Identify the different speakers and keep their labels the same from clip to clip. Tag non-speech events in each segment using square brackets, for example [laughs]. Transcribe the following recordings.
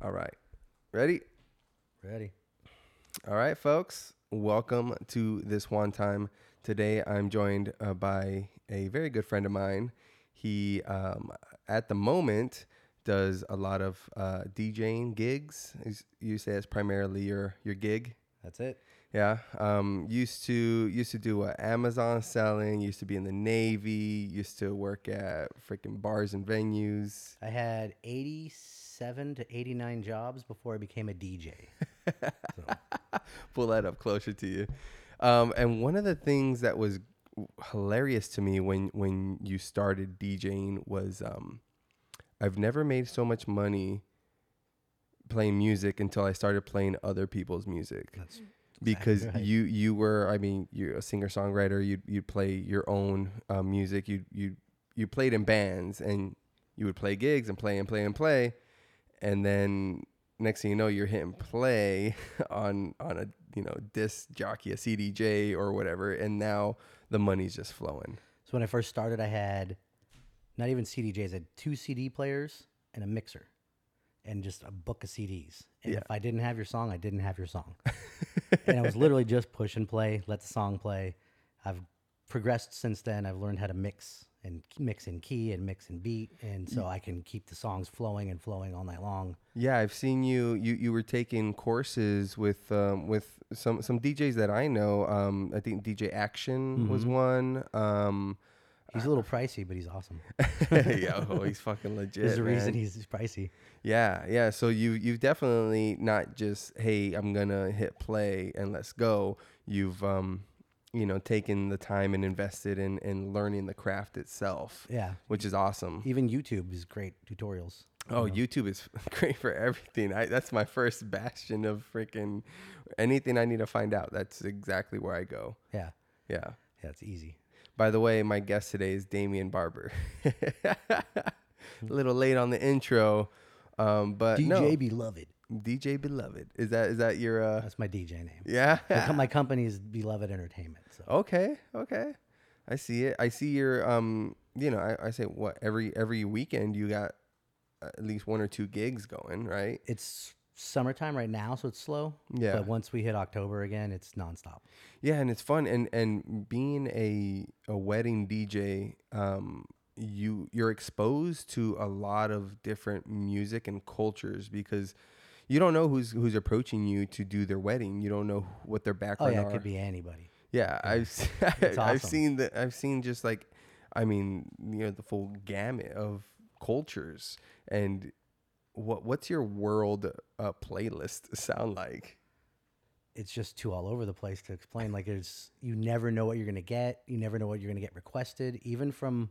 Speaker 1: All right. Ready?
Speaker 2: Ready.
Speaker 1: All right, folks. Welcome to this one time. Today, I'm joined uh, by a very good friend of mine. He, um, at the moment, does a lot of uh, DJing gigs. Is- You say it's primarily your your gig.
Speaker 2: That's it.
Speaker 1: Yeah. Um, used to used to do uh, Amazon selling. Used to be in the Navy. Used to work at freaking bars and venues.
Speaker 2: I had 87 to 89 jobs before I became a DJ.
Speaker 1: [laughs] pull that up closer to you. Um, and one of the things that was hilarious to me when when you started DJing was um, I've never made so much money playing music until I started playing other people's music.
Speaker 2: That's
Speaker 1: because
Speaker 2: right.
Speaker 1: you you were I mean you're a singer songwriter you you play your own uh, music you you you played in bands and you would play gigs and play and play and play and then next thing you know you're hitting play on on a you know disc jockey a CDJ or whatever and now the money's just flowing
Speaker 2: so when I first started, I had not even CDJs. I had two CD players and a mixer, and just a book of CDs. And
Speaker 1: Yeah.
Speaker 2: if I didn't have your song, I didn't have your song. and I was literally just push and play, let the song play. I've progressed since then. I've learned how to mix and k- mix in key and mix in beat, and so I can keep the songs flowing and flowing all night long.
Speaker 1: yeah I've seen you you you were taking courses with um, with some some DJs that I know um, I think DJ Action was
Speaker 2: Mm-hmm.
Speaker 1: one um,
Speaker 2: [laughs] He's a little pricey, but he's awesome.
Speaker 1: [laughs] Yo, he's fucking legit.
Speaker 2: There's a reason
Speaker 1: man.
Speaker 2: he's he's pricey.
Speaker 1: Yeah, yeah. So you you've definitely not just hey, I'm gonna hit play and let's go. You've um, you know, taken the time and invested in in learning the craft itself,
Speaker 2: Yeah.
Speaker 1: which is awesome.
Speaker 2: Even YouTube is great tutorials.
Speaker 1: Oh, YouTube is [laughs] great for everything. I, that's my first bastion of freaking anything I need to find out. That's exactly where I go.
Speaker 2: Yeah.
Speaker 1: Yeah.
Speaker 2: Yeah, it's easy.
Speaker 1: By the way, my guest today is Damian Barber. [laughs] A little late on the intro, um, but
Speaker 2: DJ
Speaker 1: no,
Speaker 2: Beloved.
Speaker 1: DJ Beloved. Is that is that your? Uh,
Speaker 2: That's my DJ name.
Speaker 1: yeah. Oh.
Speaker 2: My co- My company is Beloved Entertainment. So
Speaker 1: [laughs] okay. Okay. I see it. I see your. Um. You know. I, I say what every every weekend you got at least one or two gigs going, right?
Speaker 2: it's summertime right now, so it's slow.
Speaker 1: Yeah.
Speaker 2: But once we hit October again, it's nonstop.
Speaker 1: Yeah, and it's fun. And and being a a wedding DJ, um, you you're exposed to a lot of different music and cultures because you don't know who's who's approaching you to do their wedding. You don't know what their
Speaker 2: Oh
Speaker 1: background
Speaker 2: yeah,
Speaker 1: are.
Speaker 2: it could be anybody.
Speaker 1: Yeah, I've s- [laughs]
Speaker 2: That's
Speaker 1: I've
Speaker 2: awesome.
Speaker 1: seen the I've seen just like I mean, you know, the full gamut of cultures and what what's your world uh, playlist [laughs] sound like?
Speaker 2: It's just too all over the place to explain. Like there's you never know what you're gonna get. You never know what you're gonna get requested, even from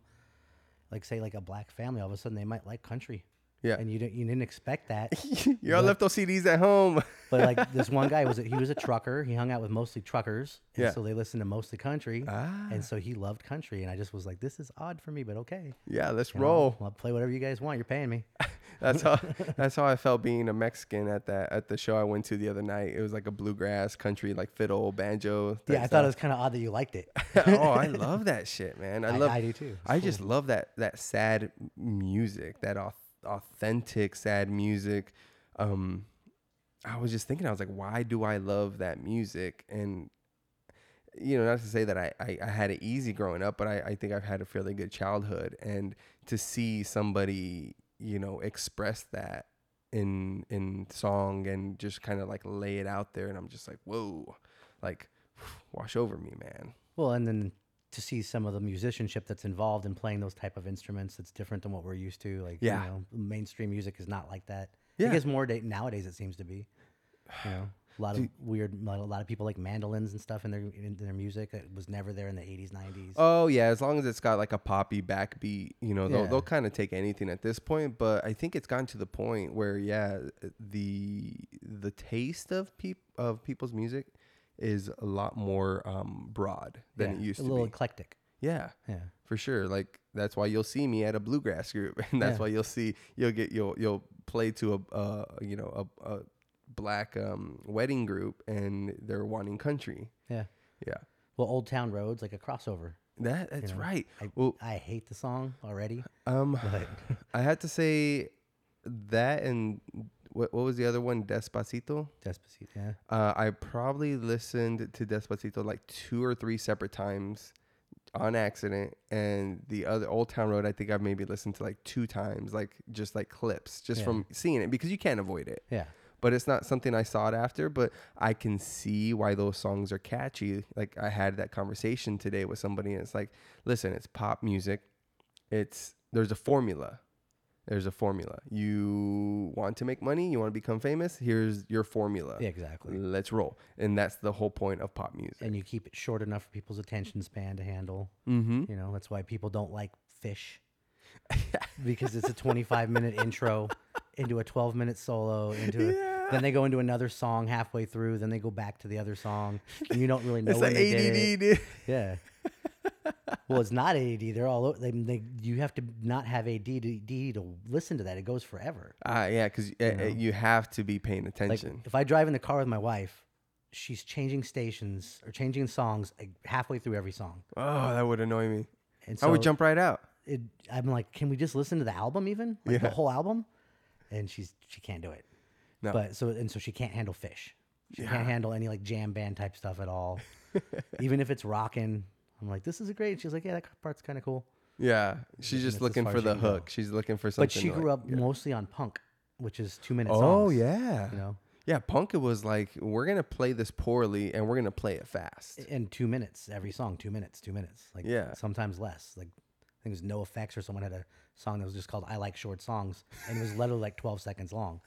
Speaker 2: like say like a black family. All of a sudden they might like country.
Speaker 1: Yeah.
Speaker 2: And you didn't you didn't expect that.
Speaker 1: you all
Speaker 2: What-
Speaker 1: left those CDs at home.
Speaker 2: But
Speaker 1: [laughs]
Speaker 2: like this one guy was a, he was a trucker. He hung out with mostly truckers, and
Speaker 1: Yeah.
Speaker 2: so they listened to mostly country,
Speaker 1: Ah.
Speaker 2: and so he loved country. And I just was like, this is odd for me, but okay.
Speaker 1: Yeah, let's
Speaker 2: You know,
Speaker 1: roll.
Speaker 2: I'll play whatever you guys want. You're paying
Speaker 1: [laughs]
Speaker 2: me.
Speaker 1: That's
Speaker 2: [laughs]
Speaker 1: how that's how I felt being a Mexican at that at the show I went to the other night. It was like a bluegrass country, like fiddle, banjo. type
Speaker 2: yeah, I thought it was kind of odd that you liked it.
Speaker 1: stuff. [laughs]
Speaker 2: [laughs]
Speaker 1: oh, I love that shit, man. I
Speaker 2: I-
Speaker 1: love.
Speaker 2: I do too. It's
Speaker 1: I just love that that sad music, that au- authentic sad music. Um, I was just thinking, I was like, why do I love that music? And you know, not to say that I, I, I had it easy growing up, but I, I think I've had a fairly good childhood. And to see somebody, you know, express that in in song and just kind of like lay it out there, and I'm just like, whoa, like [sighs] wash over me, man.
Speaker 2: Well, and then to see some of the musicianship that's involved in playing those type of instruments, that's different than what we're used to. Like,
Speaker 1: Yeah.
Speaker 2: you know, mainstream music is not like that.
Speaker 1: Yeah.
Speaker 2: I guess more day, nowadays it seems to be. You know, a lot of weird, a lot of people like mandolins and stuff in their in their music that was never there in the '80s, '90s.
Speaker 1: Oh yeah, as long as it's got like a poppy backbeat, you know, they'll
Speaker 2: Yeah.
Speaker 1: they'll kind of take anything at this point. But I think it's gotten to the point where yeah, the the taste of peop of people's music is a lot more um, broad than
Speaker 2: Yeah,
Speaker 1: it used
Speaker 2: a
Speaker 1: to
Speaker 2: little
Speaker 1: be.
Speaker 2: eclectic.
Speaker 1: Yeah,
Speaker 2: Yeah.
Speaker 1: for sure. Like that's why you'll see me at a bluegrass group, [laughs] and that's
Speaker 2: Yeah.
Speaker 1: why you'll see you'll get you'll you'll play to a uh, you know a, a black um, wedding group, and they're wanting country.
Speaker 2: Yeah.
Speaker 1: Yeah,
Speaker 2: Well, Old Town Road's like a crossover.
Speaker 1: that that's
Speaker 2: know,
Speaker 1: right.
Speaker 2: I,
Speaker 1: Well,
Speaker 2: I hate
Speaker 1: [laughs]
Speaker 2: the song already.
Speaker 1: um.
Speaker 2: But
Speaker 1: I had to say that and What, what was the other one? Despacito.
Speaker 2: Despacito. Yeah.
Speaker 1: Uh, I probably listened to Despacito like two or three separate times on accident, and the other Old Town Road. I think I've maybe listened to like two times, like just like clips, just
Speaker 2: Yeah.
Speaker 1: from seeing it because you can't avoid it.
Speaker 2: Yeah.
Speaker 1: But it's not something I sought after. But I can see why those songs are catchy. Like I had that conversation today with somebody, and it's like, listen, it's pop music. It's there's a formula. There's a formula. You want to make money. You want to become famous. Here's your formula
Speaker 2: Yeah. Exactly.
Speaker 1: let's roll and that's the whole point of pop music
Speaker 2: And you keep it short enough for people's attention span to handle.
Speaker 1: mm-hmm.
Speaker 2: You know, that's why people don't like
Speaker 1: [laughs]
Speaker 2: fish because it's a 25 minute intro into a 12 minute solo into a,
Speaker 1: Yeah.
Speaker 2: then they go into another song halfway through, then they go back to the other song, and you don't
Speaker 1: [laughs]
Speaker 2: really know
Speaker 1: it's
Speaker 2: when
Speaker 1: like
Speaker 2: they did it.
Speaker 1: add dude.
Speaker 2: Yeah. well, it's not AD. They're all o- they, they, you have to not have AD to, AD to listen to that. It goes forever.
Speaker 1: ah yeah because you, uh, uh, you have to be paying
Speaker 2: Like [sniffs]
Speaker 1: attention
Speaker 2: if I drive in the car with my wife, she's changing stations or changing songs like, halfway through every song.
Speaker 1: oh that would annoy me
Speaker 2: And
Speaker 1: i would jump right out
Speaker 2: It, I'm like, can we just listen to the album even? Like the
Speaker 1: Yeah.
Speaker 2: whole album? And she's she can't do it.
Speaker 1: No.
Speaker 2: But so and so she can't handle fish. She
Speaker 1: Yeah.
Speaker 2: can't handle any like jam band type stuff at
Speaker 1: [laughs]
Speaker 2: all. even if it's rocking, I'm like, this is great. And she's like, yeah, that part's kind of cool.
Speaker 1: yeah she's
Speaker 2: that's
Speaker 1: just
Speaker 2: as
Speaker 1: looking
Speaker 2: far
Speaker 1: for
Speaker 2: as you
Speaker 1: the
Speaker 2: can go.
Speaker 1: hook she's looking for something
Speaker 2: But she
Speaker 1: to,
Speaker 2: grew
Speaker 1: like-
Speaker 2: up mostly on punk, which is two minute
Speaker 1: oh
Speaker 2: songs.
Speaker 1: yeah
Speaker 2: You know,
Speaker 1: yeah punk it was like we're gonna play this poorly and we're gonna play it fast
Speaker 2: and two minutes every song, two minutes, two minutes. Like
Speaker 1: Yeah.
Speaker 2: sometimes less. Like I think it was No Effects or someone had a song that was just called "I Like Short Songs" and it was literally like twelve seconds
Speaker 1: [laughs]
Speaker 2: long.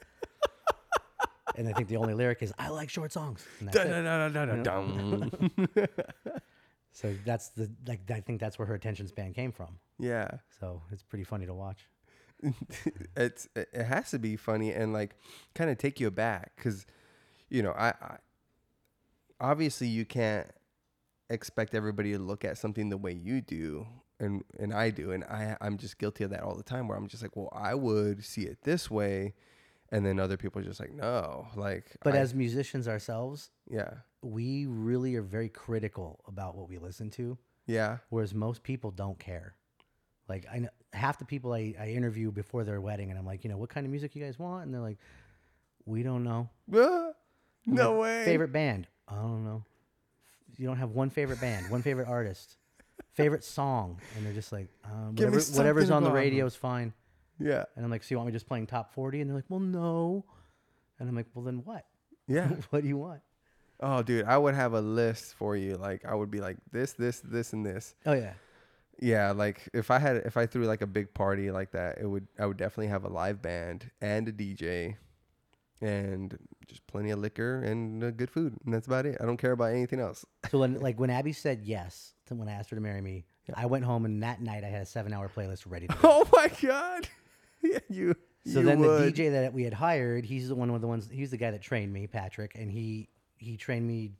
Speaker 2: and I think the only lyric is "I like short songs." And that's it.
Speaker 1: Dun-dun-dun-dun-dun-dun.
Speaker 2: So that's the like I think that's where her attention span came from.
Speaker 1: [laughs] yeah [laughs]
Speaker 2: So it's pretty funny to watch.
Speaker 1: it's it it has to be funny and like kind of take you aback because you know I, I obviously you can't expect everybody to look at something the way you do and and I do and I I'm just guilty of that all the time where I'm just like well I would see it this way and then other people are just like no like
Speaker 2: But
Speaker 1: I-
Speaker 2: as musicians ourselves,
Speaker 1: yeah
Speaker 2: we really are very critical about what we listen to.
Speaker 1: yeah
Speaker 2: whereas most people don't care. Like I know half the people I, I interview before their wedding, and I'm like, you know, what kind of music you guys want? And they're like, we don't know.
Speaker 1: Ah,
Speaker 2: I'm
Speaker 1: no
Speaker 2: like,
Speaker 1: way
Speaker 2: Favorite band? I don't know. You don't have one favorite band, one favorite artist, favorite song, and they're just like, um,
Speaker 1: Give me
Speaker 2: whatever, whatever's
Speaker 1: something
Speaker 2: on the
Speaker 1: about 'em.
Speaker 2: radio is fine.
Speaker 1: yeah
Speaker 2: And I'm like, so you want me just playing top forty? And they're like, well, no. And I'm like, well, then what? [laughs]
Speaker 1: yeah
Speaker 2: what do you want?
Speaker 1: oh dude I would have a list for you like I would be like this this this and this
Speaker 2: Oh yeah,
Speaker 1: Yeah, like if I had if I threw like a big party like that, it would I would definitely have a live band and a DJ and just plenty of liquor and uh, good food. And that's about it. I don't care about anything else. [laughs]
Speaker 2: So when like when Abby said yes to when I asked her to marry me, I went home and that night I had a seven hour playlist ready to go.
Speaker 1: Oh my god. [laughs] yeah, you
Speaker 2: so
Speaker 1: you
Speaker 2: then
Speaker 1: would.
Speaker 2: the DJ that we had hired, he's the one of the ones he's the guy that trained me, Patrick, and he he trained me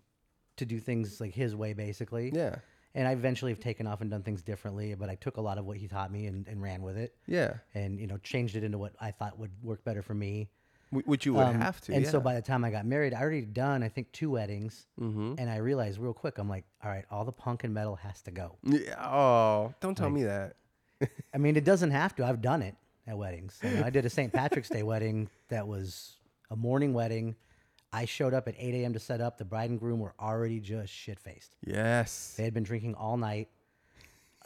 Speaker 2: to do things like his way basically.
Speaker 1: Yeah.
Speaker 2: And I eventually have taken off and done things differently, but I took a lot of what he taught me and, and ran with it
Speaker 1: Yeah.
Speaker 2: and you know changed it into what I thought would work better for me.
Speaker 1: Wh- Which you would
Speaker 2: Um,
Speaker 1: have to.
Speaker 2: And
Speaker 1: yeah.
Speaker 2: so by the time I got married, I already done I think two weddings
Speaker 1: mm-hmm.
Speaker 2: and I realized real quick I'm like, all right, all the punk and metal has to go.
Speaker 1: yeah, oh, don't tell me that.
Speaker 2: I mean, it doesn't have to. I've done it at weddings. You know, I did a St. Patrick's Day wedding that was a morning wedding. I showed up at 8 a.m. to set up. The bride and groom were already just shit faced.
Speaker 1: Yes.
Speaker 2: They had been drinking all night.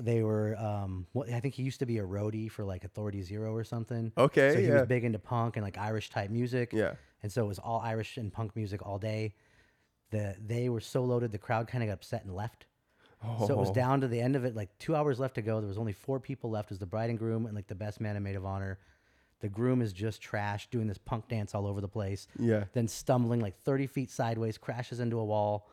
Speaker 2: They were, um, what, I think he used to be a roadie for like Authority Zero or something.
Speaker 1: Okay,
Speaker 2: So he
Speaker 1: yeah.
Speaker 2: was big into punk and like Irish type music.
Speaker 1: Yeah.
Speaker 2: And so it was all Irish and punk music all day. The, they were so loaded, the crowd kind of got upset and left.
Speaker 1: Oh.
Speaker 2: So it was down to the end of it, like two hours left to go. There was only four people left. It was the bride and groom and like the best man and maid of honor. The groom is just trash, doing this punk dance all over the place.
Speaker 1: Yeah.
Speaker 2: Then stumbling like 30 feet sideways, crashes into a wall,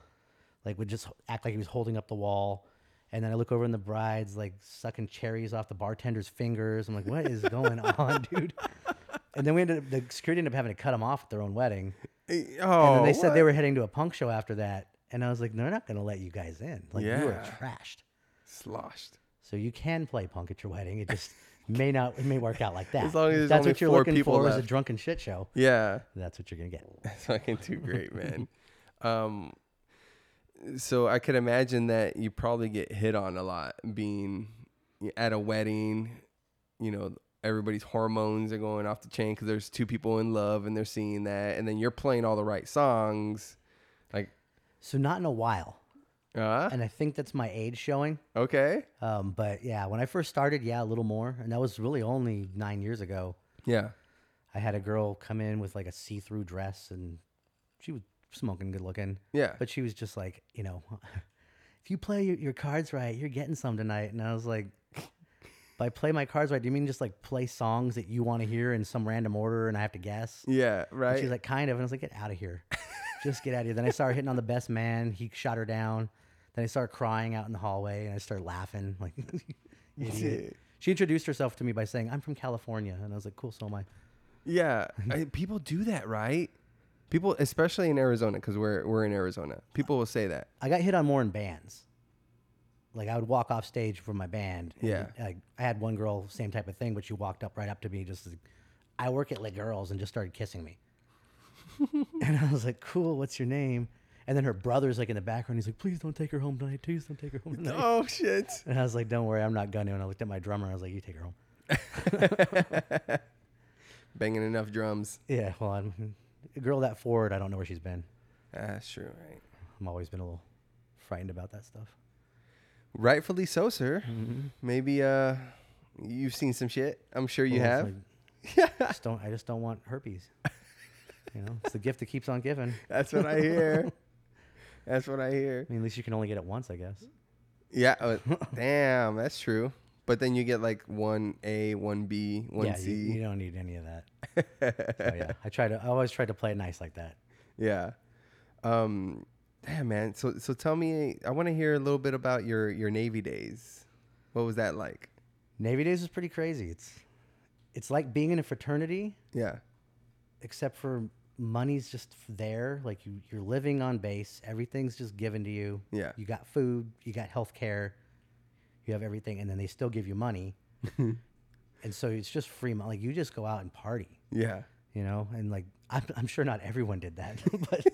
Speaker 2: like would just act like he was holding up the wall. And then I look over and the bride's like sucking cherries off the bartender's fingers. I'm like, what
Speaker 1: [laughs]
Speaker 2: is going on, dude? And then we ended up, the security ended up having to cut him off at their own wedding.
Speaker 1: Eh,
Speaker 2: And
Speaker 1: Oh.
Speaker 2: then they said they
Speaker 1: what?
Speaker 2: were heading to a punk show after that. And I was like, they're not going to let you guys in. Like, you are
Speaker 1: Yeah.
Speaker 2: trashed.
Speaker 1: sloshed.
Speaker 2: So you can play punk at your wedding. It just may not. It may work
Speaker 1: [laughs]
Speaker 2: out like that.
Speaker 1: As long as
Speaker 2: If
Speaker 1: there's
Speaker 2: that's
Speaker 1: only
Speaker 2: what you're
Speaker 1: four
Speaker 2: looking
Speaker 1: people
Speaker 2: for is a
Speaker 1: left.
Speaker 2: drunken shit show.
Speaker 1: Yeah.
Speaker 2: That's what you're gonna get.
Speaker 1: [laughs] That's fucking too great, [laughs] man. um, so I could imagine that you probably get hit on a lot being at a wedding, you know, everybody's hormones are going off the chain because there's two people in love and they're seeing that, and then you're playing all the right songs, like,
Speaker 2: So not in a while,
Speaker 1: uh,
Speaker 2: and I think that's my age showing.
Speaker 1: okay,
Speaker 2: Um, but yeah, when I first started, yeah, a little more, and that was really only nine years ago.
Speaker 1: yeah,
Speaker 2: I had a girl come in with like a see-through dress, and she was smoking, good looking,
Speaker 1: yeah,
Speaker 2: but she was just like, you know, [laughs] if you play your, your cards right, you're getting some tonight. And I was like, [laughs] by play my cards right, do you mean just like play songs that you want to hear in some random order, and I have to guess?
Speaker 1: yeah, right,
Speaker 2: And She's like, kind of. And I was like, get out of here. Just get out of here. Then I started hitting on the best man. He shot her down. Then I started crying out in the hallway and I started laughing. Like, [laughs] idiot. She introduced herself to me by saying, I'm from California. And I was like, cool, so am I. [laughs]
Speaker 1: Yeah, I, people do that, right? People, especially in Arizona, because we're we're in Arizona. People will say that.
Speaker 2: I got hit on more in bands. Like, I would walk off stage from my band. and,
Speaker 1: Yeah.
Speaker 2: Like, I had one girl, same type of thing, but she walked up right up to me just like, I work at Lit Girls and just started kissing me. [laughs] and I was like, cool, what's your name? And then her brother's like in the background. He's like, please don't take her home tonight. Please don't take her
Speaker 1: [laughs]
Speaker 2: home tonight.
Speaker 1: Oh shit!
Speaker 2: And I was like, don't worry, I'm not gonna. And I looked at my drummer. I was like, you take her home.
Speaker 1: Banging enough drums.
Speaker 2: Yeah, well, I'm, a girl that forward, I don't know where she's been.
Speaker 1: That's true, right?
Speaker 2: I'm always been a little frightened about that stuff.
Speaker 1: Rightfully so, sir.
Speaker 2: Mm-hmm.
Speaker 1: Maybe uh, you've seen some shit. I'm sure you
Speaker 2: Well,
Speaker 1: have.
Speaker 2: Oh, it's Like, just don't. I just don't want herpes. You know, it's the gift that keeps on giving.
Speaker 1: [laughs] That's what I
Speaker 2: [laughs]
Speaker 1: hear. That's what I hear.
Speaker 2: I mean, at least you can only get it once, I guess.
Speaker 1: Yeah.
Speaker 2: [laughs]
Speaker 1: uh, damn, that's true. But then you get like one A, one B, one
Speaker 2: yeah,
Speaker 1: C.
Speaker 2: you, you don't need any of that.
Speaker 1: [laughs]
Speaker 2: so yeah, I try to. I always try to play it nice like that.
Speaker 1: Yeah. Um. Damn, man. So so tell me. I want to hear a little bit about your your Navy days. What was that like?
Speaker 2: Navy days is pretty crazy. It's, it's like being in a fraternity,
Speaker 1: Yeah.
Speaker 2: except for money's just f- there. Like you, you're living on base. Everything's just given to you.
Speaker 1: Yeah.
Speaker 2: You got food. You got health care. You have everything, and then they still give
Speaker 1: [laughs]
Speaker 2: you money. and so it's just free money. Like you just go out and party,
Speaker 1: Yeah.
Speaker 2: you know. And like I'm, I'm sure not everyone did that, [laughs]
Speaker 1: [laughs]
Speaker 2: but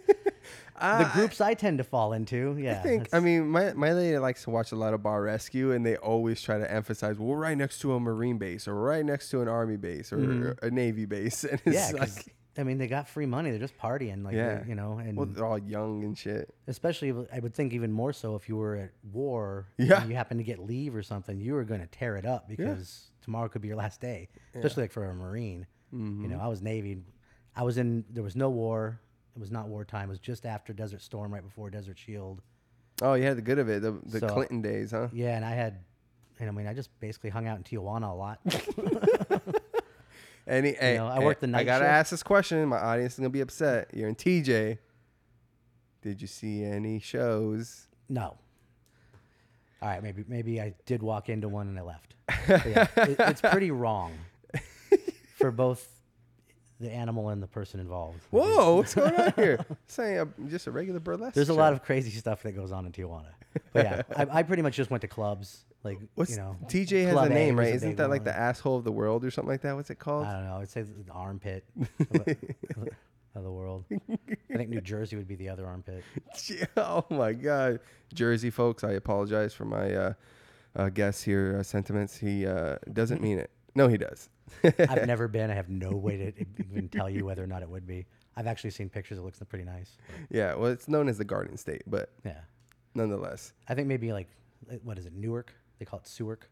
Speaker 2: the groups I tend to fall into, yeah.
Speaker 1: I think. I
Speaker 2: that's-
Speaker 1: mean, my my lady likes to watch a lot of Bar Rescue, and they always try to emphasize, well, we're right next to a Marine base, or we're right next to an Army base, or a Navy base, [laughs] and it's
Speaker 2: Mm-hmm. yeah. 'cause,
Speaker 1: like,
Speaker 2: I mean, they got free money. They're just partying, like
Speaker 1: Yeah.
Speaker 2: yeah. you know, and
Speaker 1: well, they're all young and shit.
Speaker 2: especially if- I would think even more so if you were at war
Speaker 1: Yeah.
Speaker 2: and you happen to get leave or something, you were going to tear it up because tomorrow could be your last day, especially like for a Marine. You
Speaker 1: Mm-hmm.
Speaker 2: know, I was Navy. I was in, there was no war. It was not wartime. It was just after Desert Storm, right before Desert Shield.
Speaker 1: Oh, you had the good of it, the, the
Speaker 2: So-
Speaker 1: Clinton days, huh?
Speaker 2: Yeah. And I had, and I mean, I just basically hung out in Tijuana a lot. [laughs]
Speaker 1: Any, hey,
Speaker 2: know, I
Speaker 1: hey,
Speaker 2: worked the
Speaker 1: I
Speaker 2: night
Speaker 1: gotta
Speaker 2: shift.
Speaker 1: ask this question. My audience is gonna be upset. You're in TJ. Did you see any shows?
Speaker 2: no. All right. Maybe, maybe I did walk into one and
Speaker 1: [laughs]
Speaker 2: I left. But yeah, it- it's pretty wrong for both the animal and the person involved.
Speaker 1: Whoa, what's going on here? Saying a, [laughs] just a regular burlesque.
Speaker 2: There's a
Speaker 1: show.
Speaker 2: lot of crazy stuff that goes on in Tijuana. But
Speaker 1: [laughs]
Speaker 2: yeah, I, I pretty much just went to clubs. Like
Speaker 1: What's
Speaker 2: you know,
Speaker 1: TJ has
Speaker 2: Club
Speaker 1: a name,
Speaker 2: was
Speaker 1: right?
Speaker 2: a
Speaker 1: Isn't
Speaker 2: big
Speaker 1: that like
Speaker 2: one.
Speaker 1: the asshole of the world or something like that? What's it [laughs] called?
Speaker 2: I don't know. I'd say the
Speaker 1: [laughs]
Speaker 2: armpit of the- of the world. I think New Jersey would be the other armpit.
Speaker 1: Gee, oh my god jersey folks i apologize for my uh, uh guess here uh, sentiments he uh doesn't mean it no he does [laughs]
Speaker 2: I've never been. I have no way to even tell you whether or not it would be. I've actually seen pictures. It looks pretty nice.
Speaker 1: yeah well it's known as the garden state but
Speaker 2: Yeah,
Speaker 1: nonetheless
Speaker 2: I think maybe like like, what is it? Newark. They call it Sewark.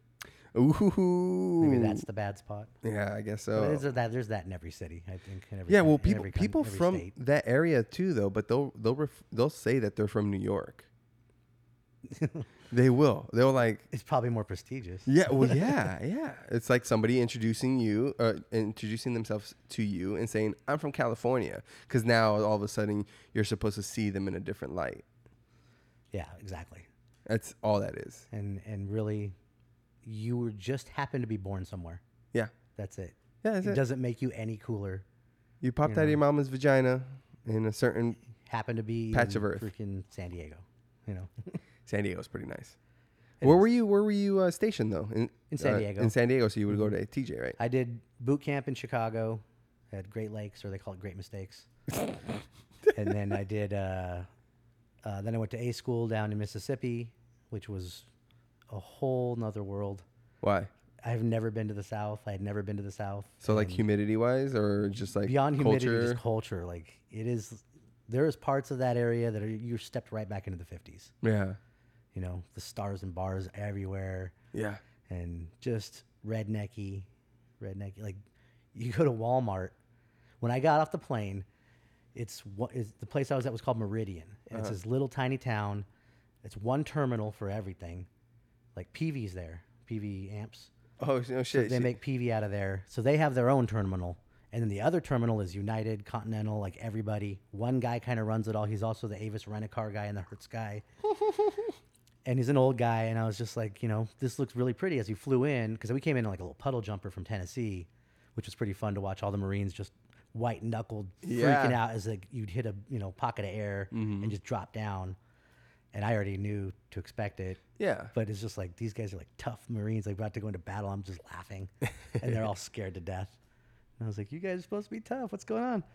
Speaker 1: ooh
Speaker 2: Maybe that's the bad spot.
Speaker 1: yeah i guess
Speaker 2: But
Speaker 1: so
Speaker 2: there's that. There's that in every city. I think. In every
Speaker 1: yeah
Speaker 2: coun-
Speaker 1: well
Speaker 2: in
Speaker 1: people
Speaker 2: every coun-
Speaker 1: people
Speaker 2: every
Speaker 1: from
Speaker 2: state.
Speaker 1: that area too though but they'll they'll ref- they'll say that they're from new
Speaker 2: [laughs]
Speaker 1: york they will they'll like
Speaker 2: It's probably more prestigious.
Speaker 1: Yeah, well,
Speaker 2: [laughs]
Speaker 1: yeah, yeah. It's like somebody introducing you, uh, introducing themselves to you, and saying, "I'm from California," because now all of a sudden you're supposed to see them in a different light.
Speaker 2: Yeah, exactly.
Speaker 1: That's all that is.
Speaker 2: and and really you were just happened to be born somewhere
Speaker 1: Yeah,
Speaker 2: that's it
Speaker 1: yeah. That's
Speaker 2: it,
Speaker 1: it.
Speaker 2: doesn't make you any cooler
Speaker 1: you popped out of your mama's vagina in a
Speaker 2: [laughs]
Speaker 1: certain
Speaker 2: happen to be
Speaker 1: Patch
Speaker 2: in
Speaker 1: of earth.
Speaker 2: freaking san diego you know
Speaker 1: San Diego's pretty nice. Where were you? Where were you uh, stationed though? In,
Speaker 2: In San
Speaker 1: uh,
Speaker 2: Diego. Mm-hmm.
Speaker 1: in San Diego, so you would go to TJ, right?
Speaker 2: i did boot camp in chicago at great lakes or they call it
Speaker 1: [laughs]
Speaker 2: great mistakes and then i did uh, uh, then i went to a school down in mississippi which was a whole nother world
Speaker 1: Why?
Speaker 2: I've never been to the South. I had never been to the South.
Speaker 1: So like
Speaker 2: and
Speaker 1: humidity wise, or just like
Speaker 2: Mm-hmm. beyond humidity,
Speaker 1: culture?
Speaker 2: just culture. Like it is, there is parts of that area that are you're stepped right back into the 50s.
Speaker 1: yeah,
Speaker 2: You know, the stars and bars everywhere,
Speaker 1: yeah,
Speaker 2: and just rednecky, rednecky. Like you go to Walmart. When I got off the plane, it's what is the place I was at was called Meridian, and it's this little tiny town. It's one terminal for everything. Like PV's there, PV amps.
Speaker 1: Oh sh- no shit!
Speaker 2: They
Speaker 1: shit.
Speaker 2: make PV out of there. So they have their own terminal. And then the other terminal is United, Continental, like everybody. One guy kind of runs it all. He's also the Avis rent a car guy and the Hertz guy. and he's an old guy. And I was just like, you know, this looks really pretty as he flew in. Because we came in like a little puddle jumper from Tennessee, which was pretty fun to watch all the Marines just white knuckled freaking
Speaker 1: Yeah.
Speaker 2: out as like you'd hit a you know pocket of air and just drop down. And I already knew to expect it.
Speaker 1: yeah,
Speaker 2: But it's just like these guys are like tough Marines, like about to go into battle. I'm just laughing, and they're all scared to death. And I was like, "You guys are supposed to be tough. What's going on?"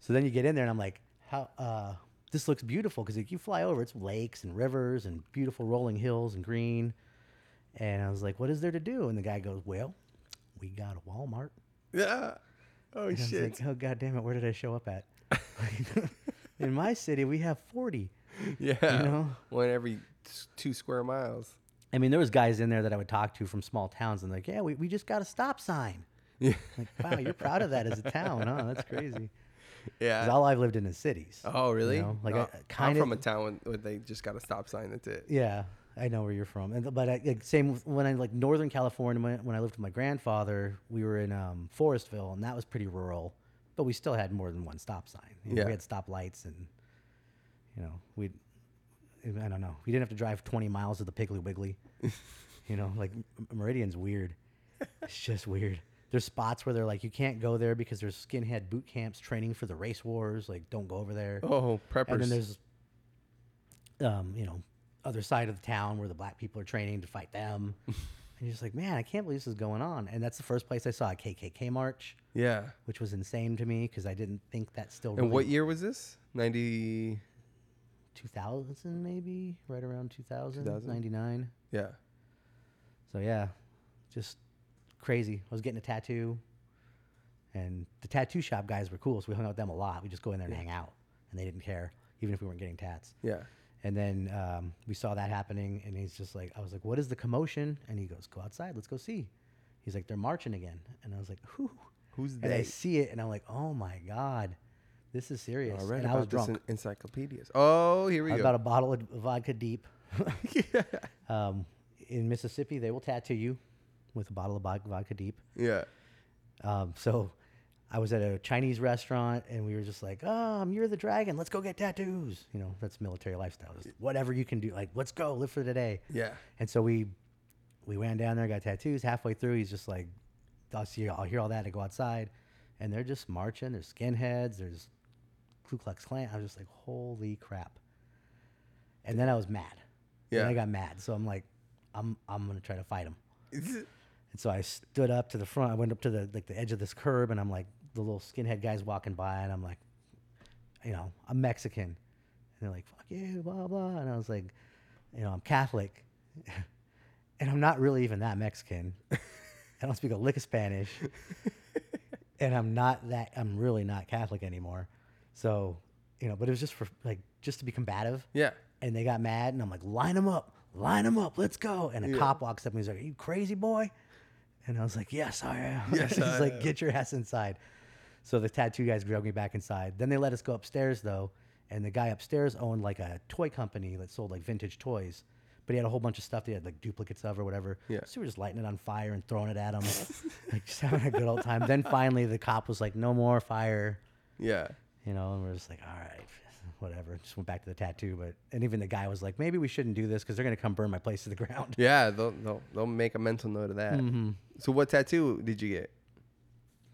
Speaker 2: So then you get in there, and I'm like, "How? Uh, this looks beautiful because like you fly over, it's lakes and rivers and beautiful rolling hills and green." And I was like, "What is there to do?" And the guy goes, "Well, we got a Walmart."
Speaker 1: yeah. Oh
Speaker 2: And I was
Speaker 1: shit!
Speaker 2: like, "Oh god damn it, where did I show up at?" [laughs] Like, in my city, we have 40.
Speaker 1: yeah,
Speaker 2: know?
Speaker 1: one every s- two square miles.
Speaker 2: I mean, there was guys in there that I would talk to from small towns, and like, yeah, we, we just got a stop sign.
Speaker 1: [laughs] Yeah,
Speaker 2: Like, wow, you're proud of that as a town, huh? That's crazy. 'Cause
Speaker 1: yeah.
Speaker 2: all I've lived in is cities.
Speaker 1: Oh really?
Speaker 2: know, like,
Speaker 1: No,
Speaker 2: I- I kind
Speaker 1: I'm from a
Speaker 2: of-
Speaker 1: town when- where they just got a stop sign. That's it.
Speaker 2: Yeah, I know where you're from, and but I, like, same with- when I like Northern California. When, when I lived with my grandfather, we were in um, Forestville, and that was pretty rural, but we still had more than one stop sign. You know,
Speaker 1: Yeah.
Speaker 2: we had stop lights, and you know, we, I don't know, we didn't have to drive 20 miles to the Piggly
Speaker 1: [laughs]
Speaker 2: Wiggly. you know, like M- Meridian's weird. It's just weird. There's spots where they're like, you can't go there because there's skinhead boot camps training for the race wars. Like, don't go over there
Speaker 1: Oh preppers.
Speaker 2: and then there's um, you know other side of the town where the black people are training to
Speaker 1: [laughs]
Speaker 2: fight them and you're just like man i can't believe this is going on and that's the first place i saw a kkk march
Speaker 1: yeah.
Speaker 2: which was insane to me because i didn't think that still
Speaker 1: And
Speaker 2: really
Speaker 1: what year was this? Ninety.
Speaker 2: 2000 maybe right around 2000
Speaker 1: 2000?
Speaker 2: 99
Speaker 1: Yeah.
Speaker 2: so yeah just crazy i was getting a tattoo and the tattoo shop guys were cool so we hung out with them a lot we just go in there and hang out and they didn't care even if we weren't getting tats
Speaker 1: Yeah.
Speaker 2: And then um, we saw that happening, and he's just like, I was like, what is the commotion? And he goes, go outside, let's go see. He's like, they're marching again. And I was like, who?
Speaker 1: Who's
Speaker 2: And I
Speaker 1: they?
Speaker 2: see it, and I'm like, oh my God, this is serious.
Speaker 1: I read
Speaker 2: and
Speaker 1: about
Speaker 2: I was
Speaker 1: this
Speaker 2: drunk.
Speaker 1: in encyclopedias. Oh, here we
Speaker 2: I was
Speaker 1: go.
Speaker 2: about a bottle of vodka deep. [laughs] um, in Mississippi, they will tattoo you with a bottle of vod- vodka deep.
Speaker 1: [laughs] yeah.
Speaker 2: Um, so I was at a Chinese restaurant and we were just like, um, you're the dragon. Let's go get tattoos. You know, that's military lifestyle. Just whatever you can do. Like, let's go live for the day.
Speaker 1: Yeah.
Speaker 2: And so we, we ran down there, got tattoos halfway through. He's just like, I'll see, I'll hear all that. I go outside and they're just marching. There's skinheads. There's Ku Klux Klan. I was just like, holy crap. And then I was mad.
Speaker 1: Yeah.
Speaker 2: And I got mad. So I'm like, I'm, I'm going to try to fight him.
Speaker 1: Is-
Speaker 2: And so I stood up to the front. I went up to the like the edge of this curb, and I'm like, the little skinhead guy's walking by, and I'm like, you know, I'm Mexican, and they're like, fuck you, blah blah, and I was like, you know, I'm Catholic, [laughs] and I'm not really even that Mexican. [laughs] I don't speak a lick of Spanish, [laughs] and I'm not that. I'm really not Catholic anymore. So, you know, but it was just for like just to be combative
Speaker 1: [laughs] Yeah.
Speaker 2: and they got mad, and I'm like, line them up, line them up, let's go. And a
Speaker 1: Yeah.
Speaker 2: cop walks up and he's like, Are you crazy boy? And I was like, Yes, I am. [laughs]
Speaker 1: Yes,
Speaker 2: he's
Speaker 1: I
Speaker 2: like,
Speaker 1: am.
Speaker 2: Get your ass inside. So the tattoo guys dragged me back inside. Then they let us go upstairs though, and the guy upstairs owned like a toy company that sold like vintage toys. But he had a whole bunch of stuff that he had like duplicates of or whatever.
Speaker 1: Yeah.
Speaker 2: So we were just lighting it on fire and throwing it at him, [laughs] like just having a good old time. Then finally the cop was like, "No more fire."
Speaker 1: Yeah.
Speaker 2: you know, and we're just like, all right, [laughs] whatever. Just went back to the tattoo, but and even the guy was like, maybe we shouldn't do this because they're gonna come burn my place to the ground. [laughs]
Speaker 1: Yeah. They'll, they'll, they'll make a mental note of that.
Speaker 2: Mm-hmm.
Speaker 1: So, what tattoo did you get?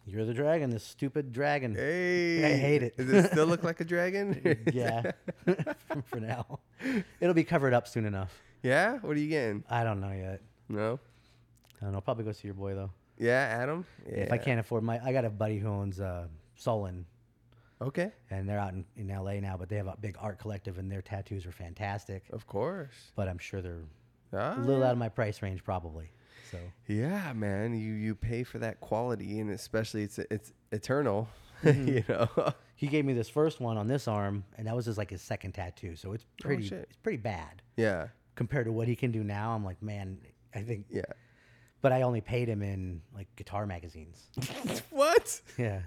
Speaker 2: You're the dragon, this stupid dragon.
Speaker 1: Eh. Hey.
Speaker 2: hate it.
Speaker 1: Does it still look like a dragon?
Speaker 2: [laughs] Yeah, [laughs] for now, it'll be covered up soon enough.
Speaker 1: [laughs] yeah. What are you getting?
Speaker 2: I don't know yet.
Speaker 1: No.
Speaker 2: I don't know. I'll probably go see your boy though.
Speaker 1: Yeah, Adam. Yeah.
Speaker 2: If I can't afford my, I got a buddy who owns uh, Solon,
Speaker 1: Okay.
Speaker 2: and they're out in, in L.A. now, but they have a big art collective, and their tattoos are fantastic.
Speaker 1: Of course.
Speaker 2: But I'm sure they're
Speaker 1: Ah.
Speaker 2: a little out of my price range, probably. So
Speaker 1: Yeah, man, you you pay for that quality, and especially it's it's eternal, [laughs]
Speaker 2: Mm-hmm.
Speaker 1: you know. [laughs]
Speaker 2: he gave me this first one on this arm, and that was his like his second tattoo. So it's pretty
Speaker 1: Oh, shit.
Speaker 2: it's pretty bad
Speaker 1: yeah,
Speaker 2: compared to what he can do now. I'm like, man, I think.
Speaker 1: yeah. [laughs]
Speaker 2: But I only paid him in like guitar magazines.
Speaker 1: [laughs] What?
Speaker 2: Yeah.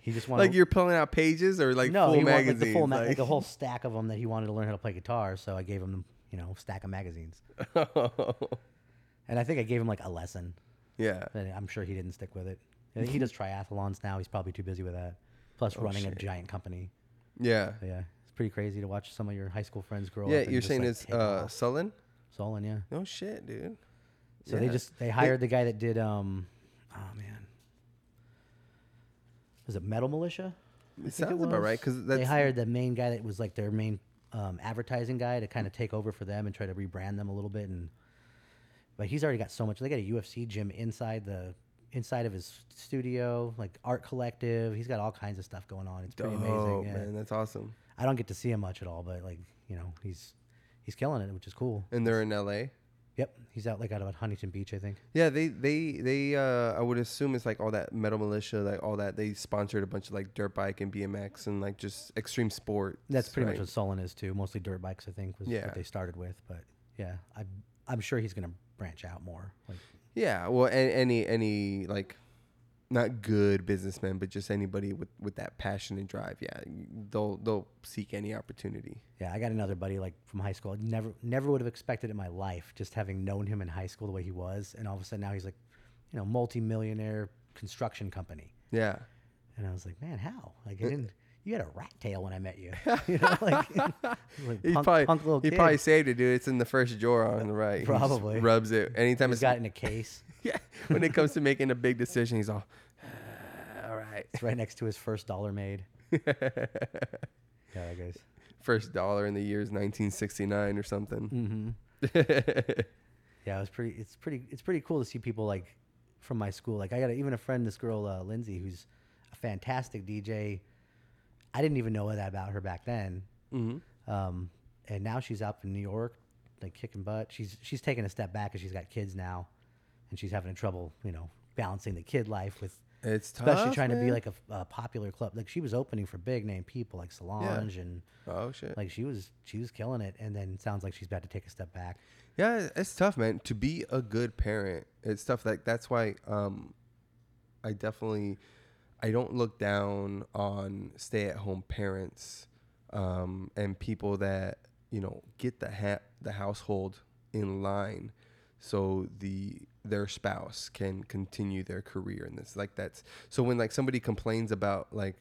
Speaker 2: he just wanted
Speaker 1: Like you're pulling out pages or like
Speaker 2: no,
Speaker 1: full
Speaker 2: he wanted like
Speaker 1: magazines?
Speaker 2: the full ma- like
Speaker 1: like-
Speaker 2: the whole stack of them that he wanted to learn how to play guitar. So I gave him you know stack of magazines, and I think I gave him like a lesson.
Speaker 1: [laughs] yeah.
Speaker 2: But I'm sure he didn't stick with it. I think he does triathlons now. He's probably too busy with that. Plus, running a
Speaker 1: Oh, shit.
Speaker 2: giant company.
Speaker 1: Yeah.
Speaker 2: But yeah, it's pretty crazy to watch some of your high school friends grow
Speaker 1: Yeah,
Speaker 2: up. and
Speaker 1: you're
Speaker 2: just,
Speaker 1: saying
Speaker 2: like,
Speaker 1: it's
Speaker 2: take
Speaker 1: uh
Speaker 2: off.
Speaker 1: sullen?
Speaker 2: Solon, yeah.
Speaker 1: No shit, dude.
Speaker 2: So they
Speaker 1: Yeah.
Speaker 2: just they hired the guy that did um, oh man, was it Metal Militia?
Speaker 1: It
Speaker 2: think
Speaker 1: sounds about
Speaker 2: was.
Speaker 1: right because
Speaker 2: they
Speaker 1: that's
Speaker 2: hired the main guy that was like their main um, advertising guy to kind of take over for them and try to rebrand them a little bit. And but he's already got so much. They got a UFC gym inside the inside of his studio, like art collective. He's got all kinds of stuff going on. It's pretty
Speaker 1: Oh,
Speaker 2: amazing. Yeah.
Speaker 1: man, that's awesome.
Speaker 2: I don't get to see him much at all, but like you know, he's he's killing it, which is cool.
Speaker 1: And they're in L.A.
Speaker 2: Yep, he's out like out of Huntington Beach, I think.
Speaker 1: Yeah, they they they. Uh, I would assume it's like all that metal militia, like all that. They sponsored a bunch of like dirt bike and BMX and like just extreme sport.
Speaker 2: That's pretty
Speaker 1: right?
Speaker 2: much what Solon is too. Mostly dirt bikes, I think, was
Speaker 1: Yeah.
Speaker 2: what they started with. But yeah, I I'm sure he's gonna branch out more. Like
Speaker 1: Yeah, well, a- any any like not good businessman, but just anybody with with that passion and drive. Yeah, they'll they'll seek any opportunity.
Speaker 2: Yeah, I got another buddy like from high school. I never never would have expected it in my life, just having known him in high school the way he was, and all of a sudden now he's like, you know, multi-millionaire construction company.
Speaker 1: Yeah,
Speaker 2: And I was like, man, how? Like, I
Speaker 1: Uh,
Speaker 2: didn't. You had a rat tail when I
Speaker 1: [laughs]
Speaker 2: met you. You know, like, [laughs] like
Speaker 1: he
Speaker 2: punk,
Speaker 1: probably
Speaker 2: punk little
Speaker 1: he
Speaker 2: kid.
Speaker 1: probably saved it, dude. It's in the first drawer on the right. He just
Speaker 2: Probably.
Speaker 1: rubs it anytime
Speaker 2: He's
Speaker 1: it's
Speaker 2: got it in a case.
Speaker 1: [laughs] yeah. When it comes to making a big decision, he's all "Ah, all right. [laughs]
Speaker 2: It's right next to his first dollar made. yeah, I guess.
Speaker 1: First dollar in the year is 1969 or something.
Speaker 2: Mm.
Speaker 1: [laughs]
Speaker 2: Yeah, it was pretty. It's pretty. It's pretty cool to see people like from my school. Like I got a, even a friend, this girl uh, Lindsay, who's a fantastic DJ. I didn't even know that about her back then, mm-hmm. um, and now she's up in New York, like kicking butt. She's she's taking a step back because she's got kids now, and she's having trouble, you know, balancing the kid life with
Speaker 1: It's tough.
Speaker 2: especially trying to be
Speaker 1: man.
Speaker 2: like a, f- a popular club. Like she was opening for big name people like Solange, and
Speaker 1: oh shit.
Speaker 2: like she was she was killing it. And then it sounds like she's about to take a step back.
Speaker 1: Yeah, it's tough, man. To be a good parent, it's tough. Like that's why um, I definitely I don't look down on stay-at-home parents um, and people that you know get the ha- the household in line so the their spouse can continue their career in this. Like that's so when like somebody complains about like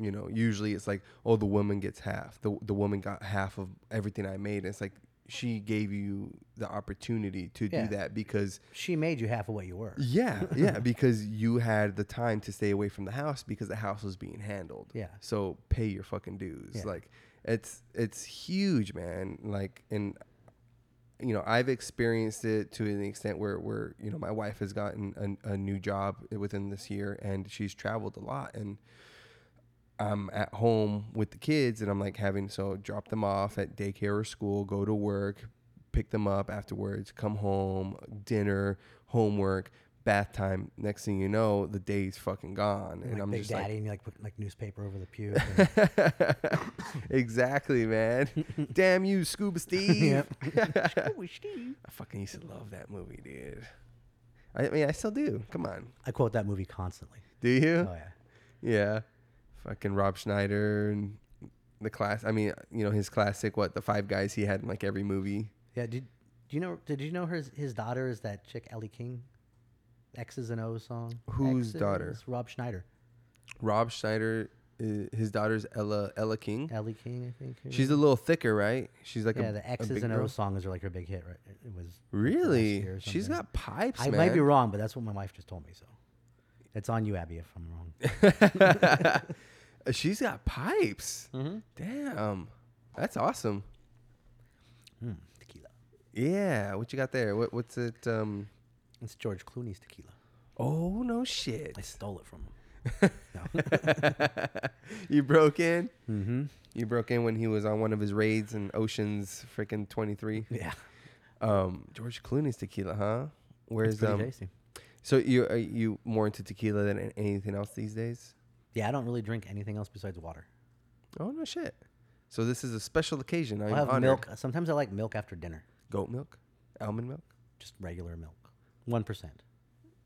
Speaker 1: you know usually it's like oh the woman gets half the the woman got half of everything I made. It's like she gave you the opportunity to
Speaker 2: Yeah.
Speaker 1: do that because
Speaker 2: She made you half of what you were.
Speaker 1: yeah,
Speaker 2: [laughs]
Speaker 1: yeah, because you had the time to stay away from the house because the house was being handled.
Speaker 2: Yeah.
Speaker 1: So pay your fucking dues.
Speaker 2: Yeah.
Speaker 1: Like it's it's huge, man. Like and you know, I've experienced it to an extent where where you know, my wife has gotten a, a new job within this year and she's traveled a lot and I'm at home with the kids and I'm like having so drop them off at daycare or school, go to work, pick them up afterwards, come home, dinner, homework, bath time. Next thing you know, the day's fucking gone. And
Speaker 2: like
Speaker 1: I'm
Speaker 2: Big
Speaker 1: just
Speaker 2: Daddy, and you like put like newspaper over
Speaker 1: [laughs]
Speaker 2: the pew. and-
Speaker 1: like [laughs] Exactly,
Speaker 2: [laughs]
Speaker 1: man. Damn you, Scuba Steve. [laughs] I fucking used to love that movie, dude. I mean I still do. Come on.
Speaker 2: I quote that movie constantly.
Speaker 1: Do you?
Speaker 2: Oh yeah,
Speaker 1: Yeah. Fucking Rob Schneider and the class. I mean, you know, his classic, what, the five guys he had in like every movie.
Speaker 2: yeah. Did do you know? Did you know her? His daughter is that chick Ellie King, X's and O's song.
Speaker 1: Whose daughter?
Speaker 2: X's? Rob Schneider.
Speaker 1: Rob Schneider, uh, his daughter's Ella Ella King.
Speaker 2: Ellie King, I think. her
Speaker 1: She's a little thicker, right? She's like
Speaker 2: name. yeah.
Speaker 1: a,
Speaker 2: the
Speaker 1: a
Speaker 2: X's
Speaker 1: big
Speaker 2: and
Speaker 1: girl.
Speaker 2: O's song is like her big hit, right? It was like, the last
Speaker 1: Really?
Speaker 2: year or
Speaker 1: She's
Speaker 2: something.
Speaker 1: got pipes,
Speaker 2: I
Speaker 1: man. [laughs]
Speaker 2: might be wrong, but that's what my wife just told me. So, it's on you, Abby, if I'm wrong.
Speaker 1: [laughs] Uh, She's got pipes. Damn, that's awesome.
Speaker 2: Mm, tequila.
Speaker 1: Yeah, what you got there? What, what's it? Um,
Speaker 2: It's George Clooney's tequila.
Speaker 1: oh no, shit!
Speaker 2: I stole it from him.
Speaker 1: [laughs] you broke in. Mm-hmm. You broke in when he was on one of his raids in Ocean's freaking twenty three.
Speaker 2: Yeah.
Speaker 1: Um, George Clooney's tequila, huh? Where's
Speaker 2: pretty
Speaker 1: um?
Speaker 2: tasty.
Speaker 1: So you are you more into tequila than an- anything else these days?
Speaker 2: Yeah, I don't really drink anything else besides water.
Speaker 1: Oh no shit. So this is a special occasion. I'm
Speaker 2: I'll have
Speaker 1: honored.
Speaker 2: milk. Sometimes I like milk after dinner,
Speaker 1: Goat milk, almond milk.
Speaker 2: just regular milk. One percent.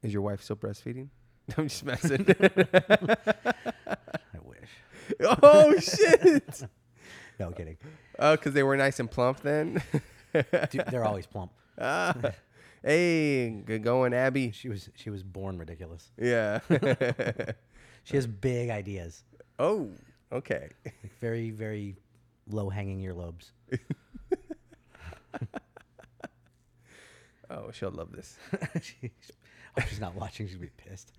Speaker 1: Is your wife still breastfeeding? [laughs] I'm just
Speaker 2: [laughs]
Speaker 1: messing.
Speaker 2: I wish.
Speaker 1: oh shit! [laughs]
Speaker 2: No kidding.
Speaker 1: Oh, because they were nice and plump then.
Speaker 2: Dude, they're always plump.
Speaker 1: Ah. [laughs]
Speaker 2: [laughs]
Speaker 1: hey, good going, Abby.
Speaker 2: She was she was born ridiculous. [laughs]
Speaker 1: Yeah. [laughs]
Speaker 2: She has big ideas,
Speaker 1: oh, okay.
Speaker 2: like very very low hanging earlobes. [laughs]
Speaker 1: Oh, she'll love this.
Speaker 2: she, oh, she's not watching. She'd be pissed.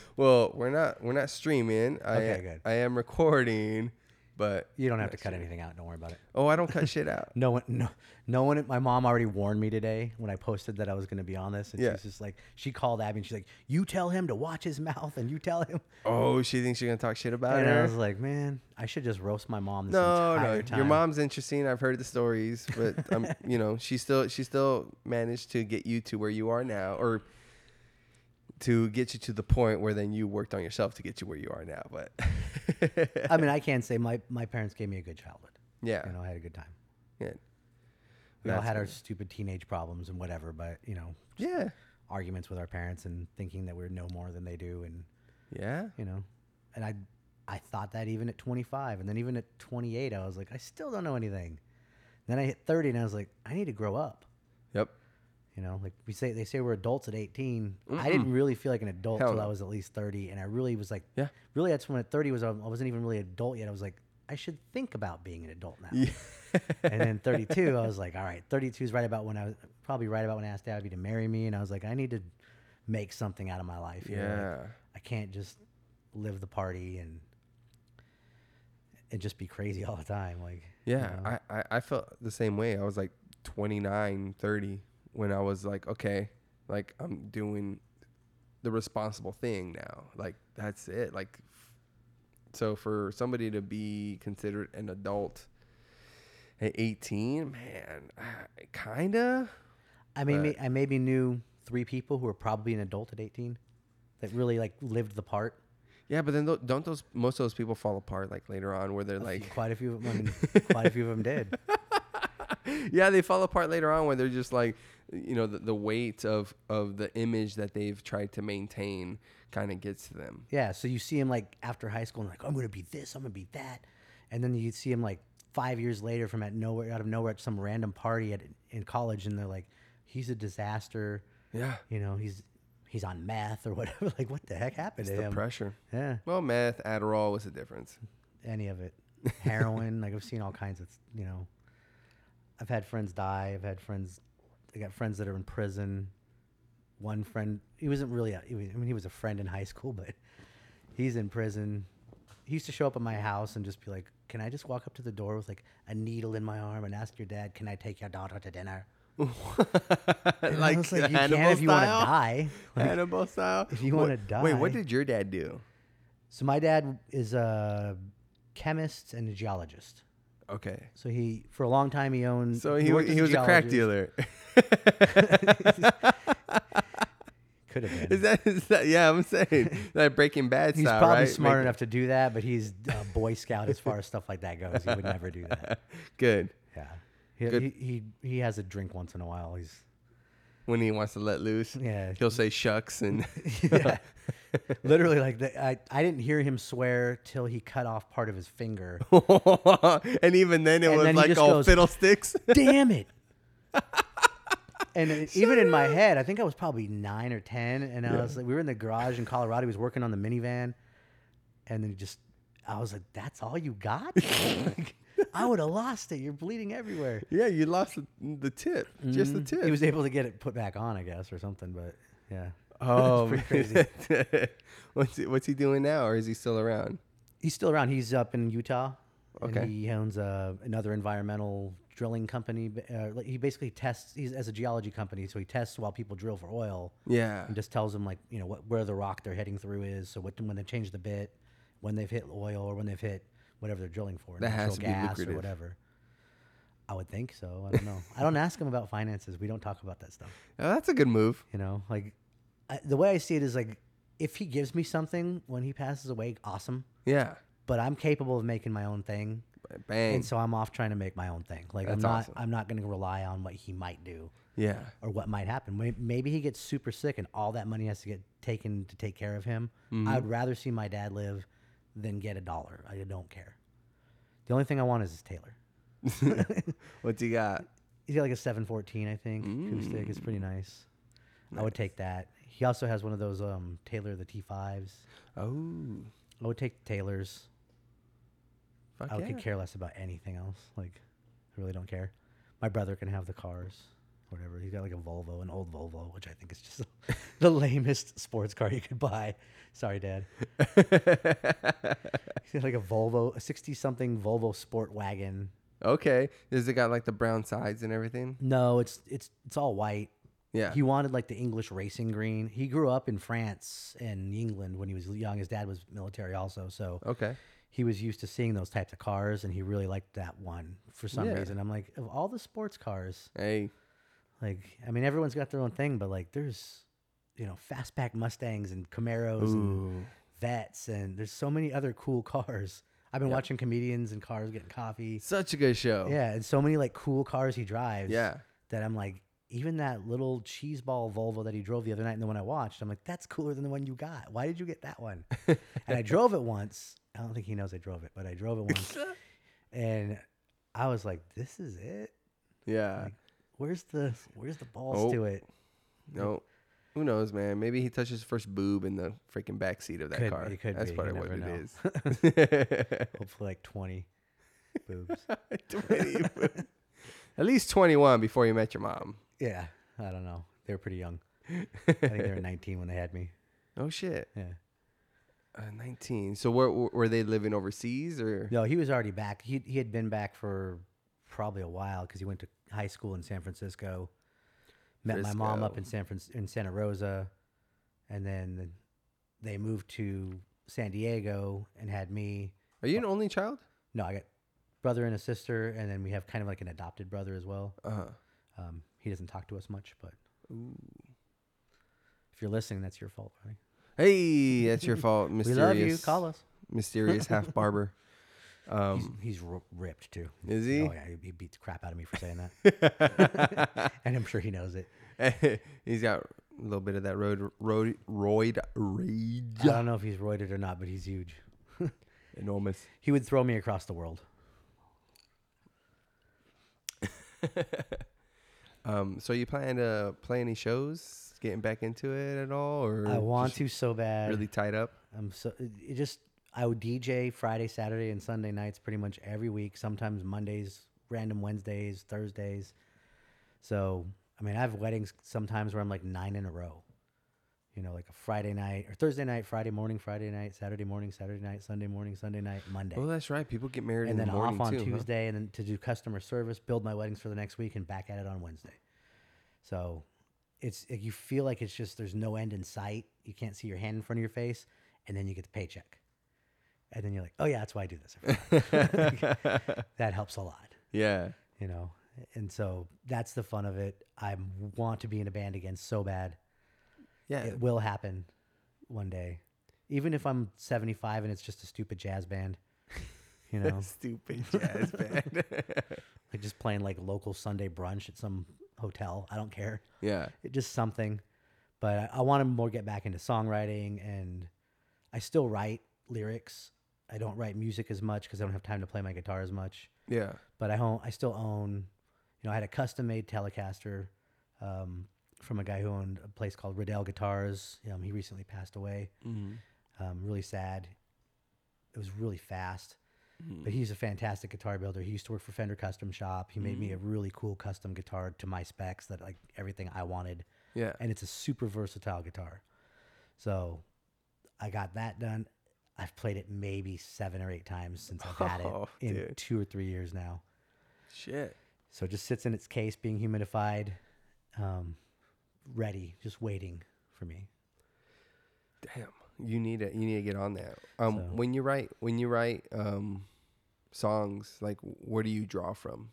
Speaker 1: [laughs] well, we're not we're not streaming. I
Speaker 2: Okay, good.
Speaker 1: I am recording, but
Speaker 2: You don't have to cut anything out. Don't worry about it.
Speaker 1: oh, I don't cut shit
Speaker 2: [laughs]
Speaker 1: out.
Speaker 2: No one, no, no one. My mom already warned me today when I posted that I was going to be on this, and
Speaker 1: Yeah.
Speaker 2: she's just like, she called Abby and she's like, "You tell him to watch his mouth, and you tell him."
Speaker 1: Oh, she thinks you're gonna talk shit about
Speaker 2: And I
Speaker 1: her.
Speaker 2: was like, "Man, I should just roast my mom this
Speaker 1: No,
Speaker 2: entire
Speaker 1: no,
Speaker 2: time."
Speaker 1: your mom's interesting. I've heard the stories, but
Speaker 2: [laughs]
Speaker 1: um, you know, she still she still managed to get you to where you are now, or to get you to the point where then you worked on yourself to get you where you are now. But [laughs]
Speaker 2: I mean, I can say my my parents gave me a good childhood.
Speaker 1: yeah,
Speaker 2: You know, I had a good time.
Speaker 1: yeah,
Speaker 2: We all
Speaker 1: That's
Speaker 2: had our stupid teenage problems and whatever, but you know,
Speaker 1: yeah,
Speaker 2: arguments with our parents and thinking that we're no more than they do, and
Speaker 1: yeah.
Speaker 2: you know, and I I thought that even at 25, and then even at 28, I was like, I still don't know anything. Then I hit 30, and I was like, I need to grow up.
Speaker 1: Yep.
Speaker 2: You know, like we say, they say we're adults at 18. I didn't really feel like an adult
Speaker 1: Hell
Speaker 2: till I
Speaker 1: no.
Speaker 2: was at least 30, and I really was like,
Speaker 1: Yeah.
Speaker 2: really that's when at 30 was um, I wasn't even really an adult yet. I was like, I should think about being an adult now.
Speaker 1: [laughs]
Speaker 2: and then 32, I was like, all right, 32 is right about when I was probably right about when I asked Abby to marry me, and I was like, I need to make something out of my life. you know, like,
Speaker 1: Yeah.
Speaker 2: I can't just live the party and and just be crazy [laughs] all the time. Like
Speaker 1: Yeah,
Speaker 2: you know,
Speaker 1: I, I, I felt the same way. I was like 29, 30 when I was like, okay, like I'm doing the responsible thing now. Like that's it. Like so for somebody to be considered an adult at 18, man, I- kinda.
Speaker 2: I, mean,
Speaker 1: but-
Speaker 2: I maybe knew three people who were probably an adult at 18 that really like lived the part.
Speaker 1: Yeah, but then tho- don't those most of those people fall apart like later on where they're
Speaker 2: A few-
Speaker 1: like,
Speaker 2: quite a few of them, I mean, quite a few of them did.
Speaker 1: yeah, they fall apart later on when they're just like, you know, the, the weight of of the image that they've tried to maintain kind of gets to them.
Speaker 2: Yeah. So you see him like after high school and like, I'm going to be this, I'm going to be that. And then you see him like five years later from at nowhere, out of nowhere at some random party at, in college. And they're like, he's a disaster.
Speaker 1: Yeah,
Speaker 2: You know, he's, he's on meth or [laughs] whatever. Like what the heck happened to
Speaker 1: the
Speaker 2: him?
Speaker 1: pressure.
Speaker 2: Yeah.
Speaker 1: Well, meth, Adderall, what's the difference? [laughs]
Speaker 2: any of it. Heroin, like I've seen all kinds of, you know, I've had friends die. I've had friends, I got friends that are in prison. One friend, he wasn't really, a, he was, I mean, he was a friend in high school, [laughs] but he's in prison. He used to show up at my house and just be like, "Can I just walk up to the door with like a needle in my arm and ask your dad, can I take your daughter to dinner?" And I was like, "You can if you want to die."
Speaker 1: Hannibal style.
Speaker 2: if you
Speaker 1: What-
Speaker 2: wanna die.
Speaker 1: Wait, what did your dad do?
Speaker 2: So my dad is a chemist and a geologist.
Speaker 1: Okay.
Speaker 2: So he, for a long time, he owned.
Speaker 1: So he, w-
Speaker 2: worked as
Speaker 1: he was a crack
Speaker 2: geologist.
Speaker 1: dealer.
Speaker 2: [laughs] Could have been.
Speaker 1: [laughs] is, that, is that, yeah, I'm
Speaker 2: [laughs]
Speaker 1: saying. That Breaking Bad
Speaker 2: He's
Speaker 1: style,
Speaker 2: probably
Speaker 1: right?
Speaker 2: smart
Speaker 1: Make-
Speaker 2: enough to do that, but he's
Speaker 1: [laughs]
Speaker 2: a Boy Scout as far as stuff like that goes. He would never do that.
Speaker 1: [laughs] Good.
Speaker 2: Yeah. He,
Speaker 1: Good.
Speaker 2: he, he, he has a drink once in a while. He's
Speaker 1: When he wants to let loose,
Speaker 2: Yeah.
Speaker 1: he'll say shucks
Speaker 2: [laughs]
Speaker 1: and. [laughs]
Speaker 2: yeah. [laughs] literally like the, I, I didn't hear him swear till he cut off part of his finger. [laughs]
Speaker 1: and even then, it
Speaker 2: And
Speaker 1: was
Speaker 2: then he
Speaker 1: like
Speaker 2: just
Speaker 1: all
Speaker 2: goes, [laughs]
Speaker 1: fiddlesticks. [laughs]
Speaker 2: Damn it. And it- even in my head, I think I was probably nine or ten, and I was like, we were in the garage in Colorado. He was working on the minivan, and then he just, I was like, "That's all you got? Like, I would have lost it. You're bleeding everywhere."
Speaker 1: yeah, you lost the, the tip, just the tip.
Speaker 2: Mm. He
Speaker 1: [laughs]
Speaker 2: was [laughs] able to get it put back on, I guess, or something. But yeah, [laughs]
Speaker 1: oh,
Speaker 2: It's
Speaker 1: man. [laughs] what's he, what's he doing now, or is he still around?
Speaker 2: he's still around. He's up in Utah.
Speaker 1: Okay.
Speaker 2: And he owns uh, another environmental drilling company. b- Uh, like, he basically tests. He's as a geology company, so he tests while people drill for oil,
Speaker 1: Yeah,
Speaker 2: and just tells them like you know what where the rock they're heading through is. So what, when they change the bit, when they've hit oil or when they've hit whatever they're drilling for,
Speaker 1: That has
Speaker 2: natural
Speaker 1: to be
Speaker 2: gas or
Speaker 1: lucrative.
Speaker 2: whatever. I would think so. I don't know. I don't ask him about finances. We don't talk about that stuff.
Speaker 1: Oh, that's a good move.
Speaker 2: You know, like I, the way I see it is like if he gives me something when he passes away, awesome.
Speaker 1: Yeah.
Speaker 2: But I'm capable of making my own thing,
Speaker 1: Bang.
Speaker 2: and so I'm off trying to make my own thing. Like I'm
Speaker 1: That's
Speaker 2: not.
Speaker 1: awesome.
Speaker 2: I'm not going to rely on what he might do
Speaker 1: [laughs] yeah.
Speaker 2: [laughs] or what might happen. May- Maybe he gets super sick, and all that money has to get taken to take care of him.
Speaker 1: Mm-hmm.
Speaker 2: I would rather see my dad live than get a dollar. I don't care. The only thing I want is his Taylor.
Speaker 1: What you got?
Speaker 2: He's got like a 714, I think. Acoustic. It's pretty nice. I would take that. He also has one of those um, Taylor the T5s.
Speaker 1: Oh,
Speaker 2: I would take Taylor's.
Speaker 1: fuck
Speaker 2: I
Speaker 1: yeah.
Speaker 2: could care less about anything else. Like, I really don't care. My brother can have the cars, whatever. He's got like a Volvo, an old Volvo, which I think is just [laughs] the lamest sports car you could buy. Sorry, Dad. He's got like a Volvo, a 60 something Volvo sport wagon.
Speaker 1: [laughs] okay. Does it got like the brown sides and everything?
Speaker 2: No, it's it's it's all white.
Speaker 1: Yeah.
Speaker 2: He wanted like the English racing green. He grew up in France and England when he was young. His dad was military also, so
Speaker 1: okay.
Speaker 2: he was used to seeing those types of cars, and he really liked that one for some
Speaker 1: Yeah.
Speaker 2: reason. I'm like, of all the sports cars,
Speaker 1: Hey.
Speaker 2: like I mean, everyone's got their own thing, but like there's, you know, fastback Mustangs and Camaros and
Speaker 1: Ooh.
Speaker 2: Vets, and there's so many other cool cars. I've been watching comedians and cars getting coffee.
Speaker 1: Such a good show.
Speaker 2: Yeah, and so many like cool cars he drives.
Speaker 1: Oh. Yeah.
Speaker 2: That I'm like, even that little cheese ball Volvo that he drove the other night and the one I watched, I'm like, that's cooler than the one you got. Why did you get
Speaker 1: [laughs]
Speaker 2: that one? and I drove it once. I don't think he knows I drove it, but I drove
Speaker 1: [laughs]
Speaker 2: it once. and I was like, this is it?
Speaker 1: Yeah.
Speaker 2: Like, where's the where's the balls
Speaker 1: Oh.
Speaker 2: to it?
Speaker 1: No. Who knows, man? Maybe he touched his first boob in the freaking back seat of that
Speaker 2: Could-
Speaker 1: car.
Speaker 2: it could
Speaker 1: That's
Speaker 2: be. You
Speaker 1: probably what
Speaker 2: never know.
Speaker 1: it
Speaker 2: [laughs] Hopefully
Speaker 1: [laughs]
Speaker 2: like twenty boobs.
Speaker 1: is. [laughs] 20
Speaker 2: [laughs]
Speaker 1: boob. At least 21 before you met your mom.
Speaker 2: Yeah. I don't know. They were pretty young. I think they were nineteen when they had me.
Speaker 1: [laughs] Oh shit.
Speaker 2: Yeah.
Speaker 1: Uh, 19. So were were they living overseas or?
Speaker 2: No, he was already back. He he had been back for probably a while because he went to high school in San Francisco. Met my mom up
Speaker 1: Frisco.
Speaker 2: in San Fran- in Santa Rosa, and then they moved to San Diego and had me.
Speaker 1: Are you an only child?
Speaker 2: No, I got brother and a sister, and then we have kind of like an adopted brother as well.
Speaker 1: Uh huh.
Speaker 2: Um, he doesn't talk to us much, but if you're listening, that's your fault, buddy.
Speaker 1: Hey, that's your fault,
Speaker 2: [laughs] We
Speaker 1: mysterious.
Speaker 2: love you. Call us.
Speaker 1: Mysterious half
Speaker 2: [laughs]
Speaker 1: barber.
Speaker 2: He's,
Speaker 1: Um,
Speaker 2: he's ri- ripped too.
Speaker 1: Is he?
Speaker 2: Oh yeah, he- he beat the crap out of me for saying
Speaker 1: [laughs]
Speaker 2: that, [laughs] and I'm sure he knows it.
Speaker 1: [laughs] he's got a little bit of that road road roid rage.
Speaker 2: I don't know if he's roided or not, but he's huge.
Speaker 1: Enormous.
Speaker 2: He would throw me across the world.
Speaker 1: Um, so you plan to play any shows? Getting back into it at all, or
Speaker 2: I want
Speaker 1: just
Speaker 2: to so bad.
Speaker 1: really tied up?
Speaker 2: I'm so it it just I would DJ Friday, Saturday, and Sunday nights pretty much every week. Sometimes Mondays, random Wednesdays, Thursdays. So I mean, I have weddings sometimes where I'm like nine in a row. You know, like a Friday night or Thursday night, Friday morning, Friday night, Saturday morning, Saturday night, Sunday morning, Sunday night, Monday.
Speaker 1: Oh, that's right. People get married
Speaker 2: and
Speaker 1: in
Speaker 2: then
Speaker 1: the morning
Speaker 2: off on
Speaker 1: too. huh?
Speaker 2: Tuesday, and then to do customer service, build my weddings for the next week, and back at it on Wednesday. So it's it, you feel like it's just there's no end in sight. You can't see your hand in front of your face, and then you get the paycheck, and then you're like, oh yeah, that's why I do this.
Speaker 1: [laughs]
Speaker 2: I forgot." that helps a lot,
Speaker 1: Yeah.
Speaker 2: you know. And so that's the fun of it. I want to be in a band again so bad.
Speaker 1: Yeah.
Speaker 2: It will happen one day, even if I'm 75 and it's just a stupid jazz band. You know,
Speaker 1: [laughs] Stupid
Speaker 2: [laughs]
Speaker 1: jazz band. [laughs]
Speaker 2: like just playing like local Sunday brunch at some hotel. I don't care.
Speaker 1: yeah.
Speaker 2: It just something. But I, I want to more get back into songwriting and I still write lyrics. I don't write music as much because I don't have time to play my guitar as much.
Speaker 1: Yeah.
Speaker 2: But I own, I still own, you know, I had a custom made Telecaster um, from a guy who owned a place called Riddell Guitars. Um, he recently passed away. Um, really sad. It was really fast.
Speaker 1: Mm-hmm.
Speaker 2: But he's a fantastic guitar builder. He used to work for Fender Custom Shop. He made me
Speaker 1: Mm-hmm.
Speaker 2: a really cool custom guitar to my specs that like everything I wanted.
Speaker 1: Yeah.
Speaker 2: And it's a super versatile guitar. So I got that done. I've played it maybe seven or eight times since I've had
Speaker 1: [laughs] Oh,
Speaker 2: it in
Speaker 1: dude.
Speaker 2: two or three years now.
Speaker 1: Shit.
Speaker 2: So it just sits in its case, being humidified, um, ready, just waiting for me.
Speaker 1: Damn. You need to you need to get on that. Um
Speaker 2: So-
Speaker 1: when you write when you write um songs, like where do you draw from?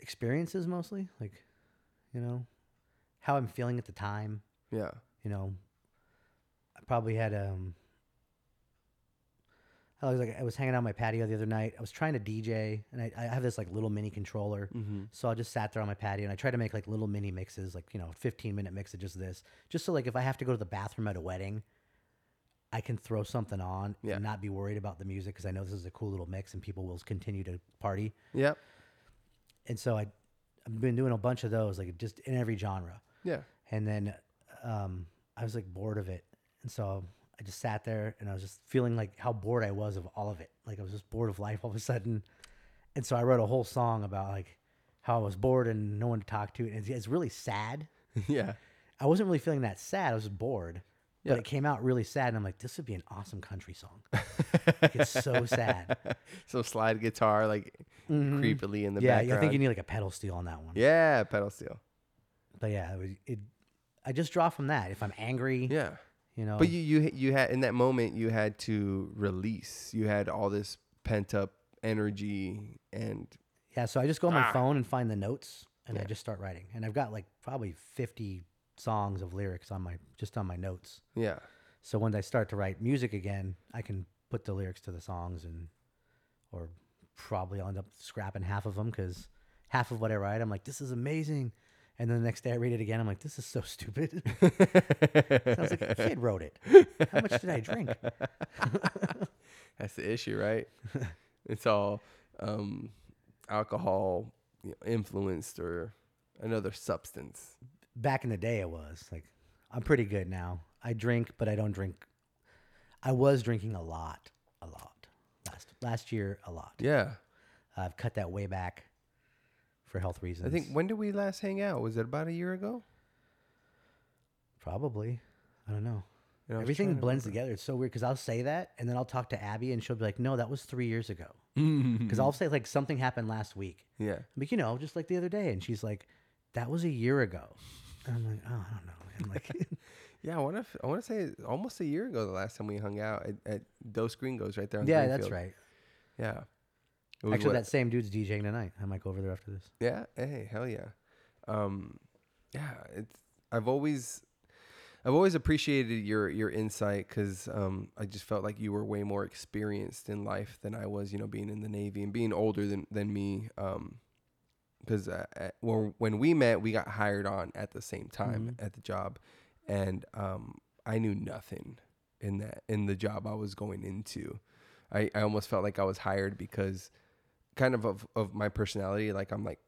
Speaker 2: experiences mostly, like you know, how I'm feeling at the time.
Speaker 1: Yeah.
Speaker 2: You know, I probably had um. I was like, I was hanging out on my patio the other night. I was trying to DJ, and I, I have this like little mini controller.
Speaker 1: Mm-hmm.
Speaker 2: So I just sat there on my patio and I tried to make like little mini mixes, like, you know, 15 minute mix of just this, just so like if I have to go to the bathroom at a wedding, I can throw something on
Speaker 1: Yeah.
Speaker 2: and not be worried about the music because I know this is a cool little mix and people will continue to party.
Speaker 1: Yep.
Speaker 2: And so I, I've been doing a bunch of those, like just in every genre.
Speaker 1: Yeah.
Speaker 2: And then um, I was like bored of it. And so I just sat there and I was just feeling like how bored I was of all of it. Like I was just bored of life all of a sudden. And so I wrote a whole song about like how I was bored and no one to talk to. And it's, it's really sad.
Speaker 1: [laughs] yeah.
Speaker 2: I wasn't really feeling that sad. I was just bored.
Speaker 1: Yeah.
Speaker 2: But it came out really sad. And I'm like, this would be an awesome
Speaker 1: [laughs]
Speaker 2: country song. like, it's so sad.
Speaker 1: So slide guitar like creepily in the
Speaker 2: Mm-hmm. yeah,
Speaker 1: background.
Speaker 2: I think you need like a pedal steel on that one.
Speaker 1: yeah, pedal steel.
Speaker 2: But yeah, it, was- it, I just draw from that. If I'm angry,
Speaker 1: Yeah.
Speaker 2: you know.
Speaker 1: But you you you had in that moment you had to release. You had all this pent up energy and
Speaker 2: Yeah, so I just go on my
Speaker 1: Ah.
Speaker 2: phone and find the notes and I
Speaker 1: Yeah.
Speaker 2: just start writing. And I've got like probably 50 songs of lyrics on my just on my notes.
Speaker 1: yeah. [laughs]
Speaker 2: So when I start to write music again, I can put the lyrics to the songs and or probably I'll end up scrapping half of them cuz half of what I write I'm like this is amazing. And then the next day I read it again I'm like this is so [laughs] stupid. Sounds like a kid wrote it. How much did I drink?
Speaker 1: That's the issue,
Speaker 2: [laughs]
Speaker 1: right? it's all um, alcohol you know, influenced or another substance.
Speaker 2: back in the day it was like i'm pretty good now i drink but i don't drink i was drinking a lot a lot last last year a lot
Speaker 1: Yeah.
Speaker 2: i've cut that way back for health reasons
Speaker 1: I think when did we last hang out? Was it about a year ago?
Speaker 2: probably i don't know
Speaker 1: And I was
Speaker 2: everything
Speaker 1: trying to
Speaker 2: blends together it's so weird because i'll say that and then i'll talk to abby and she'll be like no that was three years ago
Speaker 1: Mm-hmm. remember.
Speaker 2: [laughs] because i'll say like something happened last week
Speaker 1: yeah.
Speaker 2: I'm like you know just like the other day and she's like that was a year ago and i'm like oh i don't know man." like [laughs]
Speaker 1: Yeah, I want to. I want to say it's almost a year ago the last time we hung out at, at Dos Gringos right there. On
Speaker 2: yeah that's
Speaker 1: Greenfield.
Speaker 2: right
Speaker 1: Yeah. It was
Speaker 2: actually
Speaker 1: what-
Speaker 2: that same dude's djing tonight i might go over there after this
Speaker 1: Yeah. Hey, hell yeah. Um, yeah. It's I've always I've always appreciated your your insight because um, I just felt like you were way more experienced in life than I was. You know, being in the Navy and being older than than me. Um, because uh, at- when when we met, we got hired on at the same time at the job, and um, I knew nothing in that in the job I was going into. I, I almost felt like I was hired because kind of, of of my personality, like I'm like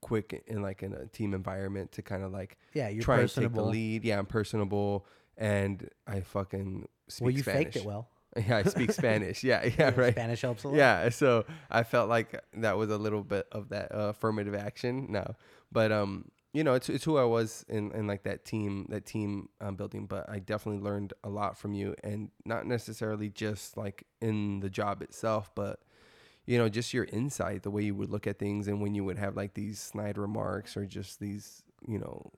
Speaker 1: quick in like in a team environment to kind of like
Speaker 2: Yeah, you're
Speaker 1: try and take
Speaker 2: personable.
Speaker 1: the lead. Yeah, I'm personable and I fucking speak
Speaker 2: well, you
Speaker 1: Spanish.
Speaker 2: faked it well.
Speaker 1: [laughs] Yeah, I speak Spanish.
Speaker 2: [laughs]
Speaker 1: Yeah, yeah, right.
Speaker 2: Spanish helps a lot.
Speaker 1: Yeah, so I felt like that was a little bit of that uh, affirmative action. No, but um, you know, it's it's who I was in in like that team that team um, building. But I definitely learned a lot from you, and not necessarily just like in the job itself, but you know, just your insight, the way you would look at things, and when you would have like these snide remarks or just these you know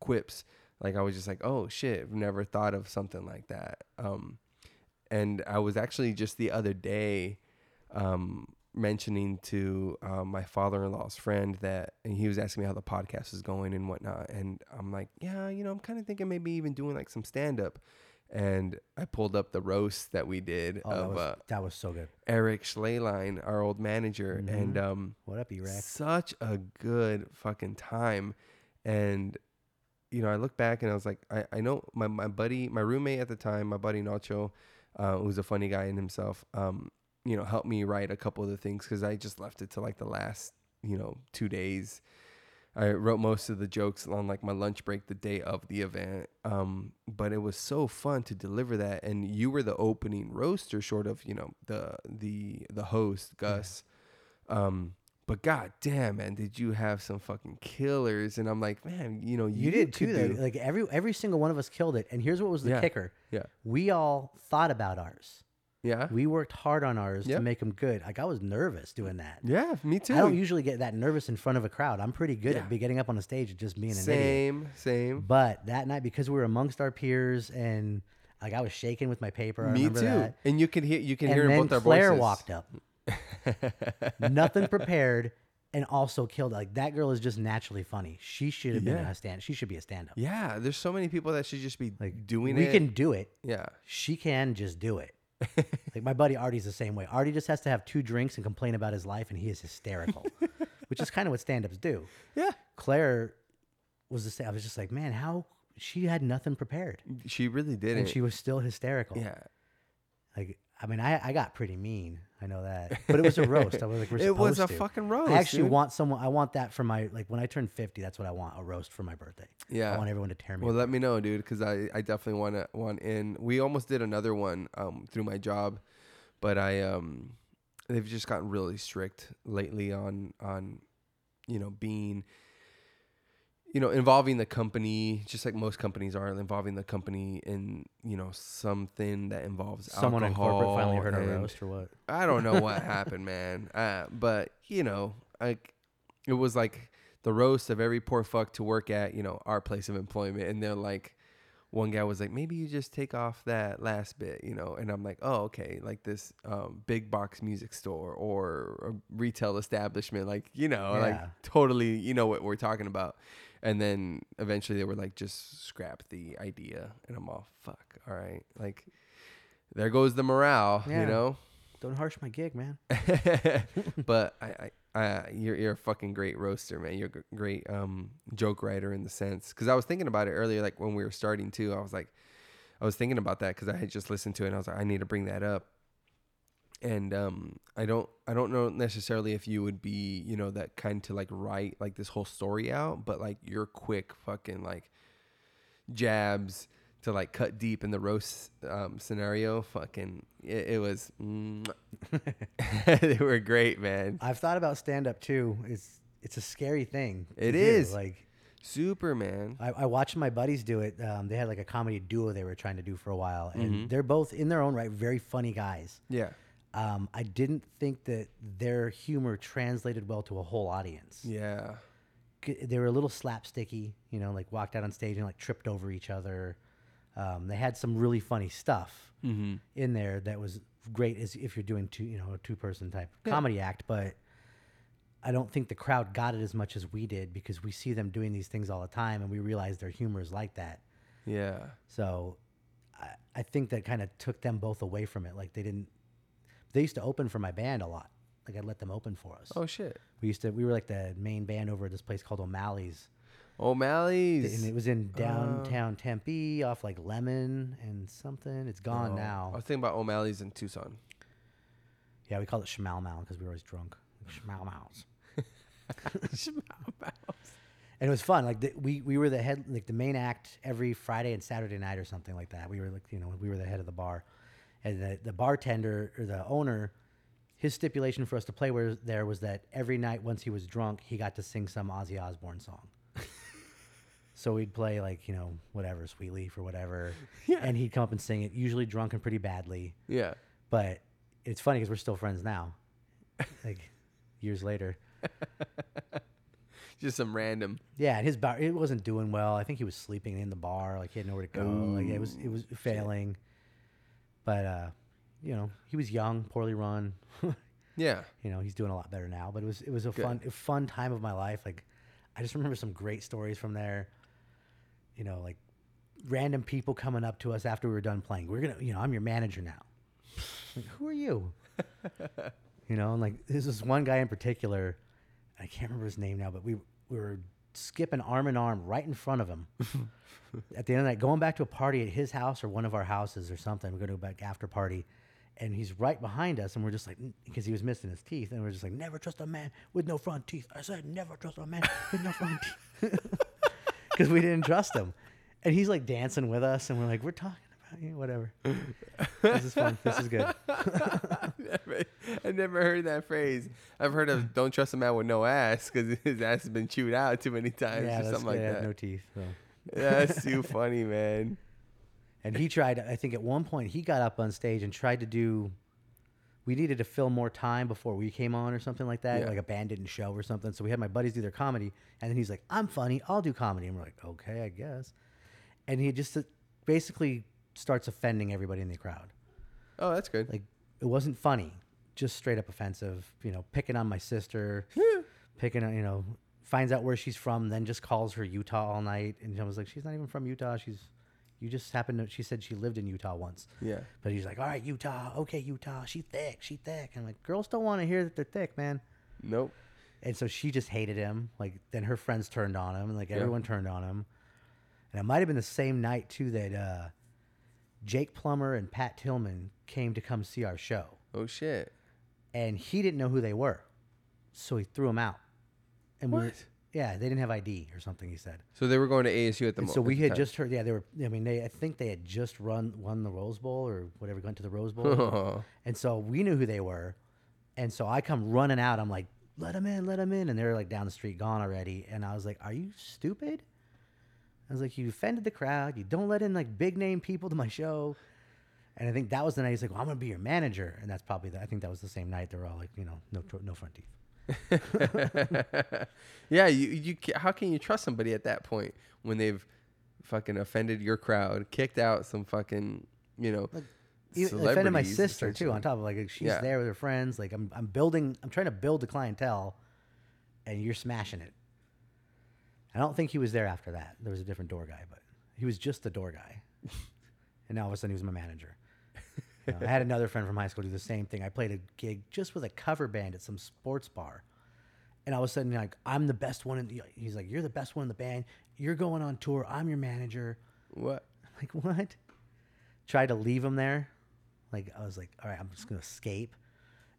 Speaker 1: quips. Like I was just like, oh shit, I've never thought of something like that. Um, and I was actually just the other day um, mentioning to um, my father-in-law's friend that and he was asking me how the podcast was going and whatnot and i'm like yeah you know i'm kind of thinking maybe even doing like some stand-up and i pulled up the roast that we did
Speaker 2: Oh, that,
Speaker 1: of
Speaker 2: was,
Speaker 1: uh,
Speaker 2: that was so good.
Speaker 1: eric schleline our old manager and um,
Speaker 2: What up, E-Rex?
Speaker 1: such a good fucking time. And, you know, I look back and I was like, I, I know my, my buddy, my roommate at the time, my buddy Nacho, uh, who's a funny guy in himself, um, you know, helped me write a couple of the things because I just left it to like the last, you know, two days. I wrote most of the jokes on like my lunch break the day of the event. Um, but it was so fun to deliver that. And you were the opening roaster, short of, you know, the the the host, Gus. Um, but god damn, man, did you have some fucking killers? And I'm like, man, you know, you,
Speaker 2: You did
Speaker 1: could
Speaker 2: too. Though.
Speaker 1: do-
Speaker 2: Like every every single one of us killed it. And here's what was the
Speaker 1: Yeah.
Speaker 2: kicker:
Speaker 1: Yeah.
Speaker 2: we all thought about ours.
Speaker 1: Yeah.
Speaker 2: We worked hard on ours
Speaker 1: Yep.
Speaker 2: to make them good. Like I was nervous doing that.
Speaker 1: Yeah, me too.
Speaker 2: I don't usually get that nervous in front of a crowd. I'm pretty good
Speaker 1: Yeah.
Speaker 2: at be getting up on a stage and just being an idiot.
Speaker 1: same, same.
Speaker 2: But that night, because we were amongst our peers and like I was shaking with my paper. I
Speaker 1: Me too.
Speaker 2: remember that.
Speaker 1: And you can hear you can
Speaker 2: and
Speaker 1: hear in
Speaker 2: then
Speaker 1: both our
Speaker 2: Claire
Speaker 1: voices. [laughs]
Speaker 2: walked up. Nothing prepared, and also killed. it. Like that girl is just naturally funny. She should have been
Speaker 1: Yeah.
Speaker 2: a stand. She should be a stand up.
Speaker 1: Yeah, uh, there's so many people that should just be
Speaker 2: Like,
Speaker 1: doing
Speaker 2: we
Speaker 1: it.
Speaker 2: can do it.
Speaker 1: yeah.
Speaker 2: She can just
Speaker 1: [laughs]
Speaker 2: do it. like my buddy Artie's the same way. Artie just has to have two drinks and complain about his life, and he
Speaker 1: [laughs]
Speaker 2: is hysterical, which is kind of what stand ups do.
Speaker 1: Yeah.
Speaker 2: Claire was the same. I was just like, man, how she had nothing prepared,
Speaker 1: She really did
Speaker 2: and
Speaker 1: not
Speaker 2: she was still hysterical.
Speaker 1: yeah.
Speaker 2: Like, I mean, I, I got pretty mean. I know that, but it was a roast. I was like, we're
Speaker 1: It was a
Speaker 2: supposed to.
Speaker 1: fucking roast.
Speaker 2: I actually
Speaker 1: dude.
Speaker 2: want someone. I want that for my like when I turn fifty. That's what I want a roast for my birthday.
Speaker 1: Yeah.
Speaker 2: I want everyone to tear me.
Speaker 1: Uh, Well,
Speaker 2: apart.
Speaker 1: let me know, dude, because I, I definitely want to want in. We almost did another one um, through my job, but I um they've just gotten really strict lately on on you know being you know involving the company just like most companies are involving the company in you know something that involves
Speaker 2: Someone in corporate finally
Speaker 1: alcohol
Speaker 2: heard our
Speaker 1: and-
Speaker 2: roast or what?
Speaker 1: I don't know what happened, man. Uh, but you know, like it was like the roast of every poor fuck to work at, you know, our place of employment, and they're like, one guy was like, maybe you just take off that last bit, you know, and I'm like, oh, okay, like this um, big box music store or a retail establishment, like you know, like
Speaker 2: Yeah.
Speaker 1: totally, you know what we're talking about. And then eventually they were like, just scrap the idea, and I'm all fuck, all right, like. There goes the morale,
Speaker 2: Yeah.
Speaker 1: you know.
Speaker 2: Don't harsh my gig, man.
Speaker 1: [laughs] but I, I, I, you're you're a fucking great roaster, man. You're a gr- great um joke writer in the sense because I was thinking about it earlier, like when we were starting too. I was like, I was thinking about that because I had just listened to it, and I was like, I need to bring that up. And um, I don't, I don't know necessarily if you would be, you know, that kind to like write like this whole story out, but like your quick fucking like jabs to like cut deep in the roast um, scenario, fucking, it, it was. mm, [laughs] they were great, man.
Speaker 2: [laughs] I've thought about stand up too. It's it's a scary thing. to
Speaker 1: It
Speaker 2: do.
Speaker 1: is.
Speaker 2: Like
Speaker 1: Superman.
Speaker 2: I, I watched my buddies do it. Um, they had like a comedy duo they were trying to do for a while, and
Speaker 1: Mm-hmm.
Speaker 2: they're both in their own right very funny guys.
Speaker 1: Yeah.
Speaker 2: Um, I didn't think that their humor translated well to a whole audience.
Speaker 1: Yeah.
Speaker 2: g- they were a little slapsticky, you know, like walked out on stage and like tripped over each other. Um, they had some really funny stuff in there that was great as if you're doing two, you know, a two person type comedy act, but I don't think the crowd got it as much as we did because we see them doing these things all the time and we realize their humor is like that.
Speaker 1: Yeah.
Speaker 2: So I, I think that kind of took them both away from it. Like they didn't, they used to open for my band a lot. Like I'd let them open for us.
Speaker 1: Oh shit.
Speaker 2: We used to, we were like the main band over at this place called O'Malley's and
Speaker 1: O'Malley's.
Speaker 2: it was in
Speaker 1: Uh.
Speaker 2: downtown Tempe, off like Lemon and something. It's gone
Speaker 1: Oh, I
Speaker 2: now.
Speaker 1: was thinking about O'Malley's in Tucson.
Speaker 2: Yeah, we called it Schmalmal because we were always drunk. Schmalmals. And it was fun. Like the, we we were the head, like the main act every Friday and Saturday night or something like that. We were like you know we were the head of the bar, and the the bartender or the owner. His stipulation for us to play where, there was that every night, once he was drunk, he got to sing some Ozzy Osbourne song. So we'd play like you know whatever Sweet Leaf or whatever, and he'd come up and sing it, usually drunk and pretty badly.
Speaker 1: yeah.
Speaker 2: But it's funny because we're still friends now, like years later.
Speaker 1: Just some random.
Speaker 2: Yeah, and his bar it wasn't doing well. I think he was sleeping in the bar, like he had nowhere to go. like it was it was failing. But uh, you know, he was young, poorly run. [laughs] you
Speaker 1: [laughs] Yeah.
Speaker 2: know, he's doing a lot better now. But it was it was a fun a fun time of my life. Like I just remember some great stories from there. You know, like random people coming up to us after we were done playing. We're gonna you know, I'm your manager now. Like, who are you? you know, and like there's this one guy in particular, I can't remember his name now, but we we were skipping arm in arm right in front of him. at the end of the night, going back to a party at his house or one of our houses or something. We go to a back after party, and he's right behind us, and we're just like, because he was missing his teeth, and we're just like, never trust a man with no front teeth. I said, never trust a man with no front teeth, [laughs] because we didn't trust him. And he's like dancing with us, and we're like, we're talking about you, whatever. this is fun. This
Speaker 1: [laughs]
Speaker 2: is good.
Speaker 1: I never heard that phrase. I've heard of "Don't trust a man with no ass" because [laughs] his ass has been chewed out too many times
Speaker 2: yeah,
Speaker 1: or
Speaker 2: that's
Speaker 1: something
Speaker 2: good.
Speaker 1: like
Speaker 2: I have
Speaker 1: that.
Speaker 2: no teeth. So.
Speaker 1: [laughs] that's too funny, man.
Speaker 2: And he tried, I think at one point he got up on stage and tried to do, we needed to fill more time before we came on or something like that,
Speaker 1: Yeah.
Speaker 2: like a band didn't show or something. So we had my buddies do their comedy. And then he's like, I'm funny, I'll do comedy. And we're like, okay, I guess. And he just uh, basically starts offending everybody in the crowd.
Speaker 1: Oh, that's good.
Speaker 2: Like, it wasn't funny, just straight up offensive, you know, picking on my sister, picking, a- you know, finds out where she's from, then just calls her Utah all night. And I was like, she's not even from Utah. She's, you just happened to, she said she lived in Utah once.
Speaker 1: Yeah.
Speaker 2: But he's like, all right, Utah. Okay, Utah. She thick. She thick. And I'm like, girls don't want to hear that they're thick, man.
Speaker 1: Nope.
Speaker 2: And so she just hated him. Like then her friends turned on him, and like everyone turned on him. And it might have been the same night too that uh, Jake Plummer and Pat Tillman came to come see our show,
Speaker 1: Oh shit.
Speaker 2: and he didn't know who they were, so he threw them out. And We,
Speaker 1: What?
Speaker 2: yeah, they didn't have ID or something. He said.
Speaker 1: So they were going to ASU at the
Speaker 2: And
Speaker 1: mo-
Speaker 2: so
Speaker 1: at
Speaker 2: we
Speaker 1: the
Speaker 2: had
Speaker 1: time.
Speaker 2: just heard. Yeah, they were. I mean, they. I think they had just run won the Rose Bowl or whatever, went to the
Speaker 1: [laughs]
Speaker 2: Rose Bowl. And so we knew who they were. And so I come running out. I'm like, let them in, let them in. And they're like down the street, gone already. And I was like, are you stupid? I was like, you offended the crowd. You don't let in like big name people to my show. And I think that was the night he's like, well, I'm going to be your manager. And that's probably, the, I think that was the same night they were all like, you know, no, tr- no front teeth.
Speaker 1: [laughs]
Speaker 2: [laughs]
Speaker 1: yeah, you you ca- how can you trust somebody at that point when they've fucking offended your crowd, kicked out some fucking you know,
Speaker 2: Even- it e, offended my
Speaker 1: celebrities,
Speaker 2: sister too.
Speaker 1: essentially.
Speaker 2: On top of like she's
Speaker 1: Yeah.
Speaker 2: there with her friends. Like I'm, I'm building. I'm trying to build the clientele, and you're smashing it. I don't think he was there after that. There was a different door guy, but he was just the door
Speaker 1: [laughs]
Speaker 2: guy. and now all of a sudden he was my manager. You know, I had another friend from high school do the same thing. I played a gig just with a cover band at some sports bar. And all of a sudden, like, I'm the best one in the, he's like, you're the best one in the band. You're going on tour. I'm your manager.
Speaker 1: What?
Speaker 2: Like what? Tried to leave him there. Like I was like, all right, I'm just gonna escape.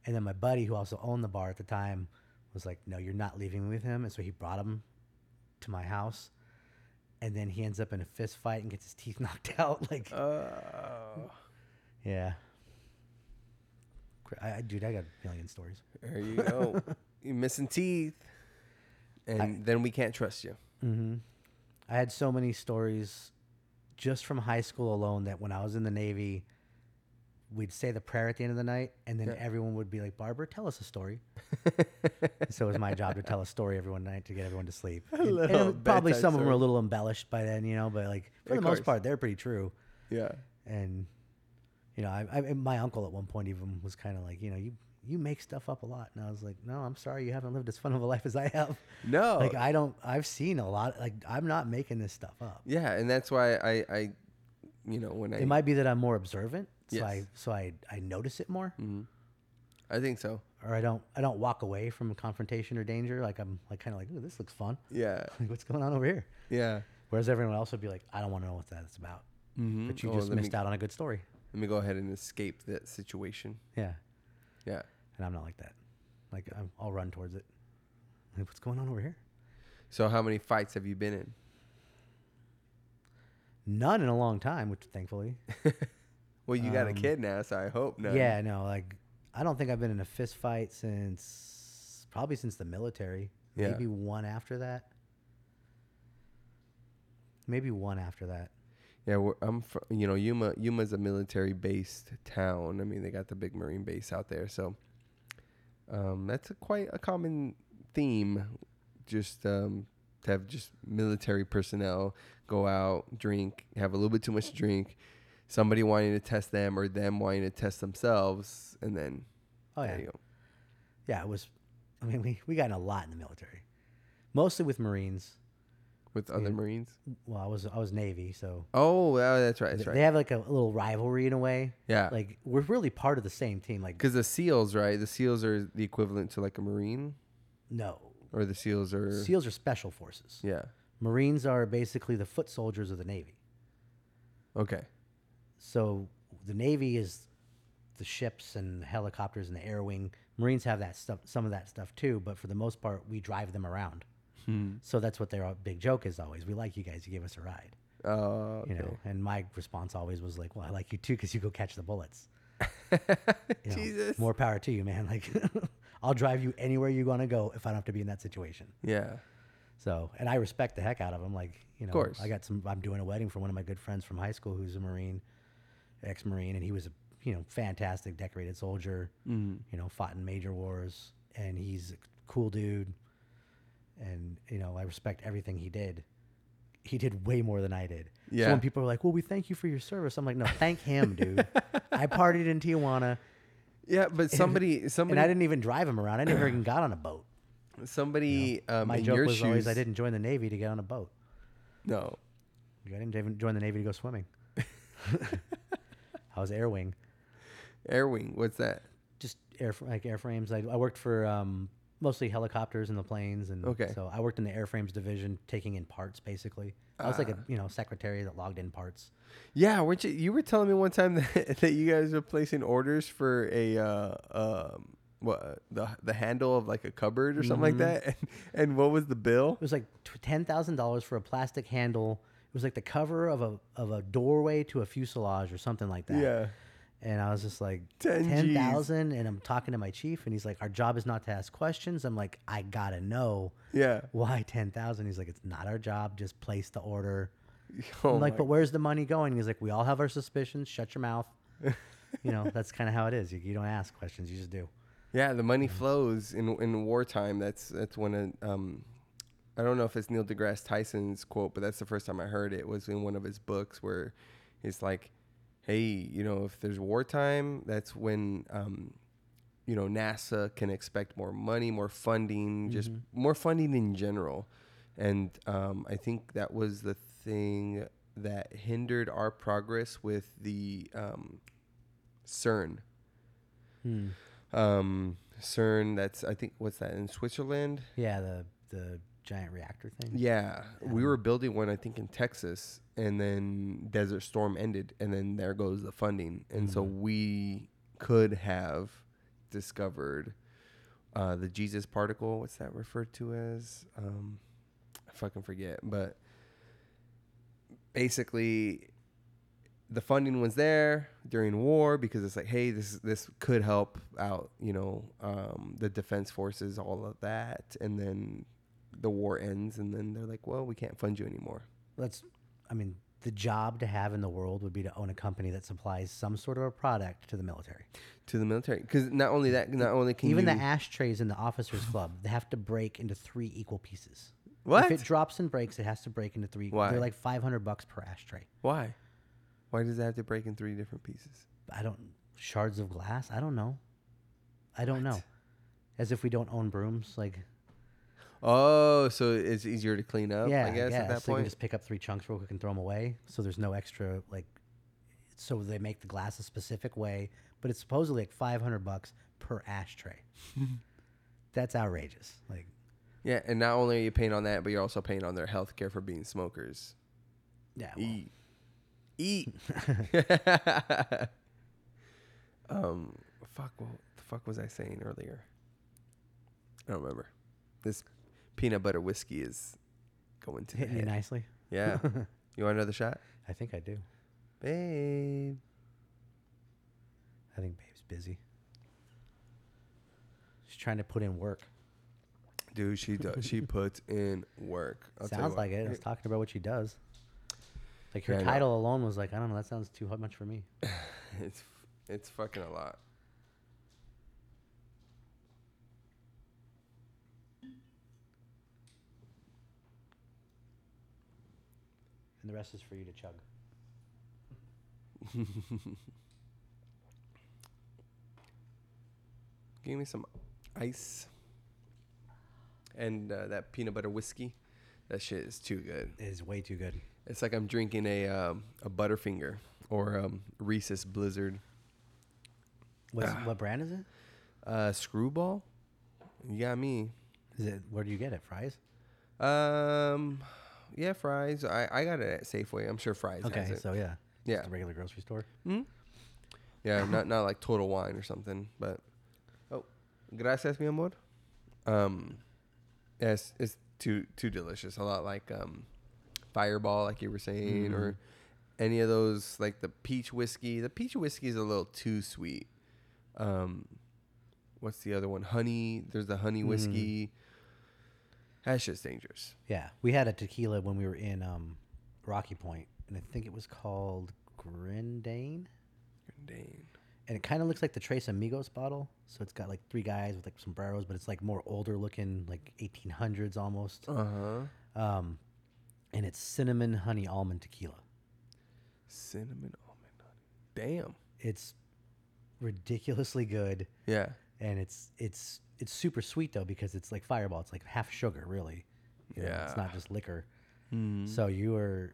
Speaker 2: And then my buddy, who also owned the bar at the time, was like, no, you're not leaving me with him. And so he brought him to my house. And then he ends up in a fist fight and gets his teeth [laughs] knocked out. Like,
Speaker 1: Uh. Oh,
Speaker 2: yeah. Cra- I, I, dude, I got a million stories.
Speaker 1: there you go.
Speaker 2: [laughs]
Speaker 1: You're missing teeth, and then we can't trust you.
Speaker 2: hmm I had so many stories just from high school alone that when I was in the Navy, we'd say the prayer at the end of the night, and then
Speaker 1: Yeah.
Speaker 2: everyone would be like, Barbara, tell us
Speaker 1: [laughs]
Speaker 2: a story. And so it was my job to tell a story every one night to get everyone to sleep. And- and
Speaker 1: little
Speaker 2: it- probably
Speaker 1: bedtime
Speaker 2: some of them were a
Speaker 1: story.
Speaker 2: little embellished by then, you know, but like for
Speaker 1: Of
Speaker 2: the
Speaker 1: course.
Speaker 2: most part, they're pretty true.
Speaker 1: yeah.
Speaker 2: And, you know, I, I, and my uncle at one point even was kind of like, you know, you, you make stuff up a lot. And I was like, no, I'm sorry. You haven't lived as fun of a life as I have.
Speaker 1: No.
Speaker 2: Like uh, I don't. I've seen a lot. Like I'm not making this stuff up.
Speaker 1: yeah, and that's why I I you know when I
Speaker 2: It might be that I'm more observant, so
Speaker 1: Yes.
Speaker 2: I so I I notice it more,
Speaker 1: I think so.
Speaker 2: or I don't I don't walk away from confrontation or danger. Like I'm like kind of like, ooh, this looks fun. [laughs]
Speaker 1: Yeah.
Speaker 2: Like what's going on over here?
Speaker 1: Yeah.
Speaker 2: Whereas everyone else would be like, I don't want to know what that's about.
Speaker 1: Mm-hmm.
Speaker 2: But you just
Speaker 1: let
Speaker 2: missed
Speaker 1: me,
Speaker 2: out on a good story.
Speaker 1: Let me go ahead and escape that situation.
Speaker 2: Yeah,
Speaker 1: Yeah.
Speaker 2: and I'm not like that. Like I'm, I'll run towards it. Like what's going on over here?
Speaker 1: So how many fights have you been in?
Speaker 2: None in a long time, which thankfully.
Speaker 1: Well, you got a
Speaker 2: Um,
Speaker 1: kid now, so I hope no.
Speaker 2: Yeah, no, like I don't think I've been in a fist fight since probably since the military.
Speaker 1: Yeah.
Speaker 2: Maybe one after that. Maybe one after that.
Speaker 1: Yeah, we're, I'm from, you know, Yuma Yuma's a military based town. I mean, they got the big Marine base out there. So um, that's a, quite a common theme just um, to have just military personnel go out, drink, have a little bit too much to drink, somebody wanting to test them or them wanting to test themselves and then
Speaker 2: Oh
Speaker 1: there
Speaker 2: yeah.
Speaker 1: you go.
Speaker 2: Yeah, it was I mean we, we got in a lot in the military. Mostly with Marines.
Speaker 1: with other
Speaker 2: Yeah.
Speaker 1: Marines.
Speaker 2: Well, I was I was Navy, so
Speaker 1: Oh, yeah, that's right. That's
Speaker 2: th-
Speaker 1: right.
Speaker 2: they have like a little rivalry in a way.
Speaker 1: yeah.
Speaker 2: Like we're really part of the same team. Like
Speaker 1: Cuz the SEALs, right? The SEALs are the equivalent to like a Marine
Speaker 2: no.
Speaker 1: or the SEALs are
Speaker 2: SEALs are special forces.
Speaker 1: Yeah.
Speaker 2: Marines are basically the foot soldiers of the Navy.
Speaker 1: Okay.
Speaker 2: So the Navy is the ships and the helicopters and the air wing. Marines have that stuff, some of that stuff too, but for the most part, we drive them around. So that's what their uh, big joke is always. We like you guys. You give us a ride,
Speaker 1: Oh,
Speaker 2: you know. And my response always was like, "Well, I like you too because you go catch the bullets."
Speaker 1: [laughs]
Speaker 2: You know,
Speaker 1: Jesus.
Speaker 2: more power to you, man. [laughs] Like, I'll drive you anywhere you want to go if I don't have to be in that situation.
Speaker 1: Yeah.
Speaker 2: So, and I respect the heck out of him. Like, you know,
Speaker 1: course.
Speaker 2: I got some. I'm doing a wedding for one of my good friends from high school who's a Marine, ex-Marine, and he was a you know fantastic decorated soldier.
Speaker 1: Mm.
Speaker 2: You know, fought in major wars, and he's a cool dude. And you know, I respect everything he did. He did way more than I did. So
Speaker 1: Yeah.
Speaker 2: when people are like, "Well, we thank you for your service," I'm like, "No, thank him,
Speaker 1: [laughs]
Speaker 2: dude. I partied in Tijuana,
Speaker 1: Yeah, but somebody, somebody,
Speaker 2: and I didn't even drive him around. I never even got on a boat."
Speaker 1: Somebody um,
Speaker 2: My
Speaker 1: in
Speaker 2: joke
Speaker 1: your
Speaker 2: was
Speaker 1: shoes.
Speaker 2: always I didn't join the Navy to get on a boat.
Speaker 1: No.
Speaker 2: I didn't even join the Navy to
Speaker 1: [laughs]
Speaker 2: go swimming. [laughs] I was air wing,
Speaker 1: Air wing. What's that?
Speaker 2: just air like airframes. I, I worked for um, mostly helicopters and the planes, and
Speaker 1: Okay.
Speaker 2: so I worked in the airframes division, taking in parts basically. I was like
Speaker 1: Ah.
Speaker 2: a you know secretary that logged in parts.
Speaker 1: Yeah, weren't you, you were telling me one time [laughs] that, that you guys were placing orders for a uh, um, what the the handle of like a cupboard or something
Speaker 2: Mm-hmm.
Speaker 1: like that, [laughs] and, and what was the bill?
Speaker 2: It was like t- ten thousand dollars for a plastic handle. It was like the cover of a of a doorway to a fuselage or something like that.
Speaker 1: Yeah,
Speaker 2: And I was just like,
Speaker 1: 10 Gs.
Speaker 2: 10,000. And I'm talking to my chief, and he's like, Our job is not to ask questions. I'm like, I gotta know
Speaker 1: yeah. [laughs]
Speaker 2: why 10,000. He's like, It's not our job. Just place the order.
Speaker 1: Oh
Speaker 2: I'm like,
Speaker 1: my-
Speaker 2: But where's the money going? He's like, We all have our suspicions. Shut
Speaker 1: [laughs]
Speaker 2: your mouth. you know, that's kind of how it is. You, you don't ask questions, you just do.
Speaker 1: yeah, the money flows in in wartime. That's that's when a, um, I don't know if it's Neil deGrasse Tyson's quote, but that's the first time I heard it was in one of his books where he's like, "Hey, you know, if there's wartime, that's when um, you know NASA can expect more money, more funding, just more funding in general." And um, I think that was the thing that hindered our progress with the um, CERN. Hmm. Um, CERN, that's I think what's that in Switzerland?
Speaker 2: Yeah, the, the giant reactor thing.
Speaker 1: Yeah, we were building one, I think, in Texas, and then Desert Storm ended, and then there goes the funding, and so we could have discovered uh, the Jesus particle. What's that referred to as? Um, I fucking forget, but basically. The funding was there during war because it's like, hey, this this could help out, you know, um, the defense forces, all of that, and then the war ends and then they're like, well, we can't fund you anymore.
Speaker 2: That's, I mean, the job to have in the world would be to own a company that supplies some sort of a product to the military.
Speaker 1: To the military, because not only that, not only can
Speaker 2: Even
Speaker 1: you,
Speaker 2: the ashtrays in
Speaker 1: [sighs]
Speaker 2: the officers' club, they have to break into three equal pieces.
Speaker 1: what?
Speaker 2: If it drops and breaks, it has to break into three.
Speaker 1: Why?
Speaker 2: They're like five hundred bucks per ashtray.
Speaker 1: Why? Why does it have to break in three different pieces?
Speaker 2: I don't shards of glass. I don't know. I don't know. As if we don't own brooms, like
Speaker 1: Oh, so it's easier to clean up.
Speaker 2: yeah,
Speaker 1: Oh, I guess at that
Speaker 2: so you can
Speaker 1: point.
Speaker 2: just pick up three chunks real quick and throw them away. So there's no extra like. So they make the glass a specific way, but it's supposedly like five hundred bucks per
Speaker 1: [laughs]
Speaker 2: ashtray. That's outrageous. Like
Speaker 1: Yeah, and not only are you paying on that, but you're also paying on their health care for being smokers.
Speaker 2: yeah, well,
Speaker 1: Eat, eat.
Speaker 2: [laughs]
Speaker 1: [laughs] um, fuck. What the fuck was I saying earlier? I don't remember. This peanut butter whiskey is going to the
Speaker 2: hit me
Speaker 1: head.
Speaker 2: nicely.
Speaker 1: Yeah.
Speaker 2: [laughs]
Speaker 1: you want another shot?
Speaker 2: I think I do.
Speaker 1: Babe.
Speaker 2: I think Babe's busy. She's trying to put in work.
Speaker 1: Dude, she does.
Speaker 2: [laughs]
Speaker 1: She puts in work. I'll tell you
Speaker 2: Sounds
Speaker 1: what.
Speaker 2: like it. I was talking about what she does. Like her
Speaker 1: Yeah, I know.
Speaker 2: title alone was like, I don't know, that sounds too hu- much for me.
Speaker 1: [laughs] It's it's fucking a lot.
Speaker 2: And the rest is for you to chug.
Speaker 1: Give me some ice and uh, that peanut butter whiskey. That shit is too good.
Speaker 2: It is way too good.
Speaker 1: It's like I'm drinking a um, a Butterfinger or um, Reese's Blizzard
Speaker 2: What's,
Speaker 1: Ah.
Speaker 2: what brand is it?
Speaker 1: uh, Screwball. You got me.
Speaker 2: Is it where do you get it? Fries?
Speaker 1: Um, yeah, fries. I, I got it at Safeway. I'm sure fries. has
Speaker 2: Okay,
Speaker 1: it.
Speaker 2: so yeah.
Speaker 1: Yeah.
Speaker 2: Just a regular grocery store.
Speaker 1: Yeah, not not like total wine or something, but oh, gracias mi amor. Um, yeah, it's, it's too too delicious. A lot like um, Fireball, like you were saying, or any of those like the peach whiskey. The peach whiskey is a little too sweet. Um, what's the other one? Honey. There's the honey whiskey. That's just dangerous.
Speaker 2: Yeah. We had a tequila when we were in um, Rocky Point, and I think it was called Grindane.
Speaker 1: Dang.
Speaker 2: and it kind of looks like the Trace Amigos bottle. So it's got like three guys with like sombreros, but it's like more older looking, like 1800s almost.
Speaker 1: Uh huh.
Speaker 2: Um, and it's cinnamon honey almond tequila.
Speaker 1: Cinnamon almond honey. Damn.
Speaker 2: It's ridiculously good,
Speaker 1: Yeah.
Speaker 2: and it's it's it's super sweet though because it's like Fireball. It's like half sugar, really. You know,
Speaker 1: Yeah. Hmm.
Speaker 2: it's not just liquor. So you are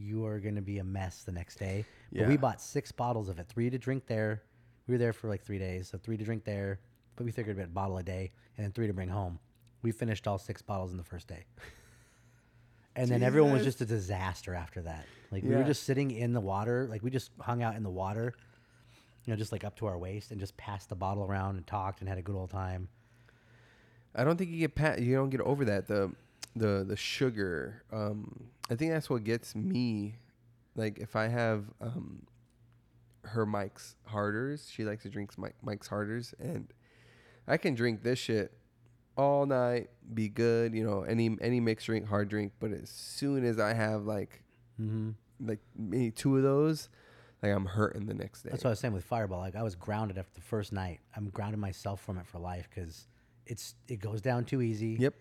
Speaker 2: you are gonna be a mess the next day. But
Speaker 1: Yeah.
Speaker 2: we bought six bottles of it, three to drink there. We were there for like three days, so three to drink there. But we figured about a bottle a day, and then three to bring home. We finished all six bottles in the first day. And then everyone was
Speaker 1: Jesus.
Speaker 2: just a disaster after that. Like we were
Speaker 1: Yeah.
Speaker 2: just sitting in the water, like we just hung out in the water, you know, just like up to our waist, and just passed the bottle around and talked and had a good old time.
Speaker 1: I don't think you get pat. You don't get over that the the the sugar. Um, I think that's what gets me. Like if I have um, her Mike's Harders, she likes to drink Mike, Mike's Harders, and I can drink this shit all night, be good. You know, any any mixed drink, hard drink. But as soon as I have like
Speaker 2: Mm-hmm.
Speaker 1: like maybe two of those, like I'm hurting the next day.
Speaker 2: That's what I was saying with Fireball. Like I was grounded after the first night. I'm grounding myself from it for life because it's it goes down too easy.
Speaker 1: Yep.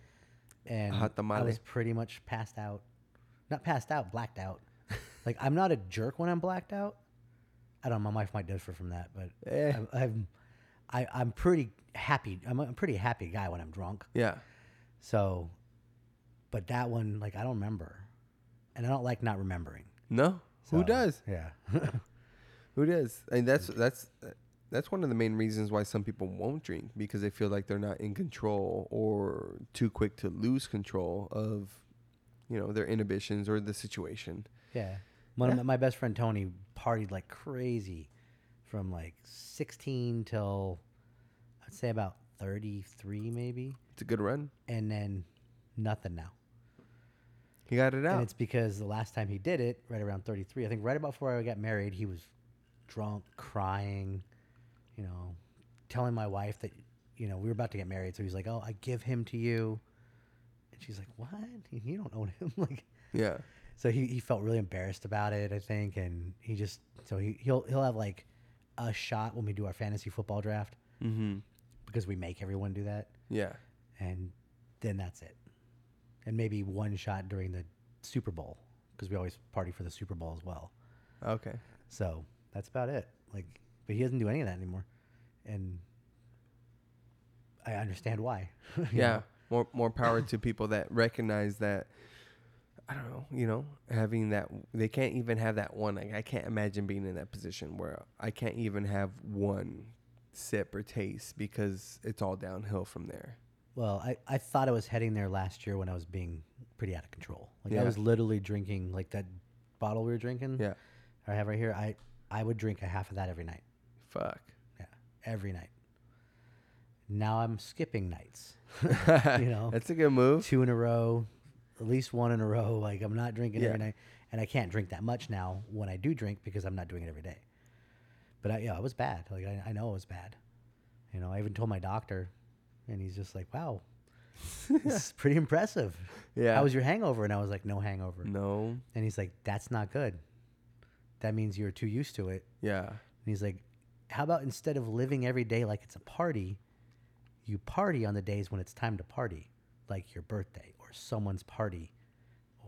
Speaker 2: And
Speaker 1: Hot
Speaker 2: I was
Speaker 1: tamale.
Speaker 2: pretty much passed out. Not passed out, blacked out. [laughs] like I'm not a jerk when I'm blacked out. I don't. know, My wife might differ from that, but
Speaker 1: Eh.
Speaker 2: I'm, I'm I, I'm pretty happy. I'm a I'm a pretty happy guy when I'm drunk.
Speaker 1: Yeah.
Speaker 2: So, but that one, like I don't remember, and I don't like not remembering.
Speaker 1: No. Who
Speaker 2: So,
Speaker 1: does? [laughs]
Speaker 2: Yeah.
Speaker 1: Who does? And that's
Speaker 2: Mm.
Speaker 1: that's that's one of the main reasons why some people won't drink because they feel like they're not in control or too quick to lose control of you know their inhibitions or the situation.
Speaker 2: Yeah. One
Speaker 1: Yeah.
Speaker 2: Of my, my best friend Tony partied like crazy from like 16 till I'd say about 33 maybe
Speaker 1: It's a good run.
Speaker 2: and then nothing now.
Speaker 1: He got it
Speaker 2: And
Speaker 1: out.
Speaker 2: it's because the last time he did it, right around 33, I think right about before I got married, he was drunk, crying, you know, telling my wife that, you know, we were about to get married. So he's like, oh, I give him to you. And she's like, what? You don't own him. [laughs] like,
Speaker 1: Yeah.
Speaker 2: so he, he felt really embarrassed about it, I think, and he just so he he'll he'll have like a shot when we do our fantasy football draft
Speaker 1: Mm-hmm.
Speaker 2: because we make everyone do that,
Speaker 1: Yeah.
Speaker 2: and then that's it, and maybe one shot during the Super Bowl because we always party for the Super Bowl as well.
Speaker 1: Okay.
Speaker 2: So that's about it. Like, but he doesn't do any of that anymore, and I understand why. [laughs] You know?
Speaker 1: Yeah. More more power to people that recognize that I don't know, you know, having that they can't even have that one. Like I can't imagine being in that position where I can't even have one sip or taste because it's all downhill from there.
Speaker 2: Well, I, I thought I was heading there last year when I was being pretty out of control. Like
Speaker 1: Yeah.
Speaker 2: I was literally drinking like that bottle we were drinking.
Speaker 1: Yeah.
Speaker 2: I have right here. I I would drink a half of that every night. [laughs]
Speaker 1: Fuck.
Speaker 2: Yeah, every night. Now I'm
Speaker 1: [laughs]
Speaker 2: skipping nights.
Speaker 1: you
Speaker 2: know?
Speaker 1: [laughs] That's a good move.
Speaker 2: Two in a row, at least one in a row. [laughs] Like I'm not drinking every
Speaker 1: Yeah.
Speaker 2: night, and I can't drink that much now when I do drink because I'm not doing it every day. But I, yeah, it was bad. Like I, I know it was bad. You know, I even told my doctor, and he's just like, "Wow,
Speaker 1: [laughs]
Speaker 2: this is pretty impressive."
Speaker 1: Yeah.
Speaker 2: How was your hangover? And I was like, no hangover.
Speaker 1: no.
Speaker 2: And he's like, that's not good. That means you're too used to it.
Speaker 1: Yeah.
Speaker 2: And he's like, how about instead of living every day like it's a party, you party on the days when it's time to party, like your birthday or someone's party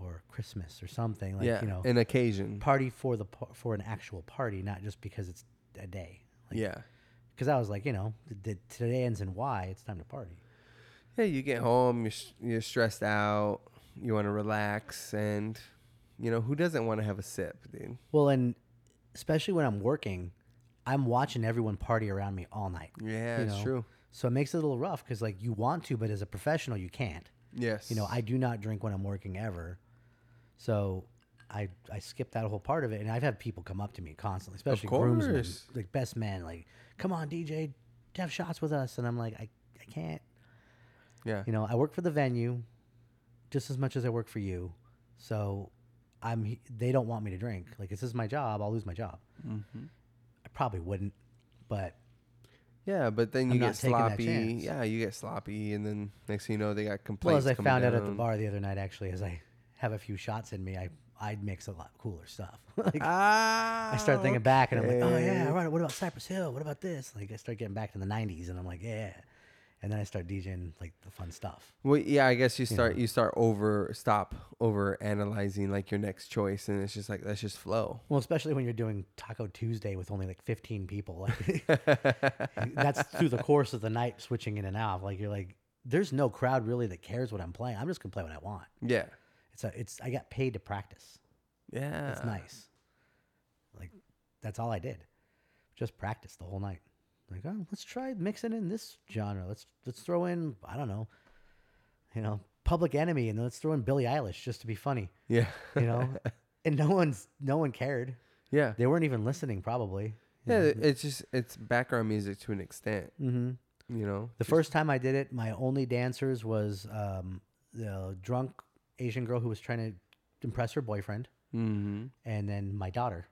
Speaker 2: or Christmas or something like,
Speaker 1: yeah.
Speaker 2: you know,
Speaker 1: An occasion.
Speaker 2: party for the par- for an actual party, not just because it's a day. Like,
Speaker 1: yeah.
Speaker 2: Cuz I was like, you know, th- th- today ends in Y, it's time to party.
Speaker 1: Yeah. You get home. You're s- you're stressed out. You want to relax, and you know who doesn't want to have a sip, dude?
Speaker 2: Well, and especially when I'm working, I'm watching everyone party around me all night.
Speaker 1: Yeah,
Speaker 2: you
Speaker 1: it's
Speaker 2: know?
Speaker 1: true.
Speaker 2: So it makes it a little rough because like you want to, but as a professional, you can't.
Speaker 1: Yes.
Speaker 2: You know, I do not drink when I'm working ever. So I I skipped that whole part of it, and I've had people come up to me constantly, especially groomsmen,
Speaker 1: course.
Speaker 2: like best man, like, come on, DJ, have shots with us, and I'm like, I I can't.
Speaker 1: Yeah.
Speaker 2: You know, I work for the venue, just as much as I work for you. So I'm he- they don't want me to drink. Like this is my job. I'll lose my job. Mm-hmm. I probably wouldn't, but
Speaker 1: Yeah, but then you
Speaker 2: I'm
Speaker 1: get
Speaker 2: not taking that
Speaker 1: sloppy.
Speaker 2: chance.
Speaker 1: Yeah, you get sloppy, and then next thing you know, they got
Speaker 2: Well,
Speaker 1: complaints.
Speaker 2: as I
Speaker 1: coming
Speaker 2: found out at the
Speaker 1: down.
Speaker 2: bar the other night, actually, as I have a few shots in me, I I'd mix a lot cooler stuff. [laughs] like,
Speaker 1: Ah,
Speaker 2: I start thinking back, and I'm like, oh yeah,
Speaker 1: okay.
Speaker 2: right. What about Cypress Hill? What about this? Like I start getting back to the '90s, and I'm like, yeah. and then I start DJing like the fun stuff.
Speaker 1: Well, yeah, I guess you start you start over stop over analyzing like your next choice, and it's just like let's just flow. [laughs]
Speaker 2: Well, especially when you're doing Taco Tuesday with only like 15 people. Like that's through the course of the night switching in and out. Like you're like there's no crowd really that cares what I'm playing. I'm just going to play what I want.
Speaker 1: Yeah,
Speaker 2: It's a, it's I got paid to practice.
Speaker 1: yeah,
Speaker 2: That's nice. Like that's all I did. Just practice the whole night. Like, oh, let's try mixing in this genre. Let's let's throw in I don't know, you know, Public Enemy, and then let's throw in Billie Eilish just to be funny,
Speaker 1: Yeah,
Speaker 2: you know. and no one's no one cared.
Speaker 1: [laughs] yeah,
Speaker 2: They weren't even listening, probably.
Speaker 1: yeah. It's just it's background music to an extent.
Speaker 2: Mm-hmm.
Speaker 1: You know,
Speaker 2: The first time I did it, my only dancers was um, the drunk Asian girl who was trying to impress her boyfriend,
Speaker 1: Mm-hmm.
Speaker 2: and then my daughter,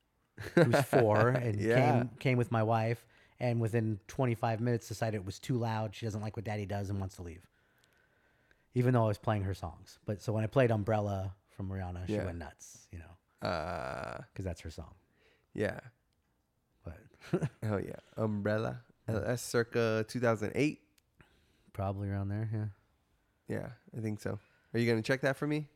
Speaker 1: [laughs]
Speaker 2: who's four, and
Speaker 1: Yeah.
Speaker 2: came came with my wife, and within 25 minutes decided it was too loud. She doesn't like what Daddy does and wants to leave. Even though I was playing her songs, but so when I played Umbrella from Rihanna, she
Speaker 1: Yeah.
Speaker 2: went nuts, you know,
Speaker 1: Uh,
Speaker 2: because that's her song.
Speaker 1: yeah.
Speaker 2: But [laughs]
Speaker 1: Hell yeah, Umbrella. Uh,
Speaker 2: Mm-hmm.
Speaker 1: That's circa 2008.
Speaker 2: probably around there, yeah.
Speaker 1: Yeah, I think so. Are you gonna check that for
Speaker 2: [laughs]
Speaker 1: me?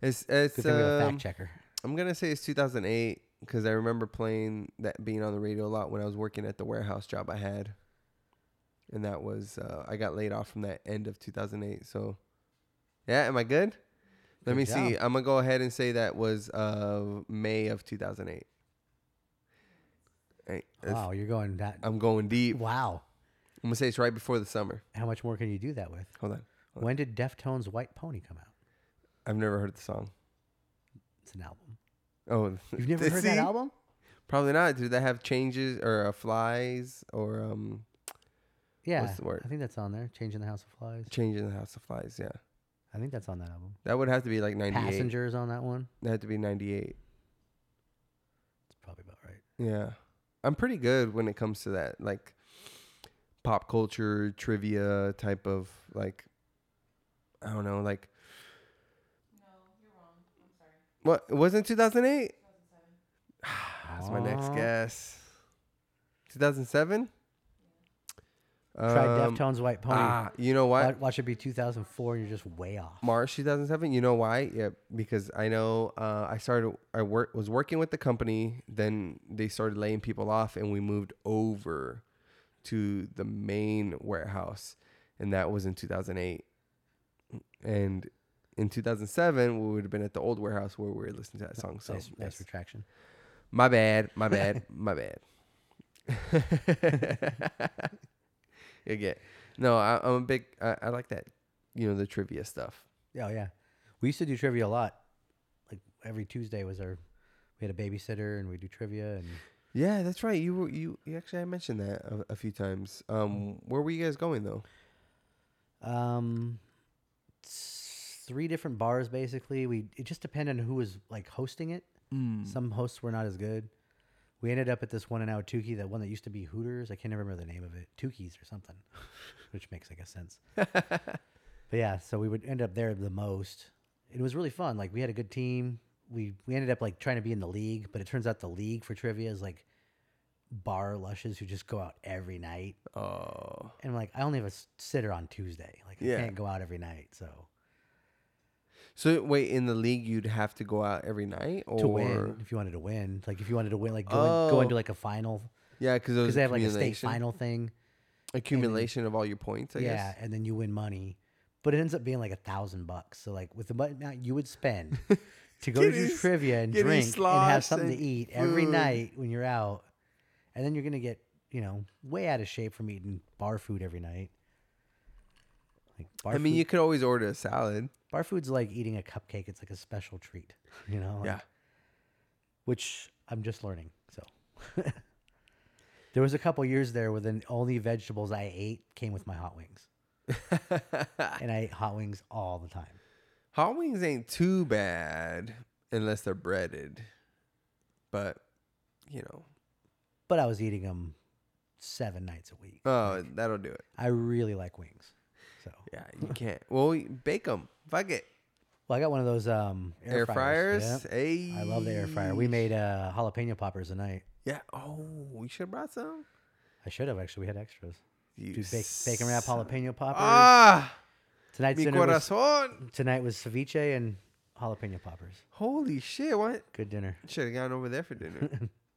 Speaker 1: It's it's.
Speaker 2: Good thing we have a
Speaker 1: um,
Speaker 2: fact checker.
Speaker 1: I'm gonna say it's 2008 because I remember playing that being on the radio a lot when I was working at the warehouse job I had, and that was uh, I got laid off from that end of 2008. So, yeah, am I good? Let
Speaker 2: Good
Speaker 1: me
Speaker 2: job.
Speaker 1: see. I'm gonna go ahead and say that was uh, May of 2008. Hey, that's-
Speaker 2: Wow, you're going that.
Speaker 1: I'm going deep.
Speaker 2: Wow,
Speaker 1: I'm gonna say it's right before the summer.
Speaker 2: how much more can you do that with?
Speaker 1: Hold on,
Speaker 2: When did Deftones' White Pony come out?
Speaker 1: I've never heard the song.
Speaker 2: It's an album.
Speaker 1: Oh, [laughs]
Speaker 2: You've never heard that
Speaker 1: see?
Speaker 2: album?
Speaker 1: Probably not. Do they have changes or uh, flies or um
Speaker 2: Yeah,
Speaker 1: What's the word?
Speaker 2: I think that's on there. Changing the House of Flies.
Speaker 1: change in the house of flies? Yeah.
Speaker 2: I think that's on that album.
Speaker 1: That would have to be like 98.
Speaker 2: Passengers on that one.
Speaker 1: That had to be 98.
Speaker 2: It's probably about right.
Speaker 1: Yeah. I'm pretty good when it comes to that like pop culture trivia type of like I don't know, like No, you're wrong. I'm sorry. What? It wasn't 2008? That's my next
Speaker 2: Aw.
Speaker 1: guess. 2007?
Speaker 2: Try Deftones White Pony.
Speaker 1: Ah, you know
Speaker 2: Wa-
Speaker 1: what?
Speaker 2: watch, it be 2004, and you're just way off.
Speaker 1: March 2007. You know why? Yeah, because I know uh, I started. I work was working with the company. Then they started laying people off, and we moved over to the main warehouse, and that was in 2008. And in 2007, we would have been at the old warehouse where we were listening to that song. So
Speaker 2: nice, nice
Speaker 1: yes.
Speaker 2: retraction.
Speaker 1: my bad, my bad, my bad. [laughs] Again, no, I, I'm a big. I, I like that. You know the trivia stuff.
Speaker 2: Yeah, Oh, yeah. We used to do trivia a lot. Like every Tuesday was our. We had a babysitter, and we do trivia, and
Speaker 1: Yeah, that's right. You were you, you actually I mentioned that a, a few times. Um, where were you guys going though?
Speaker 2: um, s- three different bars basically. We it just depended on who was like hosting it.
Speaker 1: Mm.
Speaker 2: Some hosts were not as good. We ended up at this one in Ahwatukee, that one that used to be Hooters. I can't remember the name of it. Tukey's
Speaker 1: [laughs]
Speaker 2: or something, which makes, I guess, sense. but yeah, so we would end up there the most. It was really fun. Like, we had a good team. We, we ended up, like, trying to be in the league, but it turns out the league for trivia is, like, bar lushes who just go out every night.
Speaker 1: Oh,
Speaker 2: And I'm like, I only have a s- sitter on Tuesday. Like,
Speaker 1: Yeah.
Speaker 2: I can't go out every night. So,
Speaker 1: so wait, in the league you'd have to go out every night, or
Speaker 2: to win, if you wanted to win, like, if you wanted to win, like, go, in,
Speaker 1: Oh.
Speaker 2: go into, like, a final.
Speaker 1: yeah, because
Speaker 2: Because they have, like, a state final thing.
Speaker 1: accumulation of all your points. I
Speaker 2: yeah,
Speaker 1: guess.
Speaker 2: and then you win money, but it ends up being like a thousand bucks. So like with the money amount you would
Speaker 1: [laughs]
Speaker 2: spend to go to
Speaker 1: Getting
Speaker 2: do
Speaker 1: s-
Speaker 2: trivia and
Speaker 1: getting
Speaker 2: drink and have
Speaker 1: slosh
Speaker 2: something to
Speaker 1: and
Speaker 2: eat every
Speaker 1: food.
Speaker 2: night when you're out, and then you're gonna get you know way out of shape from eating bar food every night. Like bar
Speaker 1: I mean,
Speaker 2: food,
Speaker 1: you could always order a salad.
Speaker 2: bar food's like eating a cupcake. It's like a special treat, [laughs] you know. like-
Speaker 1: Yeah.
Speaker 2: which I'm just learning. So [laughs] there was a couple years there where the only vegetables I ate came with my hot wings, and I ate hot wings all the time.
Speaker 1: [laughs] Hot wings ain't too bad unless they're breaded, but you know,
Speaker 2: But I was eating them seven nights a week.
Speaker 1: oh, that'll do it.
Speaker 2: I really like wings. So
Speaker 1: Yeah, you can't. well, bake them. Fuck it.
Speaker 2: well, I got one of those um, air,
Speaker 1: Air
Speaker 2: fryers.
Speaker 1: fryers.
Speaker 2: Yep.
Speaker 1: Hey,
Speaker 2: I love the air fryer. We made uh, jalapeno poppers tonight.
Speaker 1: Yeah. Oh, we should have brought some.
Speaker 2: I should have actually. We had extras.
Speaker 1: You
Speaker 2: Do bacon,
Speaker 1: s-
Speaker 2: bacon wrap jalapeno poppers.
Speaker 1: Ah,
Speaker 2: Tonight's
Speaker 1: mi
Speaker 2: dinner was,
Speaker 1: corazón.
Speaker 2: tonight was ceviche and jalapeno poppers.
Speaker 1: Holy shit! What
Speaker 2: Good dinner.
Speaker 1: should have gone over there for
Speaker 2: [laughs]
Speaker 1: dinner?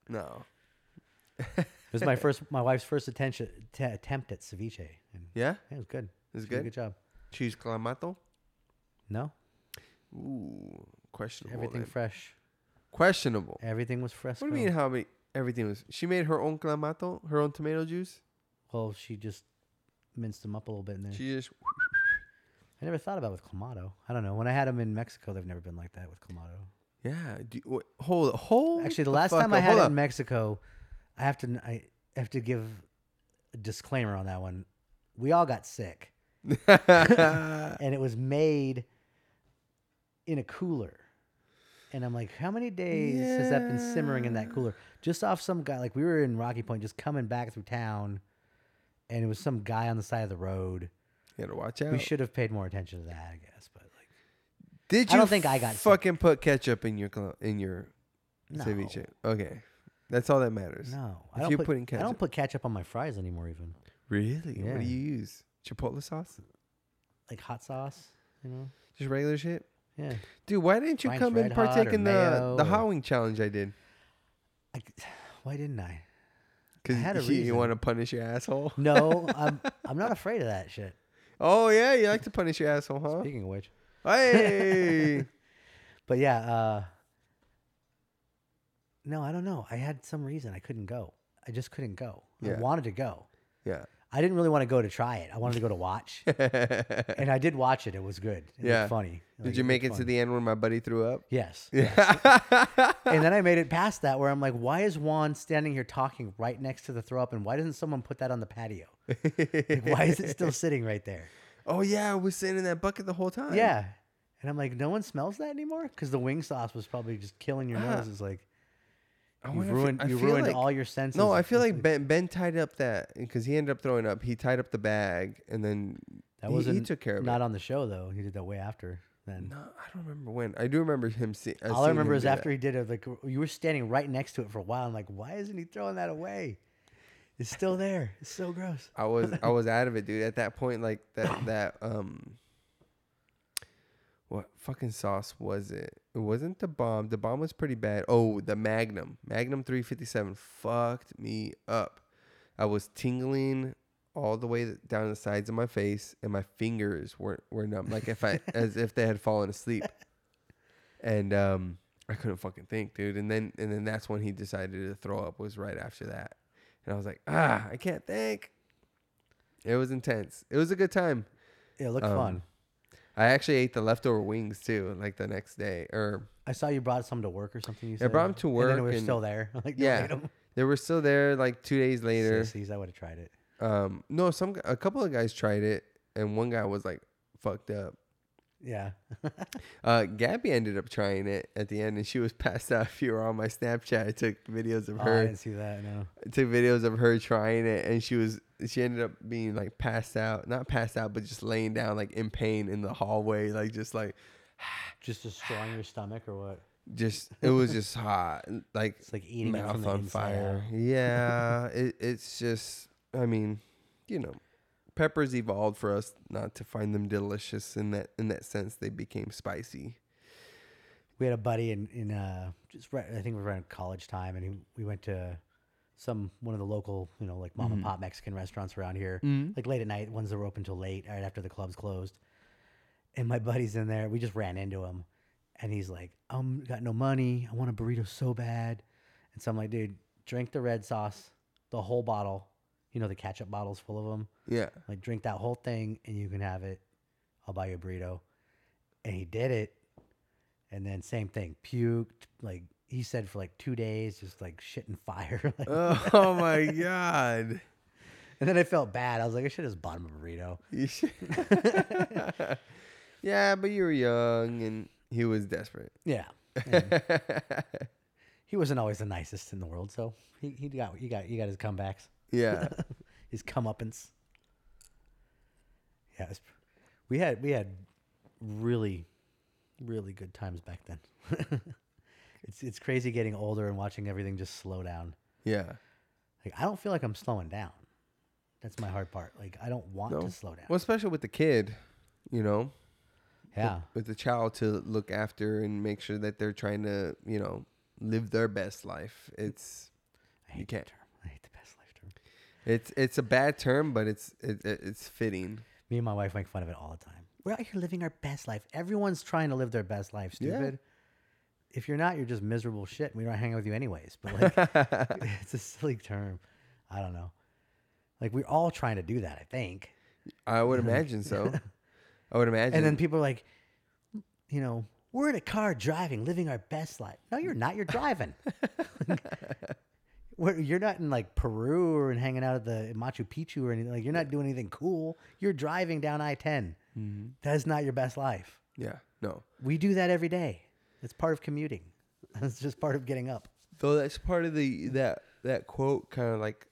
Speaker 1: no.
Speaker 2: It
Speaker 1: [laughs]
Speaker 2: was my first, my wife's first attention t- attempt at ceviche, and
Speaker 1: Yeah,
Speaker 2: yeah, it was good.
Speaker 1: it's
Speaker 2: She did
Speaker 1: good.
Speaker 2: a good job.
Speaker 1: Cheese clamato.
Speaker 2: No,
Speaker 1: Ooh, questionable.
Speaker 2: everything
Speaker 1: then.
Speaker 2: fresh.
Speaker 1: questionable.
Speaker 2: Everything was fresh.
Speaker 1: What do you mean? How many? Everything was. She made her own clamato, her own tomato juice.
Speaker 2: Well, she just minced them up a little bit in there.
Speaker 1: She just
Speaker 2: I never thought about it with clamato. I don't know. When I had them in Mexico, they've never been like that with clamato.
Speaker 1: yeah. Do, wait, hold hold.
Speaker 2: Actually, the last
Speaker 1: fuck
Speaker 2: time I
Speaker 1: up.
Speaker 2: had
Speaker 1: Hold
Speaker 2: it
Speaker 1: up.
Speaker 2: in Mexico, I have to I have to give a disclaimer on that one. We all got sick,
Speaker 1: [laughs] Uh.
Speaker 2: and it was made in a cooler. And I'm like, how many days has that been simmering in that cooler? Just off some guy, like we were in Rocky Point, just coming back through town, and it was some guy on the side of the road.
Speaker 1: you gotta watch out.
Speaker 2: We should have paid more attention to that, I guess. But like,
Speaker 1: Did
Speaker 2: I
Speaker 1: you?
Speaker 2: don't think I got sick.
Speaker 1: fucking put ketchup in your cl- in your
Speaker 2: no,
Speaker 1: ceviche. Okay, that's all that matters.
Speaker 2: no,
Speaker 1: If
Speaker 2: I don't
Speaker 1: you're
Speaker 2: put
Speaker 1: putting
Speaker 2: I don't
Speaker 1: ketchup-
Speaker 2: put ketchup on my fries anymore, even
Speaker 1: Really? What
Speaker 2: Yeah.
Speaker 1: do you use? Chipotle sauce?
Speaker 2: like hot sauce, you know.
Speaker 1: Just regular shit?
Speaker 2: Yeah.
Speaker 1: Dude, why didn't you
Speaker 2: Frank's
Speaker 1: come and
Speaker 2: Red Hot
Speaker 1: partake
Speaker 2: or
Speaker 1: in the
Speaker 2: mayo
Speaker 1: the
Speaker 2: or-
Speaker 1: hot wing challenge I did?
Speaker 2: I, [sighs] why didn't I? had a
Speaker 1: Because you,
Speaker 2: reason.
Speaker 1: want to punish your asshole. [laughs]
Speaker 2: No, I'm I'm not afraid of that shit.
Speaker 1: Oh yeah, you like to punish your asshole, huh?
Speaker 2: Speaking of which, [laughs]
Speaker 1: Hey,
Speaker 2: but yeah, uh, no, I don't know. I had some reason I couldn't go. I just couldn't go.
Speaker 1: Yeah.
Speaker 2: I wanted to go.
Speaker 1: yeah.
Speaker 2: I didn't really want to go to try it. I wanted to go
Speaker 1: [laughs]
Speaker 2: to watch, and I did watch it. It was good. It
Speaker 1: Yeah.
Speaker 2: looked funny. Like,
Speaker 1: Did you make it
Speaker 2: looked
Speaker 1: to
Speaker 2: fun.
Speaker 1: the end where my buddy threw up?
Speaker 2: Yes.
Speaker 1: [laughs] Yeah.
Speaker 2: and then I made it past that where I'm like, why is Juan standing here talking right next to the throw up, and why doesn't someone put that on the patio? Like, [laughs] why
Speaker 1: [laughs]
Speaker 2: is it still sitting right there?
Speaker 1: oh yeah, I was sitting in that bucket the whole time.
Speaker 2: Yeah. And I'm like, no one smells that anymore because the wing sauce was probably just killing your
Speaker 1: Ah.
Speaker 2: nose. It's like
Speaker 1: I
Speaker 2: you
Speaker 1: wonder if it-
Speaker 2: ruined
Speaker 1: I
Speaker 2: you
Speaker 1: feel
Speaker 2: ruined
Speaker 1: like-
Speaker 2: all your senses.
Speaker 1: No, I feel
Speaker 2: It's
Speaker 1: like Ben Ben tied up that because he ended up throwing up. He tied up the bag and then
Speaker 2: that
Speaker 1: he-
Speaker 2: wasn't
Speaker 1: he, took care of
Speaker 2: not
Speaker 1: it.
Speaker 2: on the show though. He did that way after then.
Speaker 1: no, I don't remember when. I do remember him see, uh, seeing.
Speaker 2: all I remember
Speaker 1: him
Speaker 2: is
Speaker 1: do that.
Speaker 2: after he did it, like you were standing right next to it for a while. I'm like, why isn't he throwing that away? It's still there. It's so gross.
Speaker 1: I was I was out of it, dude. At that point, like that that um, what fucking sauce was it? It wasn't the bomb. The bomb was pretty bad. Oh, the Magnum, Magnum three fifty seven fucked me up. I was tingling all the way down the sides of my face, and my fingers were were numb, like if I as if they had fallen asleep. And um, I couldn't fucking think, dude. And then and then that's when he decided to throw up. Was right after that, and I was like, ah, I can't think. It was intense. It was a good time.
Speaker 2: It looked
Speaker 1: Um,
Speaker 2: fun.
Speaker 1: I actually ate the leftover wings too, like the next day. Or
Speaker 2: I saw you brought some to work or something. You
Speaker 1: I
Speaker 2: said
Speaker 1: brought 'em to
Speaker 2: and then
Speaker 1: work
Speaker 2: it was
Speaker 1: and-
Speaker 2: still there. [laughs] Like
Speaker 1: Yeah.
Speaker 2: yeah,
Speaker 1: they were still there like two days
Speaker 2: [laughs]
Speaker 1: later.
Speaker 2: Sissies, I would have tried it.
Speaker 1: Um, no, some gu- a couple of guys tried it, and one guy was like fucked up.
Speaker 2: Yeah,
Speaker 1: Uh, Gabby ended up trying it at the end, and she was [laughs] passed out. If you were on my Snapchat, I took videos of
Speaker 2: Oh, I
Speaker 1: her.
Speaker 2: didn't see that. No,
Speaker 1: I took videos of her trying it, and she was she ended up being like passed out, not passed out, but just laying down like in pain in the hallway, like just like
Speaker 2: just destroying your stomach or what?
Speaker 1: just it was just hot, like
Speaker 2: It's like eating it from
Speaker 1: mouth
Speaker 2: the
Speaker 1: on
Speaker 2: inside
Speaker 1: fire.
Speaker 2: out.
Speaker 1: Yeah, [laughs] it, it's just, I mean, you know, peppers evolved for us not to find them delicious in that in that sense. They became spicy.
Speaker 2: We had a buddy in in uh, just right, I think we were around college time, and he, we went to some one of the local, you know, like mom
Speaker 1: Mm-hmm.
Speaker 2: and pop Mexican restaurants around here, like late at night, ones that were open till late, right after the clubs closed. And my buddy's in there. We just ran into him, and he's like, "Um, got no money. I want a burrito so bad." And so I'm like, "Dude, drink the red sauce, the whole bottle. You know, the ketchup bottles full of them."
Speaker 1: Yeah, [laughs]
Speaker 2: Like drink that whole thing and you can have it. I'll buy you a burrito. And he did it. And then same thing, puked. Like he said for like two days, just like shit and [laughs] fire. like-
Speaker 1: Oh, oh my god. [laughs]
Speaker 2: and then I felt bad. I was like, I should have just bought him a burrito.
Speaker 1: You should- yeah, but you were young and he was desperate.
Speaker 2: Yeah. And he wasn't always the nicest in the world, so he, he got he got he got his comebacks.
Speaker 1: [laughs] yeah.
Speaker 2: [laughs] his comeuppance. Yeah, it was- we had we had really, really good times back then. [laughs] it's it's crazy getting older and watching everything just slow down.
Speaker 1: Yeah.
Speaker 2: Like I don't feel like I'm slowing down. That's my hard part. Like I don't want to slow down.
Speaker 1: Well, especially with the kid, you know,
Speaker 2: yeah.
Speaker 1: with the child to look after and make sure that they're trying to, you know, live their best life. It's
Speaker 2: I hate
Speaker 1: can't.
Speaker 2: that term. I hate the best life term.
Speaker 1: it's it's a bad term, but it's it, it- it's
Speaker 2: [laughs]
Speaker 1: fitting.
Speaker 2: Me and my wife make fun of it all the time. We're out here living our best life. Everyone's trying to live their best life,
Speaker 1: Yeah.
Speaker 2: stupid. If you're not, you're just miserable shit. We don't hang out with you anyways. But like [laughs] it's a silly term. I don't know. Like we're all trying to do that, I think.
Speaker 1: I would imagine so. I would imagine.
Speaker 2: And then people are like, you know, we're in a car driving, living our best life. No, you're not. You're driving. [laughs] Where- you're not in like Peru or in hanging out at the Machu Picchu or anything. Like you're not doing anything cool. You're driving down I-10. That's not your best life.
Speaker 1: yeah, no.
Speaker 2: We do that every day. It's part of commuting. [laughs] It's just part of getting up.
Speaker 1: Though that's part of the that that quote kind of like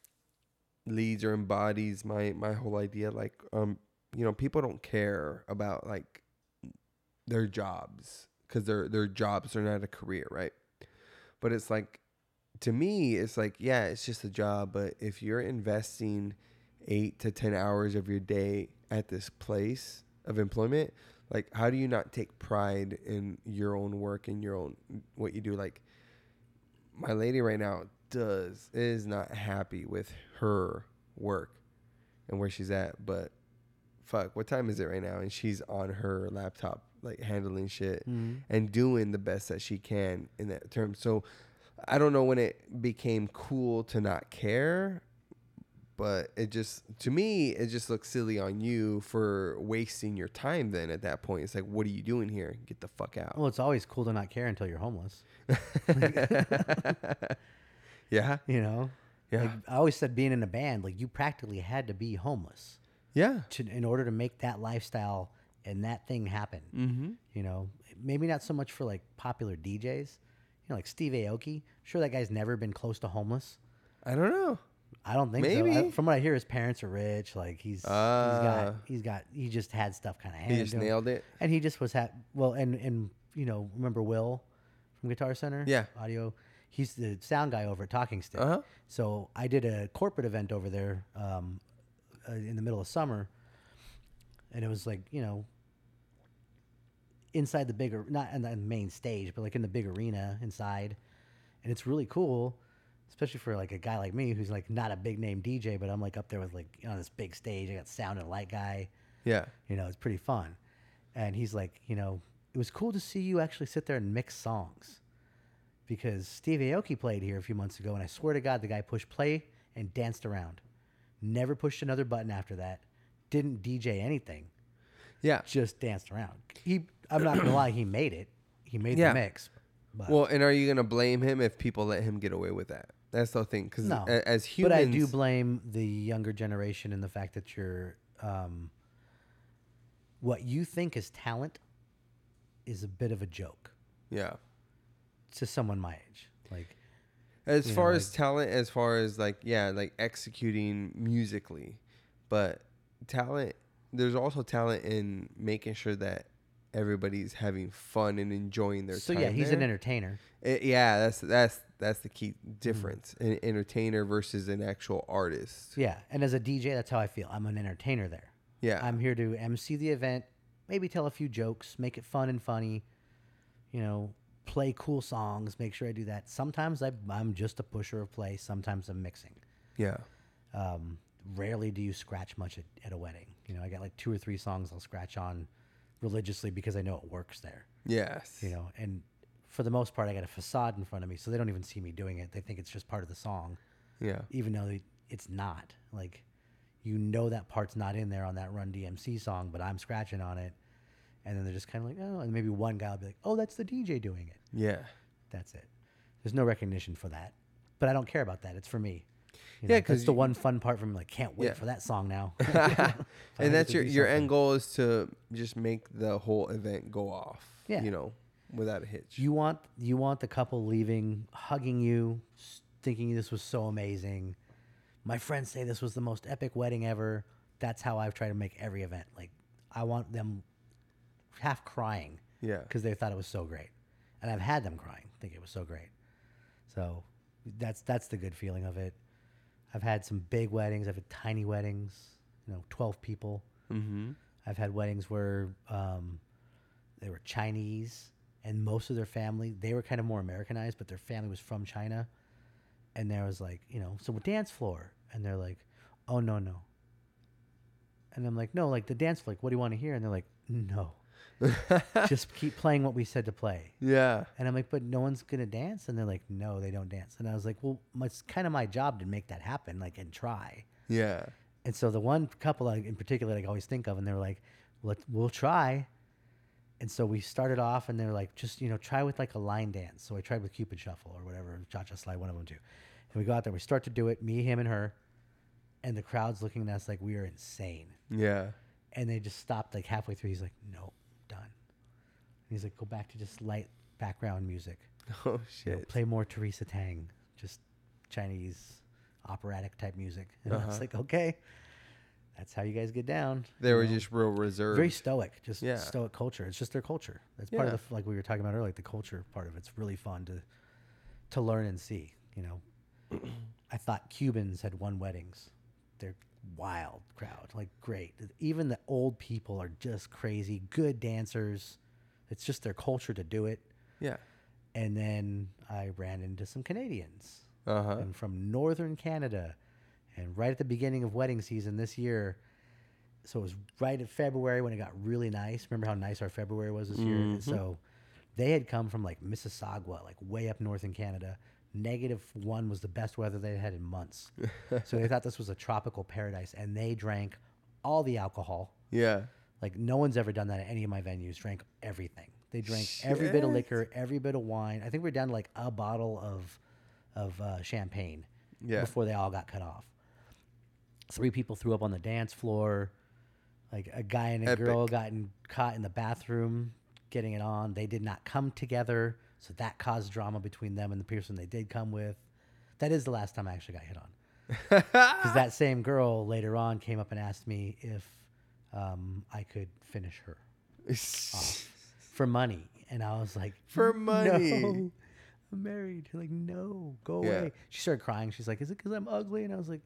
Speaker 1: leads or embodies my my whole idea. Like, um, you know, people don't care about like their jobs because their their jobs are not a career, right? But it's like to me, it's like yeah, it's just a job. But if you're investing eight to ten hours of your day at this place of employment, like how do you not take pride in your own work and your own what you do? Like my lady right now does is not happy with her work and where she's at, but fuck, what time is it right now? And she's on her laptop, like handling shit and doing the best that she can in that term. So I don't know when it became cool to not care, but it just to me it just looks silly on you for wasting your time. Then at that point, it's like, what are you doing here? Get the fuck out.
Speaker 2: Well, it's always cool to not care until you're homeless.
Speaker 1: [laughs] yeah,
Speaker 2: You know.
Speaker 1: Yeah.
Speaker 2: Like, I always said being in a band, like you practically had to be homeless.
Speaker 1: yeah,
Speaker 2: to, in order to make that lifestyle and that thing happen. Mm-hmm. You know, maybe not so much for like popular DJs, you know, like Steve Aoki. Sure, that guy's never been close to homeless.
Speaker 1: I don't know.
Speaker 2: I don't think so. I,
Speaker 1: Maybe.
Speaker 2: from what I hear, his parents are rich. Like he's he's got
Speaker 1: Ah.
Speaker 2: he's got he just had stuff kind of
Speaker 1: He
Speaker 2: handed
Speaker 1: just
Speaker 2: to him.
Speaker 1: nailed it.
Speaker 2: and uh, he just was ha- well and and you know remember Will from Guitar Center
Speaker 1: Yeah.
Speaker 2: audio he's the sound guy over at Talking Stick
Speaker 1: Uh-huh.
Speaker 2: so I did a corporate event over there um, uh, in the middle of summer and it was like you know inside the bigger not in the main stage but like in the big arena inside and it's really cool especially for like a guy like me who's like not a big name DJ but I'm like up there with like on this big stage I got sound and light guy
Speaker 1: Yeah.
Speaker 2: you know, it's pretty fun. And he's like, you know, it was cool to see you actually sit there and mix songs because Steve Aoki played here a few months ago, and I swear to God, the guy pushed play and danced around. Never pushed another button after that. Didn't DJ anything.
Speaker 1: Yeah.
Speaker 2: Just danced around. He, I'm not gonna lie, he made it. He made
Speaker 1: Yeah.
Speaker 2: the mix. But
Speaker 1: Well, and are you going to blame him if people let him get away with that? That's the thing. Because
Speaker 2: no,
Speaker 1: as humans,
Speaker 2: but I do blame the younger generation in the fact that you're, um, what you think is talent, is a bit of a joke.
Speaker 1: yeah.
Speaker 2: to someone my age. Like,
Speaker 1: As
Speaker 2: you know,
Speaker 1: far as talent, as far as like yeah, like executing musically, but talent. There's also talent in making sure that everybody's having fun and enjoying their
Speaker 2: so
Speaker 1: time.
Speaker 2: yeah, he's an Mm-hmm.
Speaker 1: there.
Speaker 2: entertainer.
Speaker 1: It- yeah, that's that's that's the key difference: an entertainer versus an actual artist.
Speaker 2: Yeah, and as a DJ, that's how I feel. I'm an entertainer there.
Speaker 1: Yeah,
Speaker 2: I'm here to MC the event, maybe tell a few jokes, make it fun and funny. You know, play cool songs. Make sure I do that. Sometimes I, I'm just a pusher of play. Sometimes I'm mixing.
Speaker 1: yeah,
Speaker 2: Um, rarely do you scratch much at, at a wedding. You know, I got like two or three songs I'll scratch on religiously because I know it works there.
Speaker 1: yes,
Speaker 2: you know and for the most part i got a facade in front of me so they don't even see me doing it they think it's just part of the song
Speaker 1: yeah,
Speaker 2: even though they- it's not like you know that part's not in there on that run dmc song but i'm scratching on it and then they're just kind of like oh and maybe one guy will be like oh that's the dj doing it [laughs]
Speaker 1: yeah.
Speaker 2: that's it there's no recognition for that but i don't care about that it's for me you
Speaker 1: Yeah,
Speaker 2: know,
Speaker 1: 'cause
Speaker 2: that's the
Speaker 1: you-
Speaker 2: one fun part from like can't wait
Speaker 1: Yeah.
Speaker 2: for that
Speaker 1: [laughs]
Speaker 2: song now [laughs]
Speaker 1: and that's your
Speaker 2: do
Speaker 1: your end goal is to just make the whole event go off.
Speaker 2: Yeah.
Speaker 1: You know, without a hitch.
Speaker 2: You want you want the couple leaving, hugging you, s- thinking this was so amazing. My friends say this was the most epic wedding ever. That's how I've tried to make every event. Like I want them half crying
Speaker 1: yeah.
Speaker 2: because they thought it was so great, and I've had them crying, think it was so great. So that's that's the good feeling of it. I've had some big weddings. I've had tiny weddings, you know, 12 people.
Speaker 1: Mm-hmm.
Speaker 2: I've had weddings where um, they were Chinese and most of their family, they were kind of more Americanized, but their family was from China. And there was like, you know, so we dance floor. And they're like, oh, no, no. And I'm like, no, like the dance floor, like, what do you want to hear? And they're like, no, just keep playing what we said to play.
Speaker 1: [laughs] yeah.
Speaker 2: And I'm like, but no one's gonna dance. And they're like, no, they don't dance. And I was like, well, my- it's kind of my job to make that happen, like, and try.
Speaker 1: Yeah.
Speaker 2: And so the one couple I, in particular, like, I always think of, and they were like, Let, we'll try. And so we started off, and they're like, just you know, try with like a line dance. So I tried with Cupid Shuffle or whatever, Cha Cha Slide, one of them too. And we go out there, we start to do it, me, him, and her, and the crowd's looking at us like we are insane.
Speaker 1: Yeah. [laughs]
Speaker 2: And they just stopped like halfway through. He's like, no, done. And he's like, go back to just light background music
Speaker 1: Oh
Speaker 2: you know,
Speaker 1: shit.
Speaker 2: play more Teresa Tang, just Chinese operatic type music. And I was
Speaker 1: Uh-huh.
Speaker 2: like, okay, that's how you guys get down.
Speaker 1: They
Speaker 2: you
Speaker 1: were
Speaker 2: know?
Speaker 1: just real reserved.
Speaker 2: very stoic, just
Speaker 1: Yeah.
Speaker 2: stoic culture. It's just their culture. That's part of
Speaker 1: Yeah.
Speaker 2: the f- like we were talking about earlier, like the culture part of it's really fun to to learn and see. You
Speaker 1: [clears throat]
Speaker 2: know, I thought Cubans had won weddings. They're wild crowd, like great. Even the old people are just crazy, good dancers. It's just their culture to do it
Speaker 1: yeah.
Speaker 2: and then I ran into some Canadians
Speaker 1: Uh huh.
Speaker 2: and from northern Canada. And right at the beginning of wedding season this year, so it was right in February when it got really nice. Remember how nice our February was this year? And so they had come from like Mississauga, like way up north in Canada. Negative one was the best weather they had in months. so they thought this was a tropical paradise and they drank all the alcohol.
Speaker 1: Yeah.
Speaker 2: Like no one's ever done that at any of my venues. Drank everything. They drank every bit of
Speaker 1: Shit.
Speaker 2: liquor, every bit of wine. I think we're down to like a bottle of of uh, champagne
Speaker 1: Yeah.
Speaker 2: before they all got cut off. Three people threw up on the dance floor. Like a guy and a girl got in, caught in the bathroom getting it on. They did not come together, so that caused drama between them and the person they did come with. That is the last time I actually got hit on
Speaker 1: [laughs]
Speaker 2: because that same girl later on came up and asked me if um, I could finish her for money, and I was like,
Speaker 1: For money.
Speaker 2: No, [laughs] I'm married. Like, no, go
Speaker 1: Yeah.
Speaker 2: away. She started crying. She's like, "Is it because I'm ugly?" And I was like,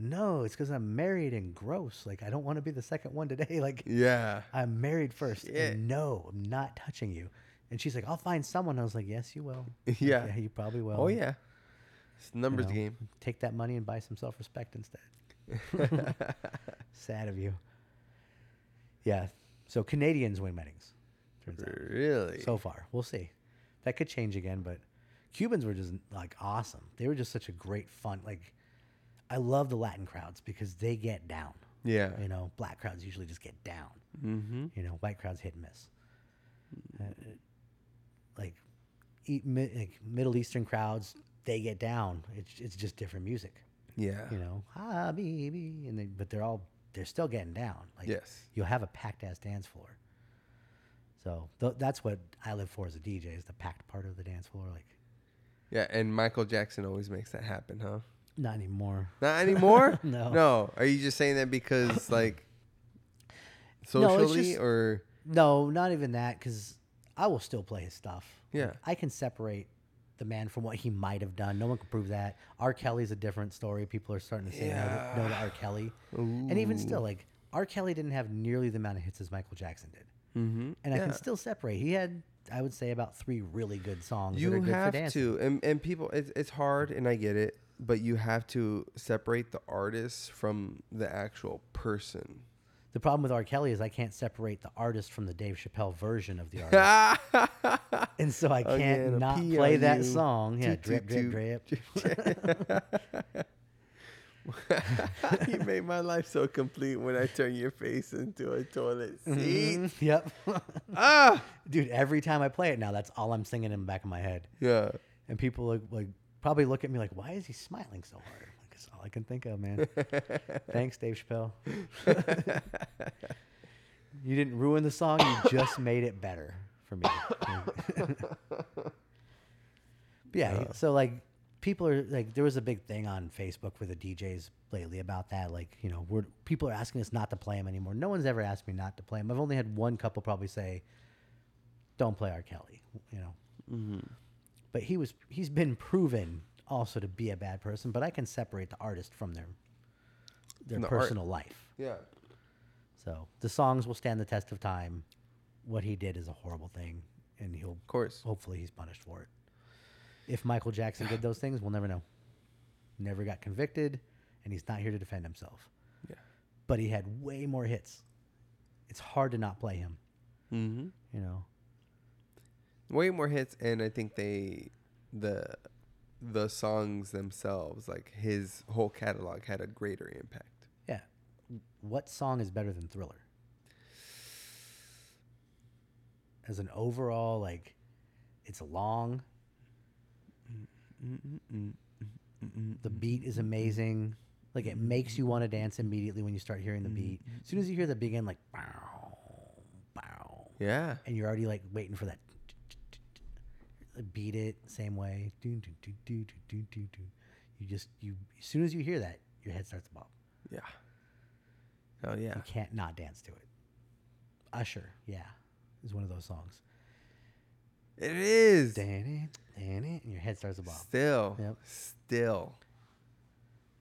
Speaker 2: "No, it's because I'm married and gross. Like, I don't want to be the second one today. [laughs] Like,
Speaker 1: [laughs] yeah.
Speaker 2: I'm married first. and
Speaker 1: Shit.
Speaker 2: no, I'm not touching you." And she's like, "I'll find someone." I was like, "Yes, you will.
Speaker 1: [laughs]
Speaker 2: Like,
Speaker 1: Yeah.
Speaker 2: yeah, you probably will.
Speaker 1: Oh yeah. It's a
Speaker 2: You
Speaker 1: numbers
Speaker 2: know,
Speaker 1: game.
Speaker 2: Take that money and buy some self-respect instead." [laughs] Sad of you. Yeah. So Canadians win weddings. turns out.
Speaker 1: [laughs] really.
Speaker 2: So far, we'll see. That could change again, but Cubans were just like awesome. They were just such a great fun. Like, I love the Latin crowds because they get down.
Speaker 1: yeah.
Speaker 2: You know, black crowds usually just get down.
Speaker 1: Mm-hmm.
Speaker 2: You know, white crowds hit and miss. Uh, like, eat, mi- like Middle Eastern crowds, they get down. It's it's just different music.
Speaker 1: Yeah.
Speaker 2: You know, habibi, and they, but they're all they're still getting down. Like,
Speaker 1: Yes.
Speaker 2: you'll have a packed ass dance floor. So th- that's what I live for as a DJ is the packed part of the dance floor. Like
Speaker 1: Yeah. And Michael Jackson always makes that happen, huh?
Speaker 2: not anymore.
Speaker 1: Not anymore.
Speaker 2: [laughs] No.
Speaker 1: No. Are you just saying that
Speaker 2: [laughs]
Speaker 1: because like socially
Speaker 2: just-
Speaker 1: or
Speaker 2: No, not even that because I will still play his stuff.
Speaker 1: Yeah.
Speaker 2: Like, I can separate the man from what he might have done. No one can prove that. R. Kelly's a different story. People are starting to say
Speaker 1: Yeah.
Speaker 2: no, to, no to R. Kelly, and even still, like R. Kelly didn't have nearly the amount of hits as Michael Jackson did.
Speaker 1: mm-hmm.
Speaker 2: And I
Speaker 1: Yeah.
Speaker 2: can still separate. He had, I would say, about three really good songs that are
Speaker 1: you
Speaker 2: good for
Speaker 1: have
Speaker 2: dancing.
Speaker 1: to and, and people it's, it's hard and i get it but you have to separate the artist from the actual [laughs] person
Speaker 2: The problem with R. Kelly is I can't separate the artist from the Dave Chappelle version of
Speaker 1: [laughs]
Speaker 2: the artist,
Speaker 1: i
Speaker 2: and so I can't
Speaker 1: gonna
Speaker 2: not
Speaker 1: pee
Speaker 2: play
Speaker 1: on
Speaker 2: that
Speaker 1: you.
Speaker 2: song. Yeah,
Speaker 1: Toot,
Speaker 2: drip, drip,
Speaker 1: toot,
Speaker 2: drip.
Speaker 1: [laughs] you make my life so complete when i turn your face into a toilet seat
Speaker 2: Mhm, [laughs] Yep,
Speaker 1: ah
Speaker 2: dude. Every time I play it now, that's all I'm singing in the back of my head,
Speaker 1: yeah
Speaker 2: and people like, like probably look at me like, "Why is he smiling so hard?" Like, that's all I can think
Speaker 1: [laughs]
Speaker 2: of, man. Thanks, Dave Chappelle. you didn't ruin the song; you
Speaker 1: [coughs]
Speaker 2: just made it better for me. But yeah, he- so like people are like there was a big thing on Facebook with the DJs lately about that. Like you know, we're people are asking us not to play him anymore. No one's ever asked me not to play him. I've only had one couple probably say,
Speaker 1: Mm-hmm.
Speaker 2: "Don't play R. Kelly," you know. But he was he's been proven also to be a bad person, but I can separate the artist from their their
Speaker 1: The art.
Speaker 2: personal life.
Speaker 1: Yeah.
Speaker 2: So the songs will stand the test of time. What he did is a horrible thing, and he'll
Speaker 1: Of course.
Speaker 2: hopefully he's punished for it. If Michael Jackson did those things, we'll never know. Never got convicted, and he's not here to defend himself.
Speaker 1: Yeah.
Speaker 2: But he had way more hits. It's hard to not play him,
Speaker 1: Mm-hmm.
Speaker 2: you know.
Speaker 1: way more hits and i think they the the songs themselves like his whole catalog had a greater impact
Speaker 2: Yeah. What song is better than Thriller? As an overall, like, it's long. The beat is amazing. Like, it makes you want to dance immediately when you start hearing the beat. As soon as you hear the begin, like, bow, bow,
Speaker 1: yeah
Speaker 2: and you're already like waiting for that. Beat it same way. Do, do, do, do, do, do, do, do. You just you as soon as you hear that, your head starts to bob.
Speaker 1: yeah oh yeah
Speaker 2: You can't not dance to it. Usher, yeah, is one of those songs.
Speaker 1: it is
Speaker 2: Dan it, dan it, and your head starts to bob.
Speaker 1: still
Speaker 2: Yep.
Speaker 1: still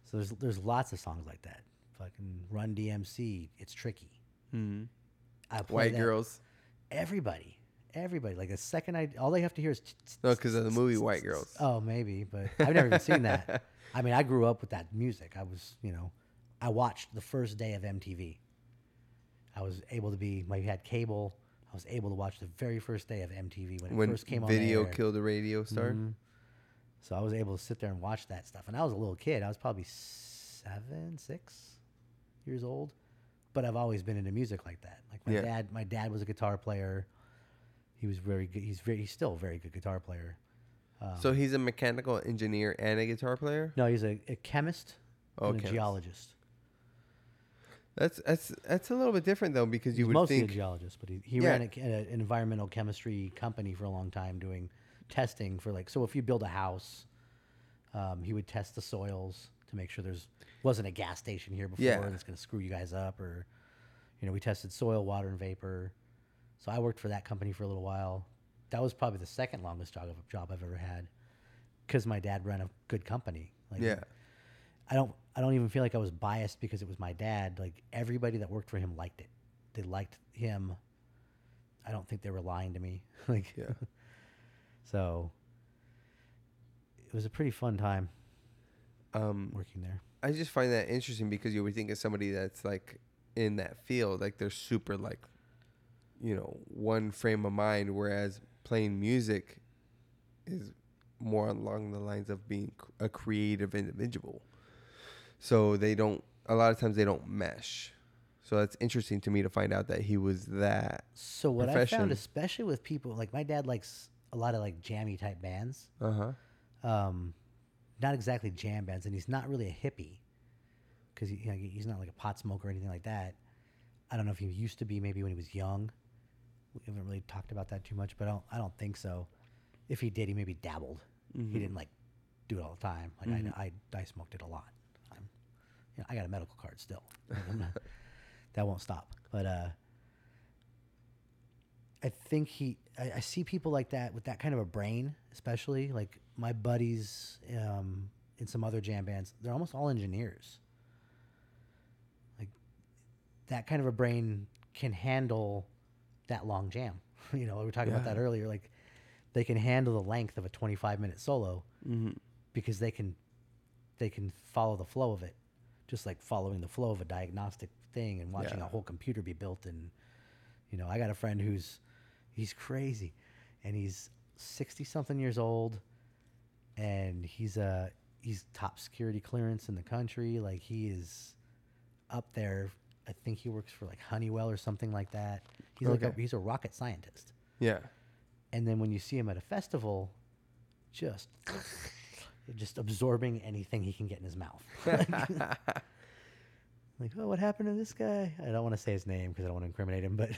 Speaker 2: So there's there's lots of songs like that. Fucking Run DMC, it's tricky.
Speaker 1: mm-hmm.
Speaker 2: I play
Speaker 1: white
Speaker 2: that-
Speaker 1: girls
Speaker 2: Everybody, everybody. Like the second I, all they have to hear is. ch- ch-
Speaker 1: no because of the movie white girls
Speaker 2: Oh, maybe, but I've never even
Speaker 1: [laughs]
Speaker 2: seen that. I mean, I grew up with that music. I was, you know, I watched the first day of MTV. I was able to be, when you had cable, I was able to watch the very first day of MTV when it
Speaker 1: when
Speaker 2: first came on.
Speaker 1: video
Speaker 2: air.
Speaker 1: killed the radio star
Speaker 2: Mhm. So I was able to sit there and watch that stuff. And I was a little kid. I was probably seven, six years old. But I've always been into music like that. Like my
Speaker 1: Yeah.
Speaker 2: dad, my dad was a guitar player. He was very good. He's very, he's still a very good guitar player. Um,
Speaker 1: so he's a mechanical engineer and a guitar player
Speaker 2: no, he's a, a chemist
Speaker 1: Oh,
Speaker 2: and a
Speaker 1: chemist.
Speaker 2: geologist.
Speaker 1: that's that's that's a little bit different though because you
Speaker 2: He's
Speaker 1: would
Speaker 2: mostly
Speaker 1: think
Speaker 2: a geologist, but he, he
Speaker 1: Yeah.
Speaker 2: ran a, an environmental chemistry company for a long time doing testing for like so if you build a house, um, he would test the soils to make sure there's wasn't a gas station here before
Speaker 1: Yeah.
Speaker 2: that's going to screw you guys up or you know we tested soil, water, and vapor. So I worked for that company for a little while. That was probably the second longest job job I've ever had because my dad ran a good company. Like
Speaker 1: yeah
Speaker 2: I don't I don't even feel like I was biased because it was my dad. Like everybody that worked for him liked it. They liked him. I don't think they were lying to me. [laughs] like
Speaker 1: yeah
Speaker 2: so it was a pretty fun time
Speaker 1: um
Speaker 2: working there.
Speaker 1: I just find that interesting because you would think of somebody that's like in that field, like they're super like, you know, one frame of mind, whereas playing music is more along the lines of being c- a creative individual. So they don't. A lot of times they don't mesh. So that's interesting to me to find out that he was that.
Speaker 2: So what I
Speaker 1: Profession.
Speaker 2: found especially with people like my dad likes a lot of like jammy type bands.
Speaker 1: Uh huh.
Speaker 2: Um not exactly jam bands and he's not really a hippie cuz he, you know, he's not like a pot smoker or anything like that. I don't know if he used to be maybe when he was young. We haven't really talked about that too much, but I don't I don't think so. If he did, he maybe dabbled. He didn't like do it all the time. Like I, I I smoked it a lot. I'm, you know, I got a medical card still. Like, I'm not- [laughs] that won't stop. But uh I think he I, I see people like that with that kind of a brain, especially like my buddies um in some other jam bands, they're almost all engineers. Like that kind of a brain can handle that long jam. [laughs] you know, we were talking about
Speaker 1: Yeah.
Speaker 2: that earlier. Like they can handle the length of a 25 minute solo
Speaker 1: Mm-hmm.
Speaker 2: because they can they can follow the flow of it just like following the flow of a diagnostic thing and watching
Speaker 1: Yeah.
Speaker 2: a whole computer be built and you know i got a friend who's he's crazy and he's 60 something years old and he's uh he's top security clearance in the country like he is up there i think he works for like honeywell or something like that he's like a,
Speaker 1: Okay.
Speaker 2: he's a rocket scientist
Speaker 1: Yeah.
Speaker 2: and then when you see him at a festival, just just absorbing anything he can get in his mouth. [laughs] like, oh, what happened to this guy? I don't want to say his name because I don't want to incriminate him, but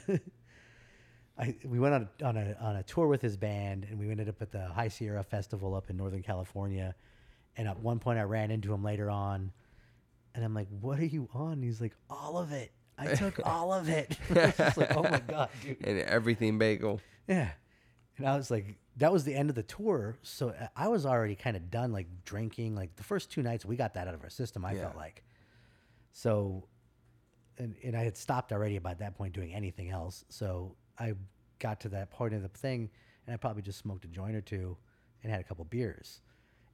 Speaker 2: [laughs] I we went on a, on a on a tour with his band, and we ended up at the High Sierra Festival up in Northern California. And at one point, I ran into him later on, and I'm like, "What are you on?" And he's like, "All of it. [laughs] I took all of it." It's just like, "Oh my god, dude!"
Speaker 1: And everything bagel.
Speaker 2: Yeah. And I was like, that was the end of the tour. So I- I was already kind of done, like drinking. Like the first two nights, we got that out of our system, I
Speaker 1: Yeah.
Speaker 2: felt like. So, and, and I had stopped already by that point doing anything else. So I got to that part of the thing, and I probably just smoked a joint or two and had a couple beers.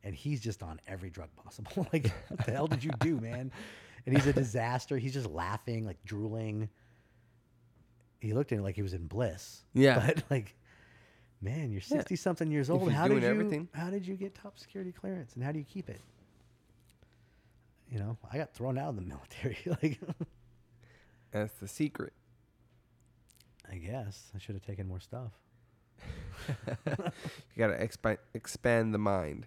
Speaker 2: And he's just on every drug possible. [laughs] like, what the hell did you do, man? And he's a disaster. He's just laughing, like drooling. He looked at me like he was in bliss.
Speaker 1: Yeah.
Speaker 2: But like, man, you're sixty something years old.
Speaker 1: you're
Speaker 2: How did
Speaker 1: doing
Speaker 2: you?
Speaker 1: everything.
Speaker 2: How did you get top security clearance, and how do you keep it? You know, I got thrown out of the military. [laughs] like,
Speaker 1: That's the secret.
Speaker 2: I guess I should have taken more stuff.
Speaker 1: You gotta expi- expand the mind,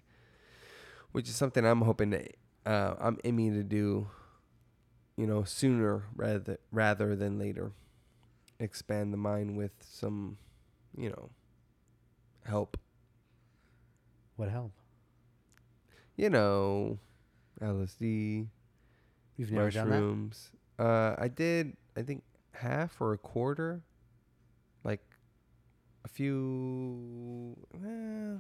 Speaker 1: which is something I'm hoping to, uh, I'm aiming to do, you know, sooner rather rather than later. Expand the mind with some, you know, help.
Speaker 2: What help?
Speaker 1: You know, LSD,
Speaker 2: You've never done that.
Speaker 1: mushrooms. Uh, I did, I think, half or a quarter, like a few, eh,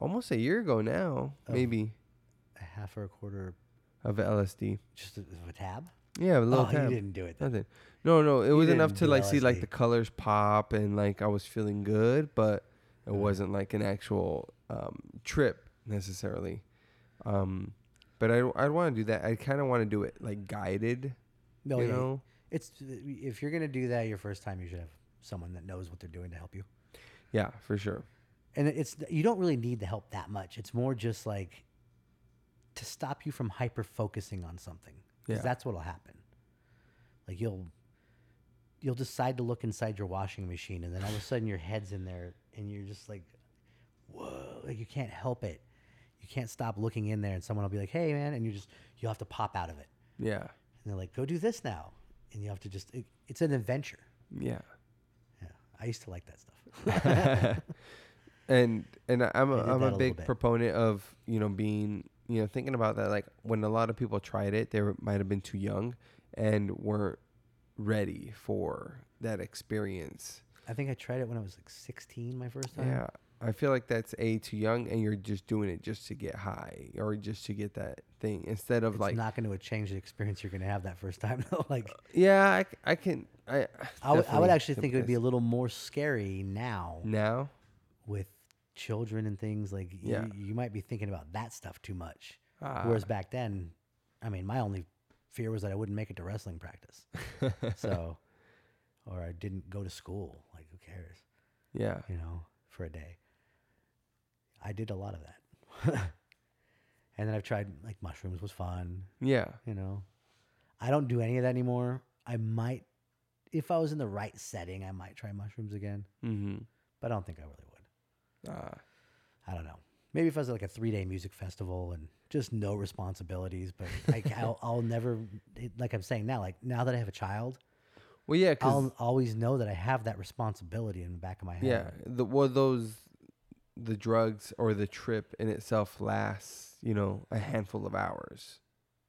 Speaker 1: almost a year ago now,
Speaker 2: Oh.
Speaker 1: maybe,
Speaker 2: A half or a quarter,
Speaker 1: of LSD.
Speaker 2: just a, of a tab.
Speaker 1: Yeah, a little
Speaker 2: oh,
Speaker 1: tab.
Speaker 2: you didn't do it. Then.
Speaker 1: Nothing. No, no, it was enough
Speaker 2: didn't
Speaker 1: to
Speaker 2: do
Speaker 1: like see like
Speaker 2: LSD.
Speaker 1: the colors pop and like I was feeling good, but it wasn't like an actual um, trip necessarily. Um, but I I want to do that. I kind of want to do it like guided.
Speaker 2: No,
Speaker 1: you
Speaker 2: Oh, yeah,
Speaker 1: know.
Speaker 2: it's if you're gonna do that your first time, you should have someone that knows what they're doing to help you.
Speaker 1: Yeah, for sure.
Speaker 2: and it's you don't really need the help that much. It's more just like to stop you from hyper focusing on something because
Speaker 1: Yeah.
Speaker 2: that's what'll happen. Like you'll you'll decide to look inside your washing machine, and then all of a sudden your head's in there, and you're just like, whoa! Like you can't help it. You can't stop looking in there, and someone will be like, "Hey, man!" and you just you'll have to pop out of it,
Speaker 1: Yeah,
Speaker 2: and they're like, "Go do this now," and you have to just it, it's an adventure.
Speaker 1: yeah.
Speaker 2: Yeah, I used to like that stuff. [laughs]
Speaker 1: [laughs] and and I- I'm a,
Speaker 2: I did
Speaker 1: I'm a
Speaker 2: that a little
Speaker 1: big
Speaker 2: bit.
Speaker 1: proponent of you know being you know thinking about that like when a lot of people tried it they were, might have been too young and weren't ready for that experience.
Speaker 2: I think I tried it when I was like 16, my first time.
Speaker 1: Yeah, I feel like that's a too young and you're just doing it just to get high or just to get that thing instead of
Speaker 2: it's
Speaker 1: like
Speaker 2: not going to change the experience you're going to have that first time [laughs] though like
Speaker 1: yeah I, c- I can I
Speaker 2: I would- I would
Speaker 1: definitely Mm.
Speaker 2: actually think it would be a
Speaker 1: sympathize.
Speaker 2: little more scary now
Speaker 1: now
Speaker 2: with children and things like you,
Speaker 1: Yeah.
Speaker 2: you might be thinking about that stuff too much
Speaker 1: Ah.
Speaker 2: whereas back then i mean my only fear was that i wouldn't make it to wrestling practice
Speaker 1: [laughs] Ah.
Speaker 2: so or i didn't go to school like who cares
Speaker 1: yeah
Speaker 2: you know, for a day. I did a lot of that. [laughs] and then I've tried like mushrooms was fun,
Speaker 1: yeah
Speaker 2: you know. I don't do any of that anymore. I might if I was in the right setting, I might try mushrooms again,
Speaker 1: mm-hmm
Speaker 2: but I don't think I really would.
Speaker 1: ah
Speaker 2: I don't know. Maybe if I was at like a three day music festival and just no responsibilities,
Speaker 1: [laughs]
Speaker 2: but like I'll, I'll never, like I'm saying now, like now that I have a child,
Speaker 1: well yeah because
Speaker 2: I'll always know that I have that responsibility in the back of my head.
Speaker 1: Yeah, the well those the drugs or the trip in itself lasts you know a handful of hours,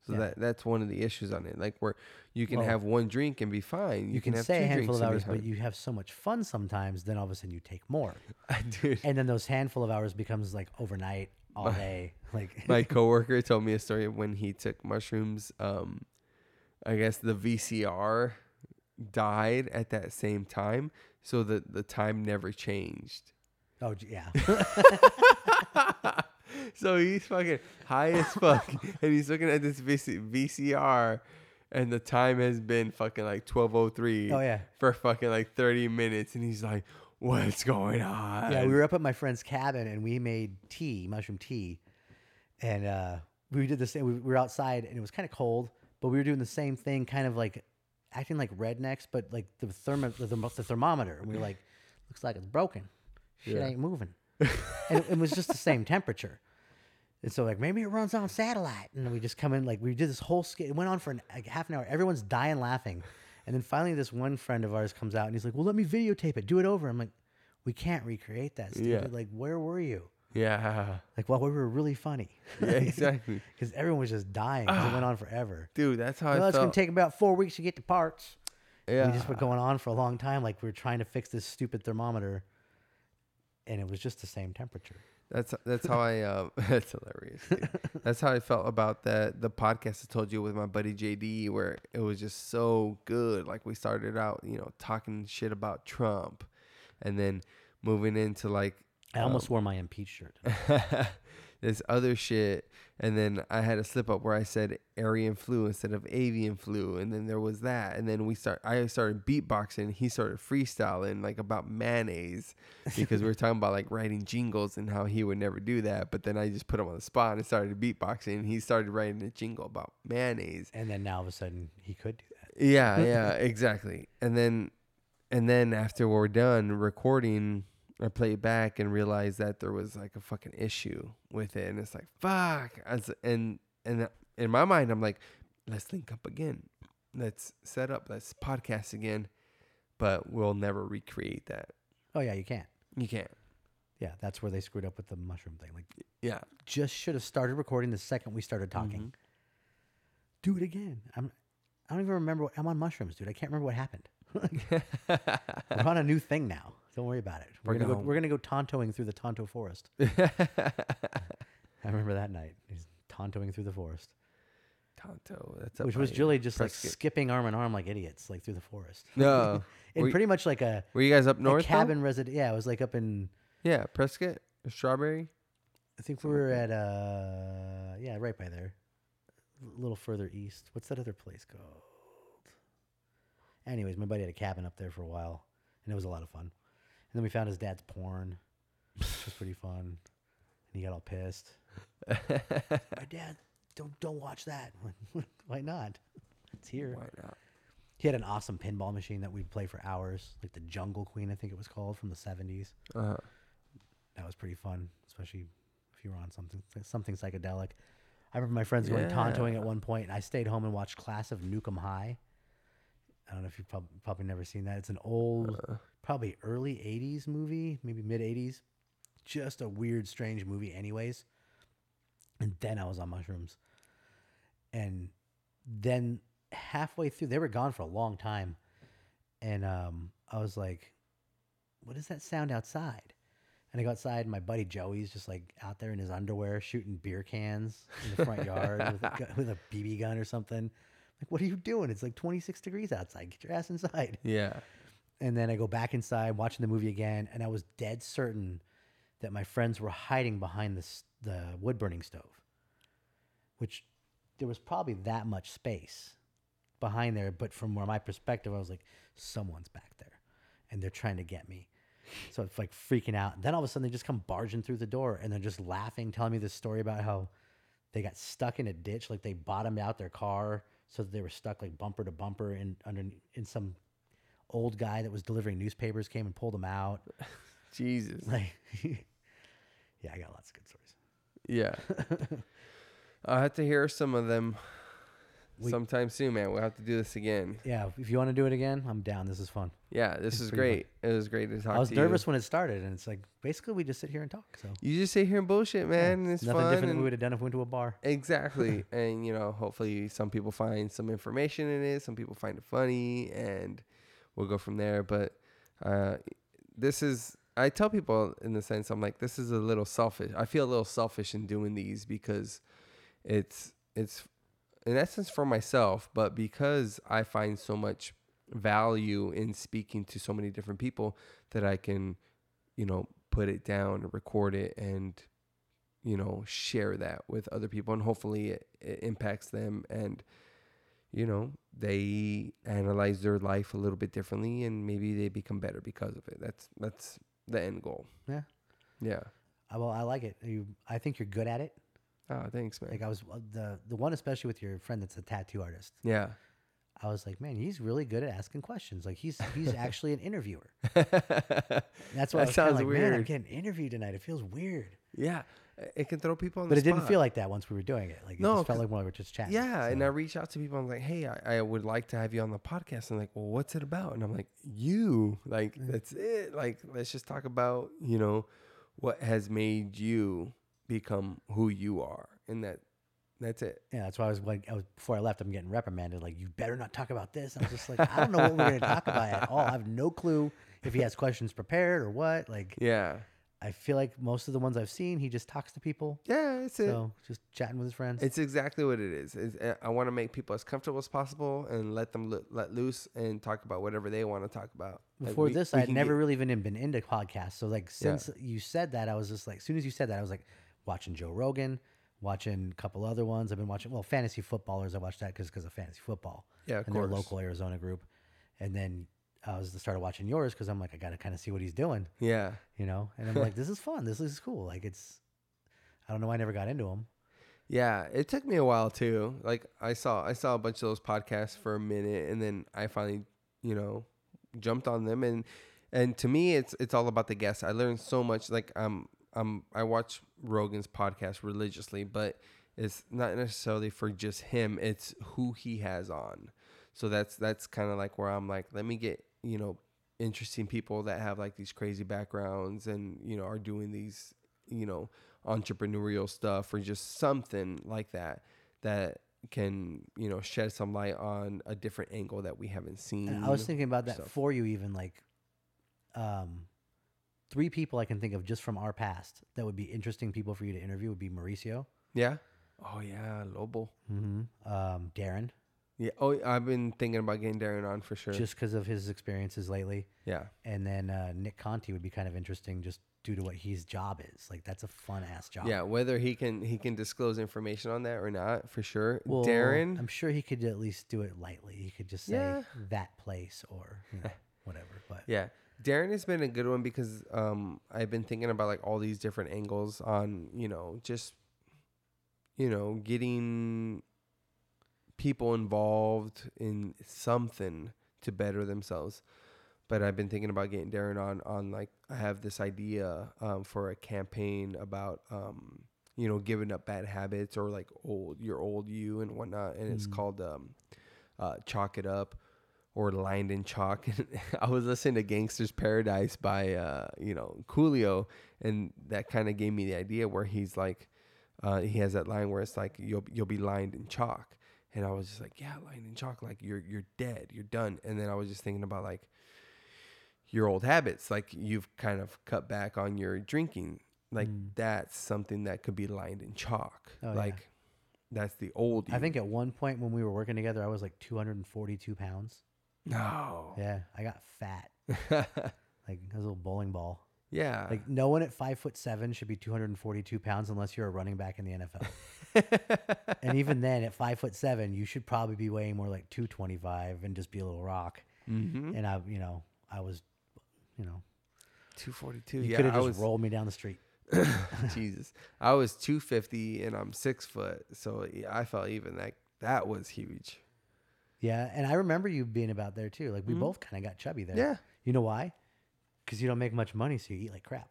Speaker 1: so
Speaker 2: Yeah.
Speaker 1: that that's one of the issues on it. Like where you can
Speaker 2: Well,
Speaker 1: have one drink and be fine.
Speaker 2: you,
Speaker 1: You,
Speaker 2: can,
Speaker 1: have
Speaker 2: say
Speaker 1: two
Speaker 2: a handful of hours,
Speaker 1: drinks
Speaker 2: but you have so much fun sometimes. Then all of a sudden you take more,
Speaker 1: but you [laughs] dude.
Speaker 2: and then those handful of hours becomes like overnight,
Speaker 1: [laughs]
Speaker 2: all day. Like
Speaker 1: My coworker told me a story of when he took mushrooms. Um, I guess the VCR died at that same time, so the the time never changed.
Speaker 2: [laughs] oh gee, yeah,
Speaker 1: [laughs] so he's fucking high as fuck, and he's looking at this VC- VCR, and the time has been fucking like twelve oh three.
Speaker 2: Oh, yeah.
Speaker 1: for fucking like thirty minutes, and he's like, "What's going on?"
Speaker 2: yeah. We were up at my friend's cabin, and we made tea, mushroom tea, and uh, we did the same. We were outside, and it was kind of cold, but we were doing the same thing, kind of like acting like rednecks, but like the thermo the, thermo- the thermometer. And we were like, looks like it's broken. Shit
Speaker 1: Yeah.
Speaker 2: ain't moving. and it was just the same temperature. And so like maybe it runs on satellite, and we just come in like we did this whole skit. It went on for an, like half an hour. Everyone's dying laughing, and then finally this one friend of ours comes out and he's like, "Well, let me videotape it. Do it over." I'm like, "We can't recreate that, stupid.
Speaker 1: Yeah.
Speaker 2: Like, where were you?
Speaker 1: yeah, [laughs]
Speaker 2: Like, well, we were really funny.
Speaker 1: yeah,
Speaker 2: [laughs]
Speaker 1: exactly,
Speaker 2: Because everyone was just dying. 'cause it went on forever.
Speaker 1: dude. That's how [sighs]
Speaker 2: Well,
Speaker 1: I
Speaker 2: it's gonna
Speaker 1: felt.
Speaker 2: take about four weeks to get the parts.
Speaker 1: yeah,
Speaker 2: We just were going on for a long time. Like we were trying to fix this stupid thermometer, and it was just the same temperature.
Speaker 1: That's that's how I uh, [laughs] that's hilarious. dude. That's how I felt about that the podcast I told you with my buddy JD, where it was just so good. Like we started out, you know, talking shit about Trump, and then moving into like
Speaker 2: I almost wore my impeach shirt.
Speaker 1: [laughs] this other shit, and then I had a slip up where I said Aryan flu instead of avian flu, and then there was that, and then we start. I started beatboxing, he started freestyling like about mayonnaise because we were talking about like writing jingles and how he would never do that, but then I just put him on the spot and started beatboxing, and he started writing a jingle about mayonnaise.
Speaker 2: And then now all of a sudden he could do that.
Speaker 1: Yeah, yeah, exactly. And then and then after we're done recording, I play it back and realize that there was like a fucking issue with it, and it's like fuck. I was- and and in my mind, I'm like, let's link up again, let's set up, let's podcast again, but we'll never recreate that.
Speaker 2: Oh yeah, you can't.
Speaker 1: You
Speaker 2: [laughs]
Speaker 1: can't.
Speaker 2: Yeah, that's where they screwed up with the mushroom thing. Like
Speaker 1: Yeah,
Speaker 2: just should have started recording the second we started talking. Do it again. I'm I don't even remember what I'm on mushrooms, dude. I can't remember what happened. we're on a new thing now. Don't worry about it. We're,
Speaker 1: We're
Speaker 2: gonna go,
Speaker 1: going-
Speaker 2: we're gonna go tontoing through the Tonto forest. I remember that night. He's tontoing through the forest.
Speaker 1: Tonto. That's up
Speaker 2: which was
Speaker 1: my
Speaker 2: Julie just like
Speaker 1: Prescott.
Speaker 2: skipping arm in arm like idiots, like through the forest. [laughs]
Speaker 1: No.
Speaker 2: and
Speaker 1: Were you-
Speaker 2: pretty much like a,
Speaker 1: Were you guys up
Speaker 2: a
Speaker 1: north? though?
Speaker 2: cabin resident. Yeah, it was like up in.
Speaker 1: Yeah, Prescott, Strawberry.
Speaker 2: I think we were at uh yeah right by there, a little further east. What's that other place called? Anyways, my buddy had a cabin up there for a while, and it was a lot of fun. And then we found his dad's porn, which was pretty fun. And he got all pissed. My dad, don't don't watch that. [laughs] Why not? It's [laughs] here.
Speaker 1: Why not?
Speaker 2: He had an awesome pinball machine that we'd play for hours, like the Jungle Queen, I think it was called, from the '70s.
Speaker 1: Uh-huh.
Speaker 2: That was pretty fun, especially if you were on something something psychedelic. I remember my friends going tontoing at one point, and I stayed home and watched Class of Nukem High. I don't know if you've prob- probably never seen that. It's an old,
Speaker 1: uh,
Speaker 2: probably early '80s movie, maybe mid '80s. Just a weird, strange movie, anyways. And then I was on mushrooms, and then halfway through, they were gone for a long time, and um, I was like, "What is that sound outside?" And I go outside, and my buddy Joey's just like out there in his underwear shooting beer cans in the front yard with, a, gu- with a BB gun or something. Like, what are you doing? It's like 26 degrees outside. Get your ass inside.
Speaker 1: Yeah.
Speaker 2: And then I go back inside, watching the movie again, and I was dead certain that my friends were hiding behind the s- the wood burning stove, which there was probably that much space behind there. But from where my perspective, I was like, someone's back there, and they're trying to get me. So it's like freaking out. Then all of a sudden they just come barging through the door and they're just laughing, telling me this story about how they got stuck in a ditch, like they bottomed out their car so that they were stuck like bumper to bumper and under in some old guy that was delivering newspapers came and pulled them out.
Speaker 1: Jesus.
Speaker 2: Like [laughs] Yeah, I got lots of good stories.
Speaker 1: [laughs]
Speaker 2: [laughs]
Speaker 1: Yeah. I'll have to hear some of them
Speaker 2: We-
Speaker 1: sometime soon, man. We'll have to do this again.
Speaker 2: Yeah, if you want to do it again, I'm down. This is fun.
Speaker 1: Yeah, this is
Speaker 2: pretty
Speaker 1: great. It was great to talk
Speaker 2: I was
Speaker 1: to
Speaker 2: nervous when it started and it's like basically we just sit here and talk. So
Speaker 1: you. You just sit here and bullshit, man. and it's
Speaker 2: nothing
Speaker 1: fun.
Speaker 2: different than
Speaker 1: and-
Speaker 2: we would have done if we went to a bar.
Speaker 1: exactly. and, you know, hopefully some people find some information in it. Some people find it funny and we'll go from there. But uh, this is, I tell people in the sense, I'm like, this is a little selfish. I feel a little selfish in doing these because it's, it's in essence for myself, but because I find so much value in speaking to so many different people that I can, you know, put it down, record it, and, you know, share that with other people. And hopefully it, it impacts them and, you know, they analyze their life a little bit differently and maybe they become better because of it. That's, that's the end goal.
Speaker 2: Yeah.
Speaker 1: Yeah.
Speaker 2: I, well, I like it. You, I think you're good at it.
Speaker 1: Oh, thanks, man.
Speaker 2: Like I was uh, the the one especially with your friend that's a tattoo artist.
Speaker 1: Yeah. [laughs]
Speaker 2: I was like, man, he's really good at asking questions. Like he's
Speaker 1: [laughs]
Speaker 2: he's actually an interviewer. That's why I
Speaker 1: That
Speaker 2: was kinda
Speaker 1: sounds
Speaker 2: like, man, I'm
Speaker 1: weird.
Speaker 2: getting interviewed tonight. It feels weird,
Speaker 1: yeah. It can throw people on
Speaker 2: but
Speaker 1: the
Speaker 2: it didn't
Speaker 1: spot.
Speaker 2: feel like that once we were doing it. Like it
Speaker 1: No,
Speaker 2: just felt
Speaker 1: 'cause-
Speaker 2: like when we were just chatting.
Speaker 1: Yeah, and
Speaker 2: So,
Speaker 1: I reach out to people. I'm like, hey, I, I would like to have you on the podcast. And like, well, what's it about? And I'm like, you, like,
Speaker 2: Mm.
Speaker 1: that's it. Like, let's just talk about, you know, what has made you become who you are, and that, that's it.
Speaker 2: yeah, that's why I was like, I was, before I left, I'm getting reprimanded. Like you better not talk about this. And I was just like, I don't know what we're gonna talk about at all. I have no clue if he has questions prepared or what. Like
Speaker 1: Yeah,
Speaker 2: I feel like most of the ones I've seen, he just talks to people.
Speaker 1: Yeah, it's it.
Speaker 2: So just chatting with his friends.
Speaker 1: It's exactly what it is. It's, uh, I want to make people as comfortable as possible and let them lo- let loose and talk about whatever they want to talk about. Like,
Speaker 2: Before
Speaker 1: uh, we-
Speaker 2: this,
Speaker 1: we
Speaker 2: I had
Speaker 1: can
Speaker 2: never
Speaker 1: get-
Speaker 2: really even been into podcasts. So like since you said that, I was just like, as soon as you said that, I was like watching Joe Rogan, watching a couple other ones. I've been watching well, fantasy footballers. I watched that because of fantasy football.
Speaker 1: Yeah, of
Speaker 2: and their
Speaker 1: course.
Speaker 2: local Arizona group. And then I was started watching yours because I'm like, I got to kind of see what he's doing,
Speaker 1: yeah.
Speaker 2: you know. And
Speaker 1: [laughs]
Speaker 2: I'm like, this is fun. This is cool. Like it's, I don't know. why I never got into him.
Speaker 1: Yeah, it took me a while too. Like I saw I saw a bunch of those podcasts for a minute and then I finally, you know, jumped on them and and to me it's it's all about the guests. I learned so much like um um I watch Rogan's podcast religiously, but it's not necessarily for just him, it's who he has on. So that's that's kind of like where I'm like, let me get, you know, interesting people that have like these crazy backgrounds and, you know, are doing these, you know, entrepreneurial stuff or just something like that that can, you know, shed some light on a different angle that we haven't seen.
Speaker 2: And I was thinking about that
Speaker 1: Mm-hmm. stuff.
Speaker 2: for you, even like, um, three people I can think of just from our past that would be interesting people for you to interview would be Mauricio,
Speaker 1: Yeah. Oh yeah, Lobo.
Speaker 2: mm-hmm. um, Darren,
Speaker 1: Yeah. Oh, I've been thinking about getting Darren on for sure.
Speaker 2: just because of his experiences lately,
Speaker 1: yeah.
Speaker 2: and then uh, Nick Conti would be kind of interesting just due to what his job is. Like that's a fun ass job.
Speaker 1: Yeah, whether he can he can disclose information on that or not, for sure.
Speaker 2: Well,
Speaker 1: Darren,
Speaker 2: I'm sure he could at least do it lightly. He could just say
Speaker 1: Yeah.
Speaker 2: that place or you
Speaker 1: [laughs]
Speaker 2: know, whatever. But
Speaker 1: Yeah. Darren has been a good one because um I've been thinking about like all these different angles on, you know, just you know, getting people involved in something to better themselves. But I've been thinking about getting Darren on on like I have this idea um, for a campaign about um you know giving up bad habits or like old your old you and whatnot, and it's called um uh, chalk it up or lined in chalk. [laughs] And I was listening to Gangster's Paradise by uh, you know Coolio, and that kind of gave me the idea where he's like, uh, he has that line where it's like you'll you'll be lined in chalk, and I was just like, yeah, lined in chalk, like you're you're dead, you're done. And then I was just thinking about like your old habits, like you've kind of cut back on your drinking. Like that's something that could be lined in chalk.
Speaker 2: Mm. Oh, yeah.
Speaker 1: like that's the old.
Speaker 2: I
Speaker 1: you.
Speaker 2: think at one point when we were working together, I was like 242 pounds.
Speaker 1: no.
Speaker 2: Yeah, I got fat. Like I was a little bowling ball.
Speaker 1: [laughs] yeah.
Speaker 2: Like no one at five foot seven should be 242 pounds unless you're a running back in the NFL.
Speaker 1: [laughs]
Speaker 2: and even then, at five foot seven, you should probably be weighing more like 225 and just be a little rock.
Speaker 1: [laughs] mm-hmm.
Speaker 2: And I, you know, I was, you know,
Speaker 1: 242.
Speaker 2: you
Speaker 1: yeah,
Speaker 2: could have
Speaker 1: I
Speaker 2: just
Speaker 1: was
Speaker 2: rolled me down the street.
Speaker 1: [coughs]
Speaker 2: [laughs]
Speaker 1: Jesus. I was 250 and I'm 6 foot, so yeah, I felt even that that was huge.
Speaker 2: Yeah, and I remember you being about there too. Like we both kind of got chubby there.
Speaker 1: Hmm? Yeah.
Speaker 2: You know why? Because you don't make much money, so you eat like crap.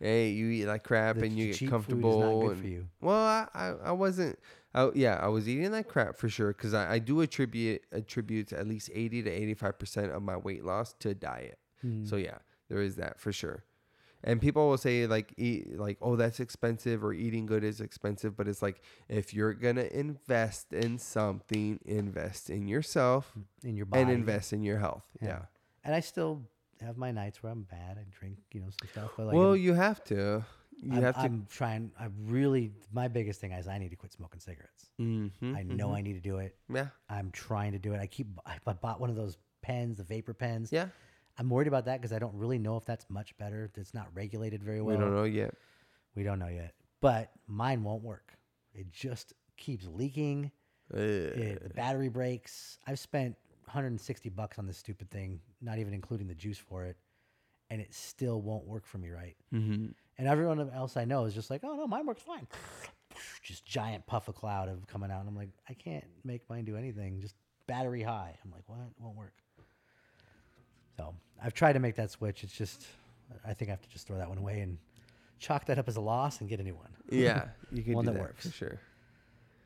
Speaker 1: Hey, you eat like crap
Speaker 2: The
Speaker 1: and
Speaker 2: ch-
Speaker 1: you
Speaker 2: cheap
Speaker 1: get
Speaker 2: food is not
Speaker 1: comfortable.
Speaker 2: good
Speaker 1: and-
Speaker 2: for you.
Speaker 1: Well, I, I, I wasn't. I, yeah, I was eating like crap for sure because I, I do attribute attribute at least 80 to 85 percent of my weight loss to diet.
Speaker 2: Hmm.
Speaker 1: So yeah, there is that for sure. And people will say like eat like oh that's expensive or eating good is expensive, but it's like if you're gonna invest in something, invest in yourself.
Speaker 2: in your body
Speaker 1: and invest in your health. Yeah.
Speaker 2: And I still have my nights where I'm bad. I drink, you know, some stuff. But like,
Speaker 1: well,
Speaker 2: I'm,
Speaker 1: you have to. You
Speaker 2: I'm,
Speaker 1: have to.
Speaker 2: I'm trying. I really, my biggest thing is I need to quit smoking cigarettes.
Speaker 1: Mhm,
Speaker 2: I know I need to do it.
Speaker 1: mm-hmm. Yeah.
Speaker 2: I'm trying to do it. I keep. I I bought one of those pens, the vapor pens.
Speaker 1: Yeah.
Speaker 2: I'm worried about that because I don't really know if that's much better. It's not regulated very well.
Speaker 1: we don't know yet.
Speaker 2: We don't know yet. But mine won't work. It just keeps leaking.
Speaker 1: Ugh.
Speaker 2: It, the battery breaks. I've spent 160 bucks on this stupid thing, not even including the juice for it, and it still won't work for me right.
Speaker 1: Mhm.
Speaker 2: And everyone else I know is just like, "Oh no, mine works fine." Just giant puff of cloud of coming out, and I'm like, I can't make mine do anything. Just battery high. I'm like, what? It won't work. So I've tried to make that switch. It's just, I think I have to just throw that one away and chalk that up as a loss and get a new one. [laughs]
Speaker 1: Yeah. You can
Speaker 2: One
Speaker 1: do
Speaker 2: that
Speaker 1: that
Speaker 2: works.
Speaker 1: for sure.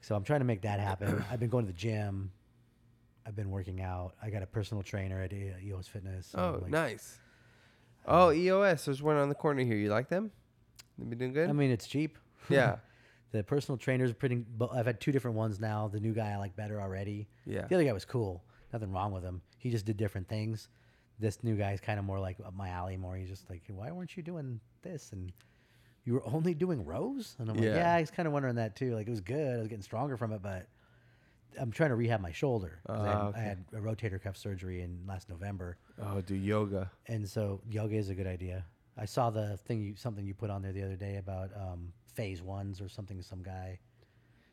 Speaker 2: So I'm trying to make that happen. I've been going to the gym. I've been working out. I got a personal trainer at E- EOS Fitness. so
Speaker 1: Oh,
Speaker 2: I'm like-
Speaker 1: nice. Oh, EOS. There's one on the corner here. You like them? They be doing good.
Speaker 2: I mean, it's cheap. [laughs]
Speaker 1: yeah.
Speaker 2: The personal trainers are pretty. But I've had two different ones now. The new guy I like better already.
Speaker 1: Yeah.
Speaker 2: The other guy was cool. Nothing wrong with him. He just did different things. this new guy's kind of more like up my alley. More he's just like, why weren't you doing this? And you were only doing rows. And I'm like,
Speaker 1: Yeah.
Speaker 2: yeah, I was kind of wondering that too. Like it was good. I was getting stronger from it, but I'm trying to rehab my shoulder. 'cause I, had,
Speaker 1: Ah,
Speaker 2: I had a rotator cuff surgery in last November,
Speaker 1: Oh, do yoga.
Speaker 2: and so yoga is a good idea. I saw the thing you something you put on there the other day about um, phase ones or something. Some guy.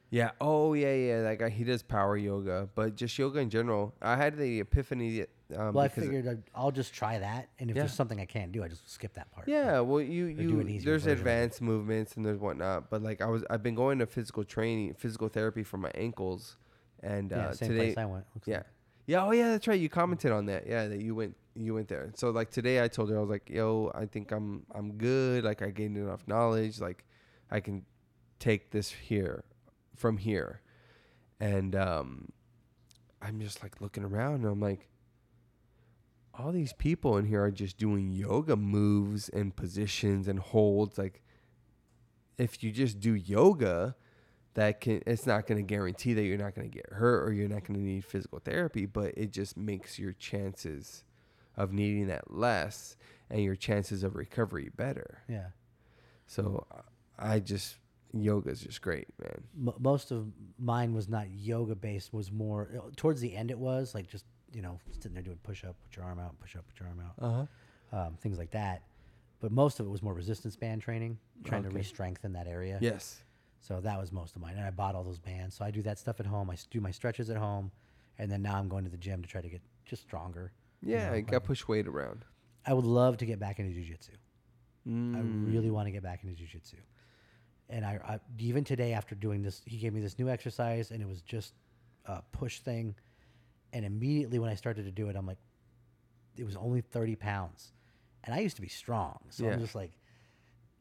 Speaker 1: Yeah. Oh, yeah, yeah. That guy, he does power yoga, but just yoga in general. I had the epiphany. Um,
Speaker 2: Well, I
Speaker 1: because-
Speaker 2: figured I'd, I'll just try that, and if
Speaker 1: Yeah.
Speaker 2: there's something I can't do, I just skip that part.
Speaker 1: Yeah, well, you
Speaker 2: Or do
Speaker 1: you
Speaker 2: an easier
Speaker 1: there's
Speaker 2: version of it.
Speaker 1: advanced movements and there's whatnot, but like I was I've been going to physical training, physical therapy for my ankles, and
Speaker 2: yeah,
Speaker 1: uh,
Speaker 2: same
Speaker 1: today,
Speaker 2: place I went. looks
Speaker 1: yeah,
Speaker 2: like.
Speaker 1: yeah, oh yeah, that's right. You commented on that, yeah, that you went you went there. So like today, I told her I was like, yo, I think I'm I'm good. Like I gained enough knowledge. Like I can take this here from here, and um, I'm just like looking around and I'm like, all these people in here are just doing yoga moves and positions and holds. Like, if you just do yoga, that can it's not going to guarantee that you're not going to get hurt or you're not going to need physical therapy, but it just makes your chances of needing that less and your chances of recovery better.
Speaker 2: yeah.
Speaker 1: So I just yoga's just great, man.
Speaker 2: M- most of mine was not yoga based. Was more uh, towards the end. It was like just you know sitting there doing push up, put your arm out, push up, put your arm out,
Speaker 1: Uh-huh.
Speaker 2: um, things like that. But most of it was more resistance band training, trying to
Speaker 1: Okay.
Speaker 2: re-strengthen that area.
Speaker 1: Yes.
Speaker 2: So that was most of mine, and I bought all those bands. So I do that stuff at home. I s- do my stretches at home, and then now I'm going to the gym to try to get just stronger.
Speaker 1: Yeah,
Speaker 2: know,
Speaker 1: I got push weight around.
Speaker 2: I would love to get back into jujitsu. I
Speaker 1: Mm.
Speaker 2: really want to get back into jujitsu. And I, I even today after doing this, he gave me this new exercise, and it was just a push thing. And immediately when I started to do it, I'm like, it was only 30 pounds, and I used to be strong, so
Speaker 1: Yeah.
Speaker 2: I'm just like,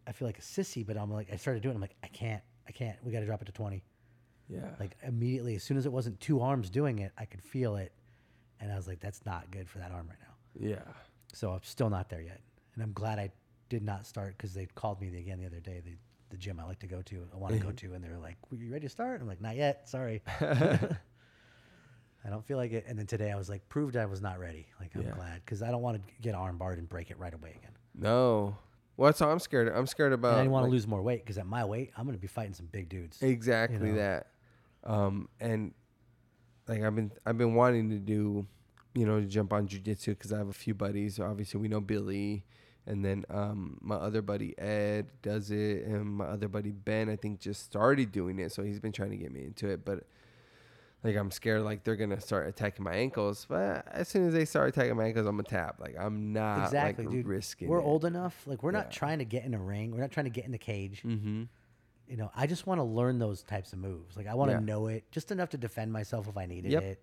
Speaker 2: I feel like a sissy. But I'm like, I started doing. it. I'm like, I can't, I can't. We got to drop it to 20.
Speaker 1: Yeah.
Speaker 2: Like immediately, as soon as it wasn't two arms doing it, I could feel it, and I was like, that's not good for that arm right now.
Speaker 1: yeah.
Speaker 2: So I'm still not there yet, and I'm glad I did not start because they called me again the other day. The the gym I like to go to, I want to
Speaker 1: [laughs]
Speaker 2: go to, and they're like, "Were you ready to start?" I'm like, "Not yet. Sorry, I don't feel like it." And then today I was like, "Proved I was not ready." Like I'm
Speaker 1: Yeah.
Speaker 2: glad because I don't want to get arm barred and break it right away again.
Speaker 1: No. Well, that's all I'm scared. of. I'm scared about.
Speaker 2: and I didn't want
Speaker 1: Uh, like,
Speaker 2: to lose more weight because at my weight I'm going to be fighting some big dudes.
Speaker 1: Exactly
Speaker 2: know?
Speaker 1: that. Um, and like I've been I've been wanting to do, you know, jump on jujitsu because I have a few buddies. Obviously, we know Billy, and then um, my other buddy Ed does it, and my other buddy Ben I think just started doing it, so he's been trying to get me into it, but. Like I'm scared, like they're gonna start attacking my ankles. But as soon as they start attacking my ankles, I'm gonna tap. Like I'm not
Speaker 2: exactly,
Speaker 1: uh, like
Speaker 2: dude.
Speaker 1: risking.
Speaker 2: we're old enough. Like we're
Speaker 1: Yeah.
Speaker 2: not trying to get in a ring. We're not trying to get in the cage.
Speaker 1: Mm-hmm.
Speaker 2: you know, I just want to learn those types of moves. Like I want to
Speaker 1: Yeah.
Speaker 2: know it just enough to defend myself if I needed
Speaker 1: Yep.
Speaker 2: it.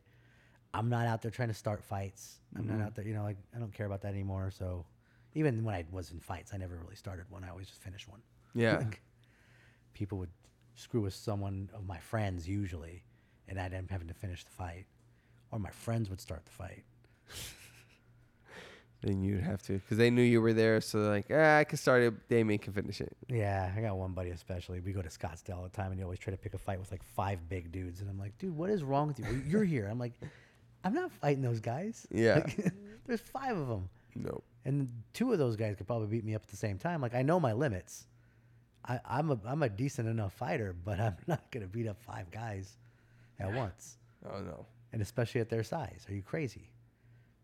Speaker 2: I'm not out there trying to start fights. I'm
Speaker 1: Mm-hmm.
Speaker 2: not out there, you know, like I don't care about that anymore. So even when I was in fights, I never really started one. I always just finished one.
Speaker 1: Yeah.
Speaker 2: Like, people would screw with someone of my friends usually, and I'd end up having to finish the fight, or my friends would start the fight.
Speaker 1: then you'd have to, because they knew you were there. So they're like, ah, I can start it. Damien can finish it.
Speaker 2: Yeah, I got one buddy especially. We go to Scottsdale all the time, and he always try to pick a fight with like five big dudes. And I'm like, dude, what is wrong with you? Well, You're here. I'm like, I'm not fighting those guys. [laughs]
Speaker 1: Yeah.
Speaker 2: Like, there's five of them,
Speaker 1: Nope.
Speaker 2: and two of those guys could probably beat me up at the same time. Like, I know my limits. I, I'm a I'm a decent enough fighter, but I'm [laughs] not gonna beat up five guys at once,
Speaker 1: Oh no.
Speaker 2: and especially at their size. Are you crazy?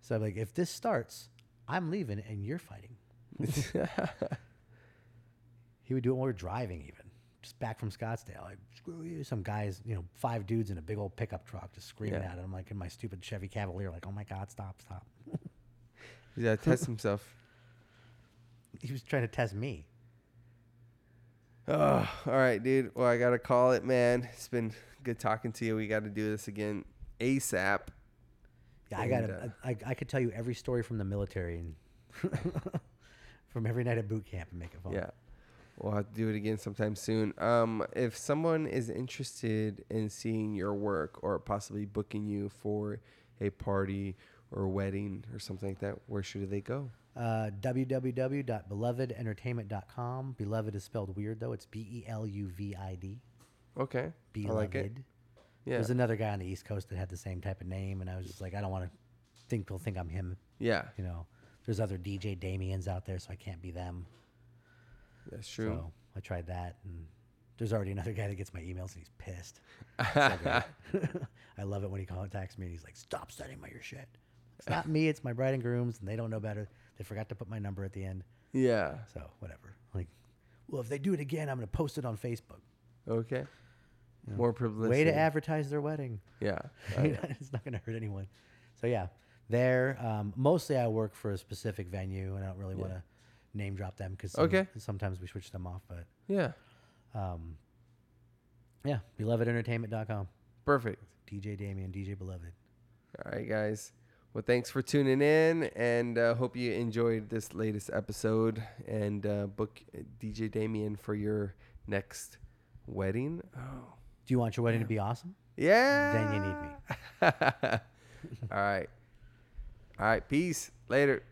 Speaker 2: So I'm like, if this starts, I'm leaving, and you're fighting. He would do it while we were driving, even just back from Scottsdale. Like, screw you. Some guys, you know, five dudes in a big old pickup truck just screaming
Speaker 1: Yeah.
Speaker 2: at him, like in my stupid Chevy Cavalier, like, oh my God, stop, stop. [laughs]
Speaker 1: He's gotta test himself. [laughs]
Speaker 2: He was trying to test me.
Speaker 1: Oh, all right, dude. Well, I gotta call it, man. It's been good talking to you. We gotta do this again ASAP.
Speaker 2: Yeah, I
Speaker 1: And,
Speaker 2: got
Speaker 1: uh,
Speaker 2: to I, I could tell you every story from the military and [laughs] from every night at boot camp and make it fun.
Speaker 1: Yeah. We'll have to do it again sometime soon. Um, if someone is interested in seeing your work or possibly booking you for a party or wedding or something like that, where should they go?
Speaker 2: Uh, www.belovedentertainment.com. Beloved is spelled weird, though. It's B E L U V I D.
Speaker 1: Okay. I
Speaker 2: Beloved.
Speaker 1: like it. Yeah.
Speaker 2: There's another guy on the East Coast that had the same type of name, and I was just like, I don't want to think people think I'm him.
Speaker 1: Yeah,
Speaker 2: You know, there's other DJ Damians out there, so I can't be them.
Speaker 1: that's true.
Speaker 2: So I tried that, and there's already another guy that gets my emails, and he's
Speaker 1: [laughs]
Speaker 2: pissed. [laughs] I love it when he contacts me and he's like, "Stop sending my your shit." It's not me. It's my bride and grooms, and they don't know better. They forgot to put my number at the end.
Speaker 1: yeah.
Speaker 2: So whatever. Like, well, if they do it again, I'm gonna post it on Facebook.
Speaker 1: Okay. More publicity.
Speaker 2: Way to advertise their wedding. [laughs]
Speaker 1: Yeah. I-
Speaker 2: it's not gonna hurt anyone. So yeah, there. Um, mostly, I work for a specific venue, and I don't really want to name drop them because
Speaker 1: Okay.
Speaker 2: sometimes we switch them off. But
Speaker 1: yeah.
Speaker 2: um, yeah, belovedentertainment.com.
Speaker 1: Perfect.
Speaker 2: DJ Damien, DJ Beloved.
Speaker 1: All right, guys. Well, thanks for tuning in, and uh, hope you enjoyed this latest episode. And uh, book DJ Damien for your next wedding. Oh,
Speaker 2: Do you want your wedding to be awesome?
Speaker 1: yeah.
Speaker 2: Then you need me.
Speaker 1: [laughs] All right. All right. Peace. Later.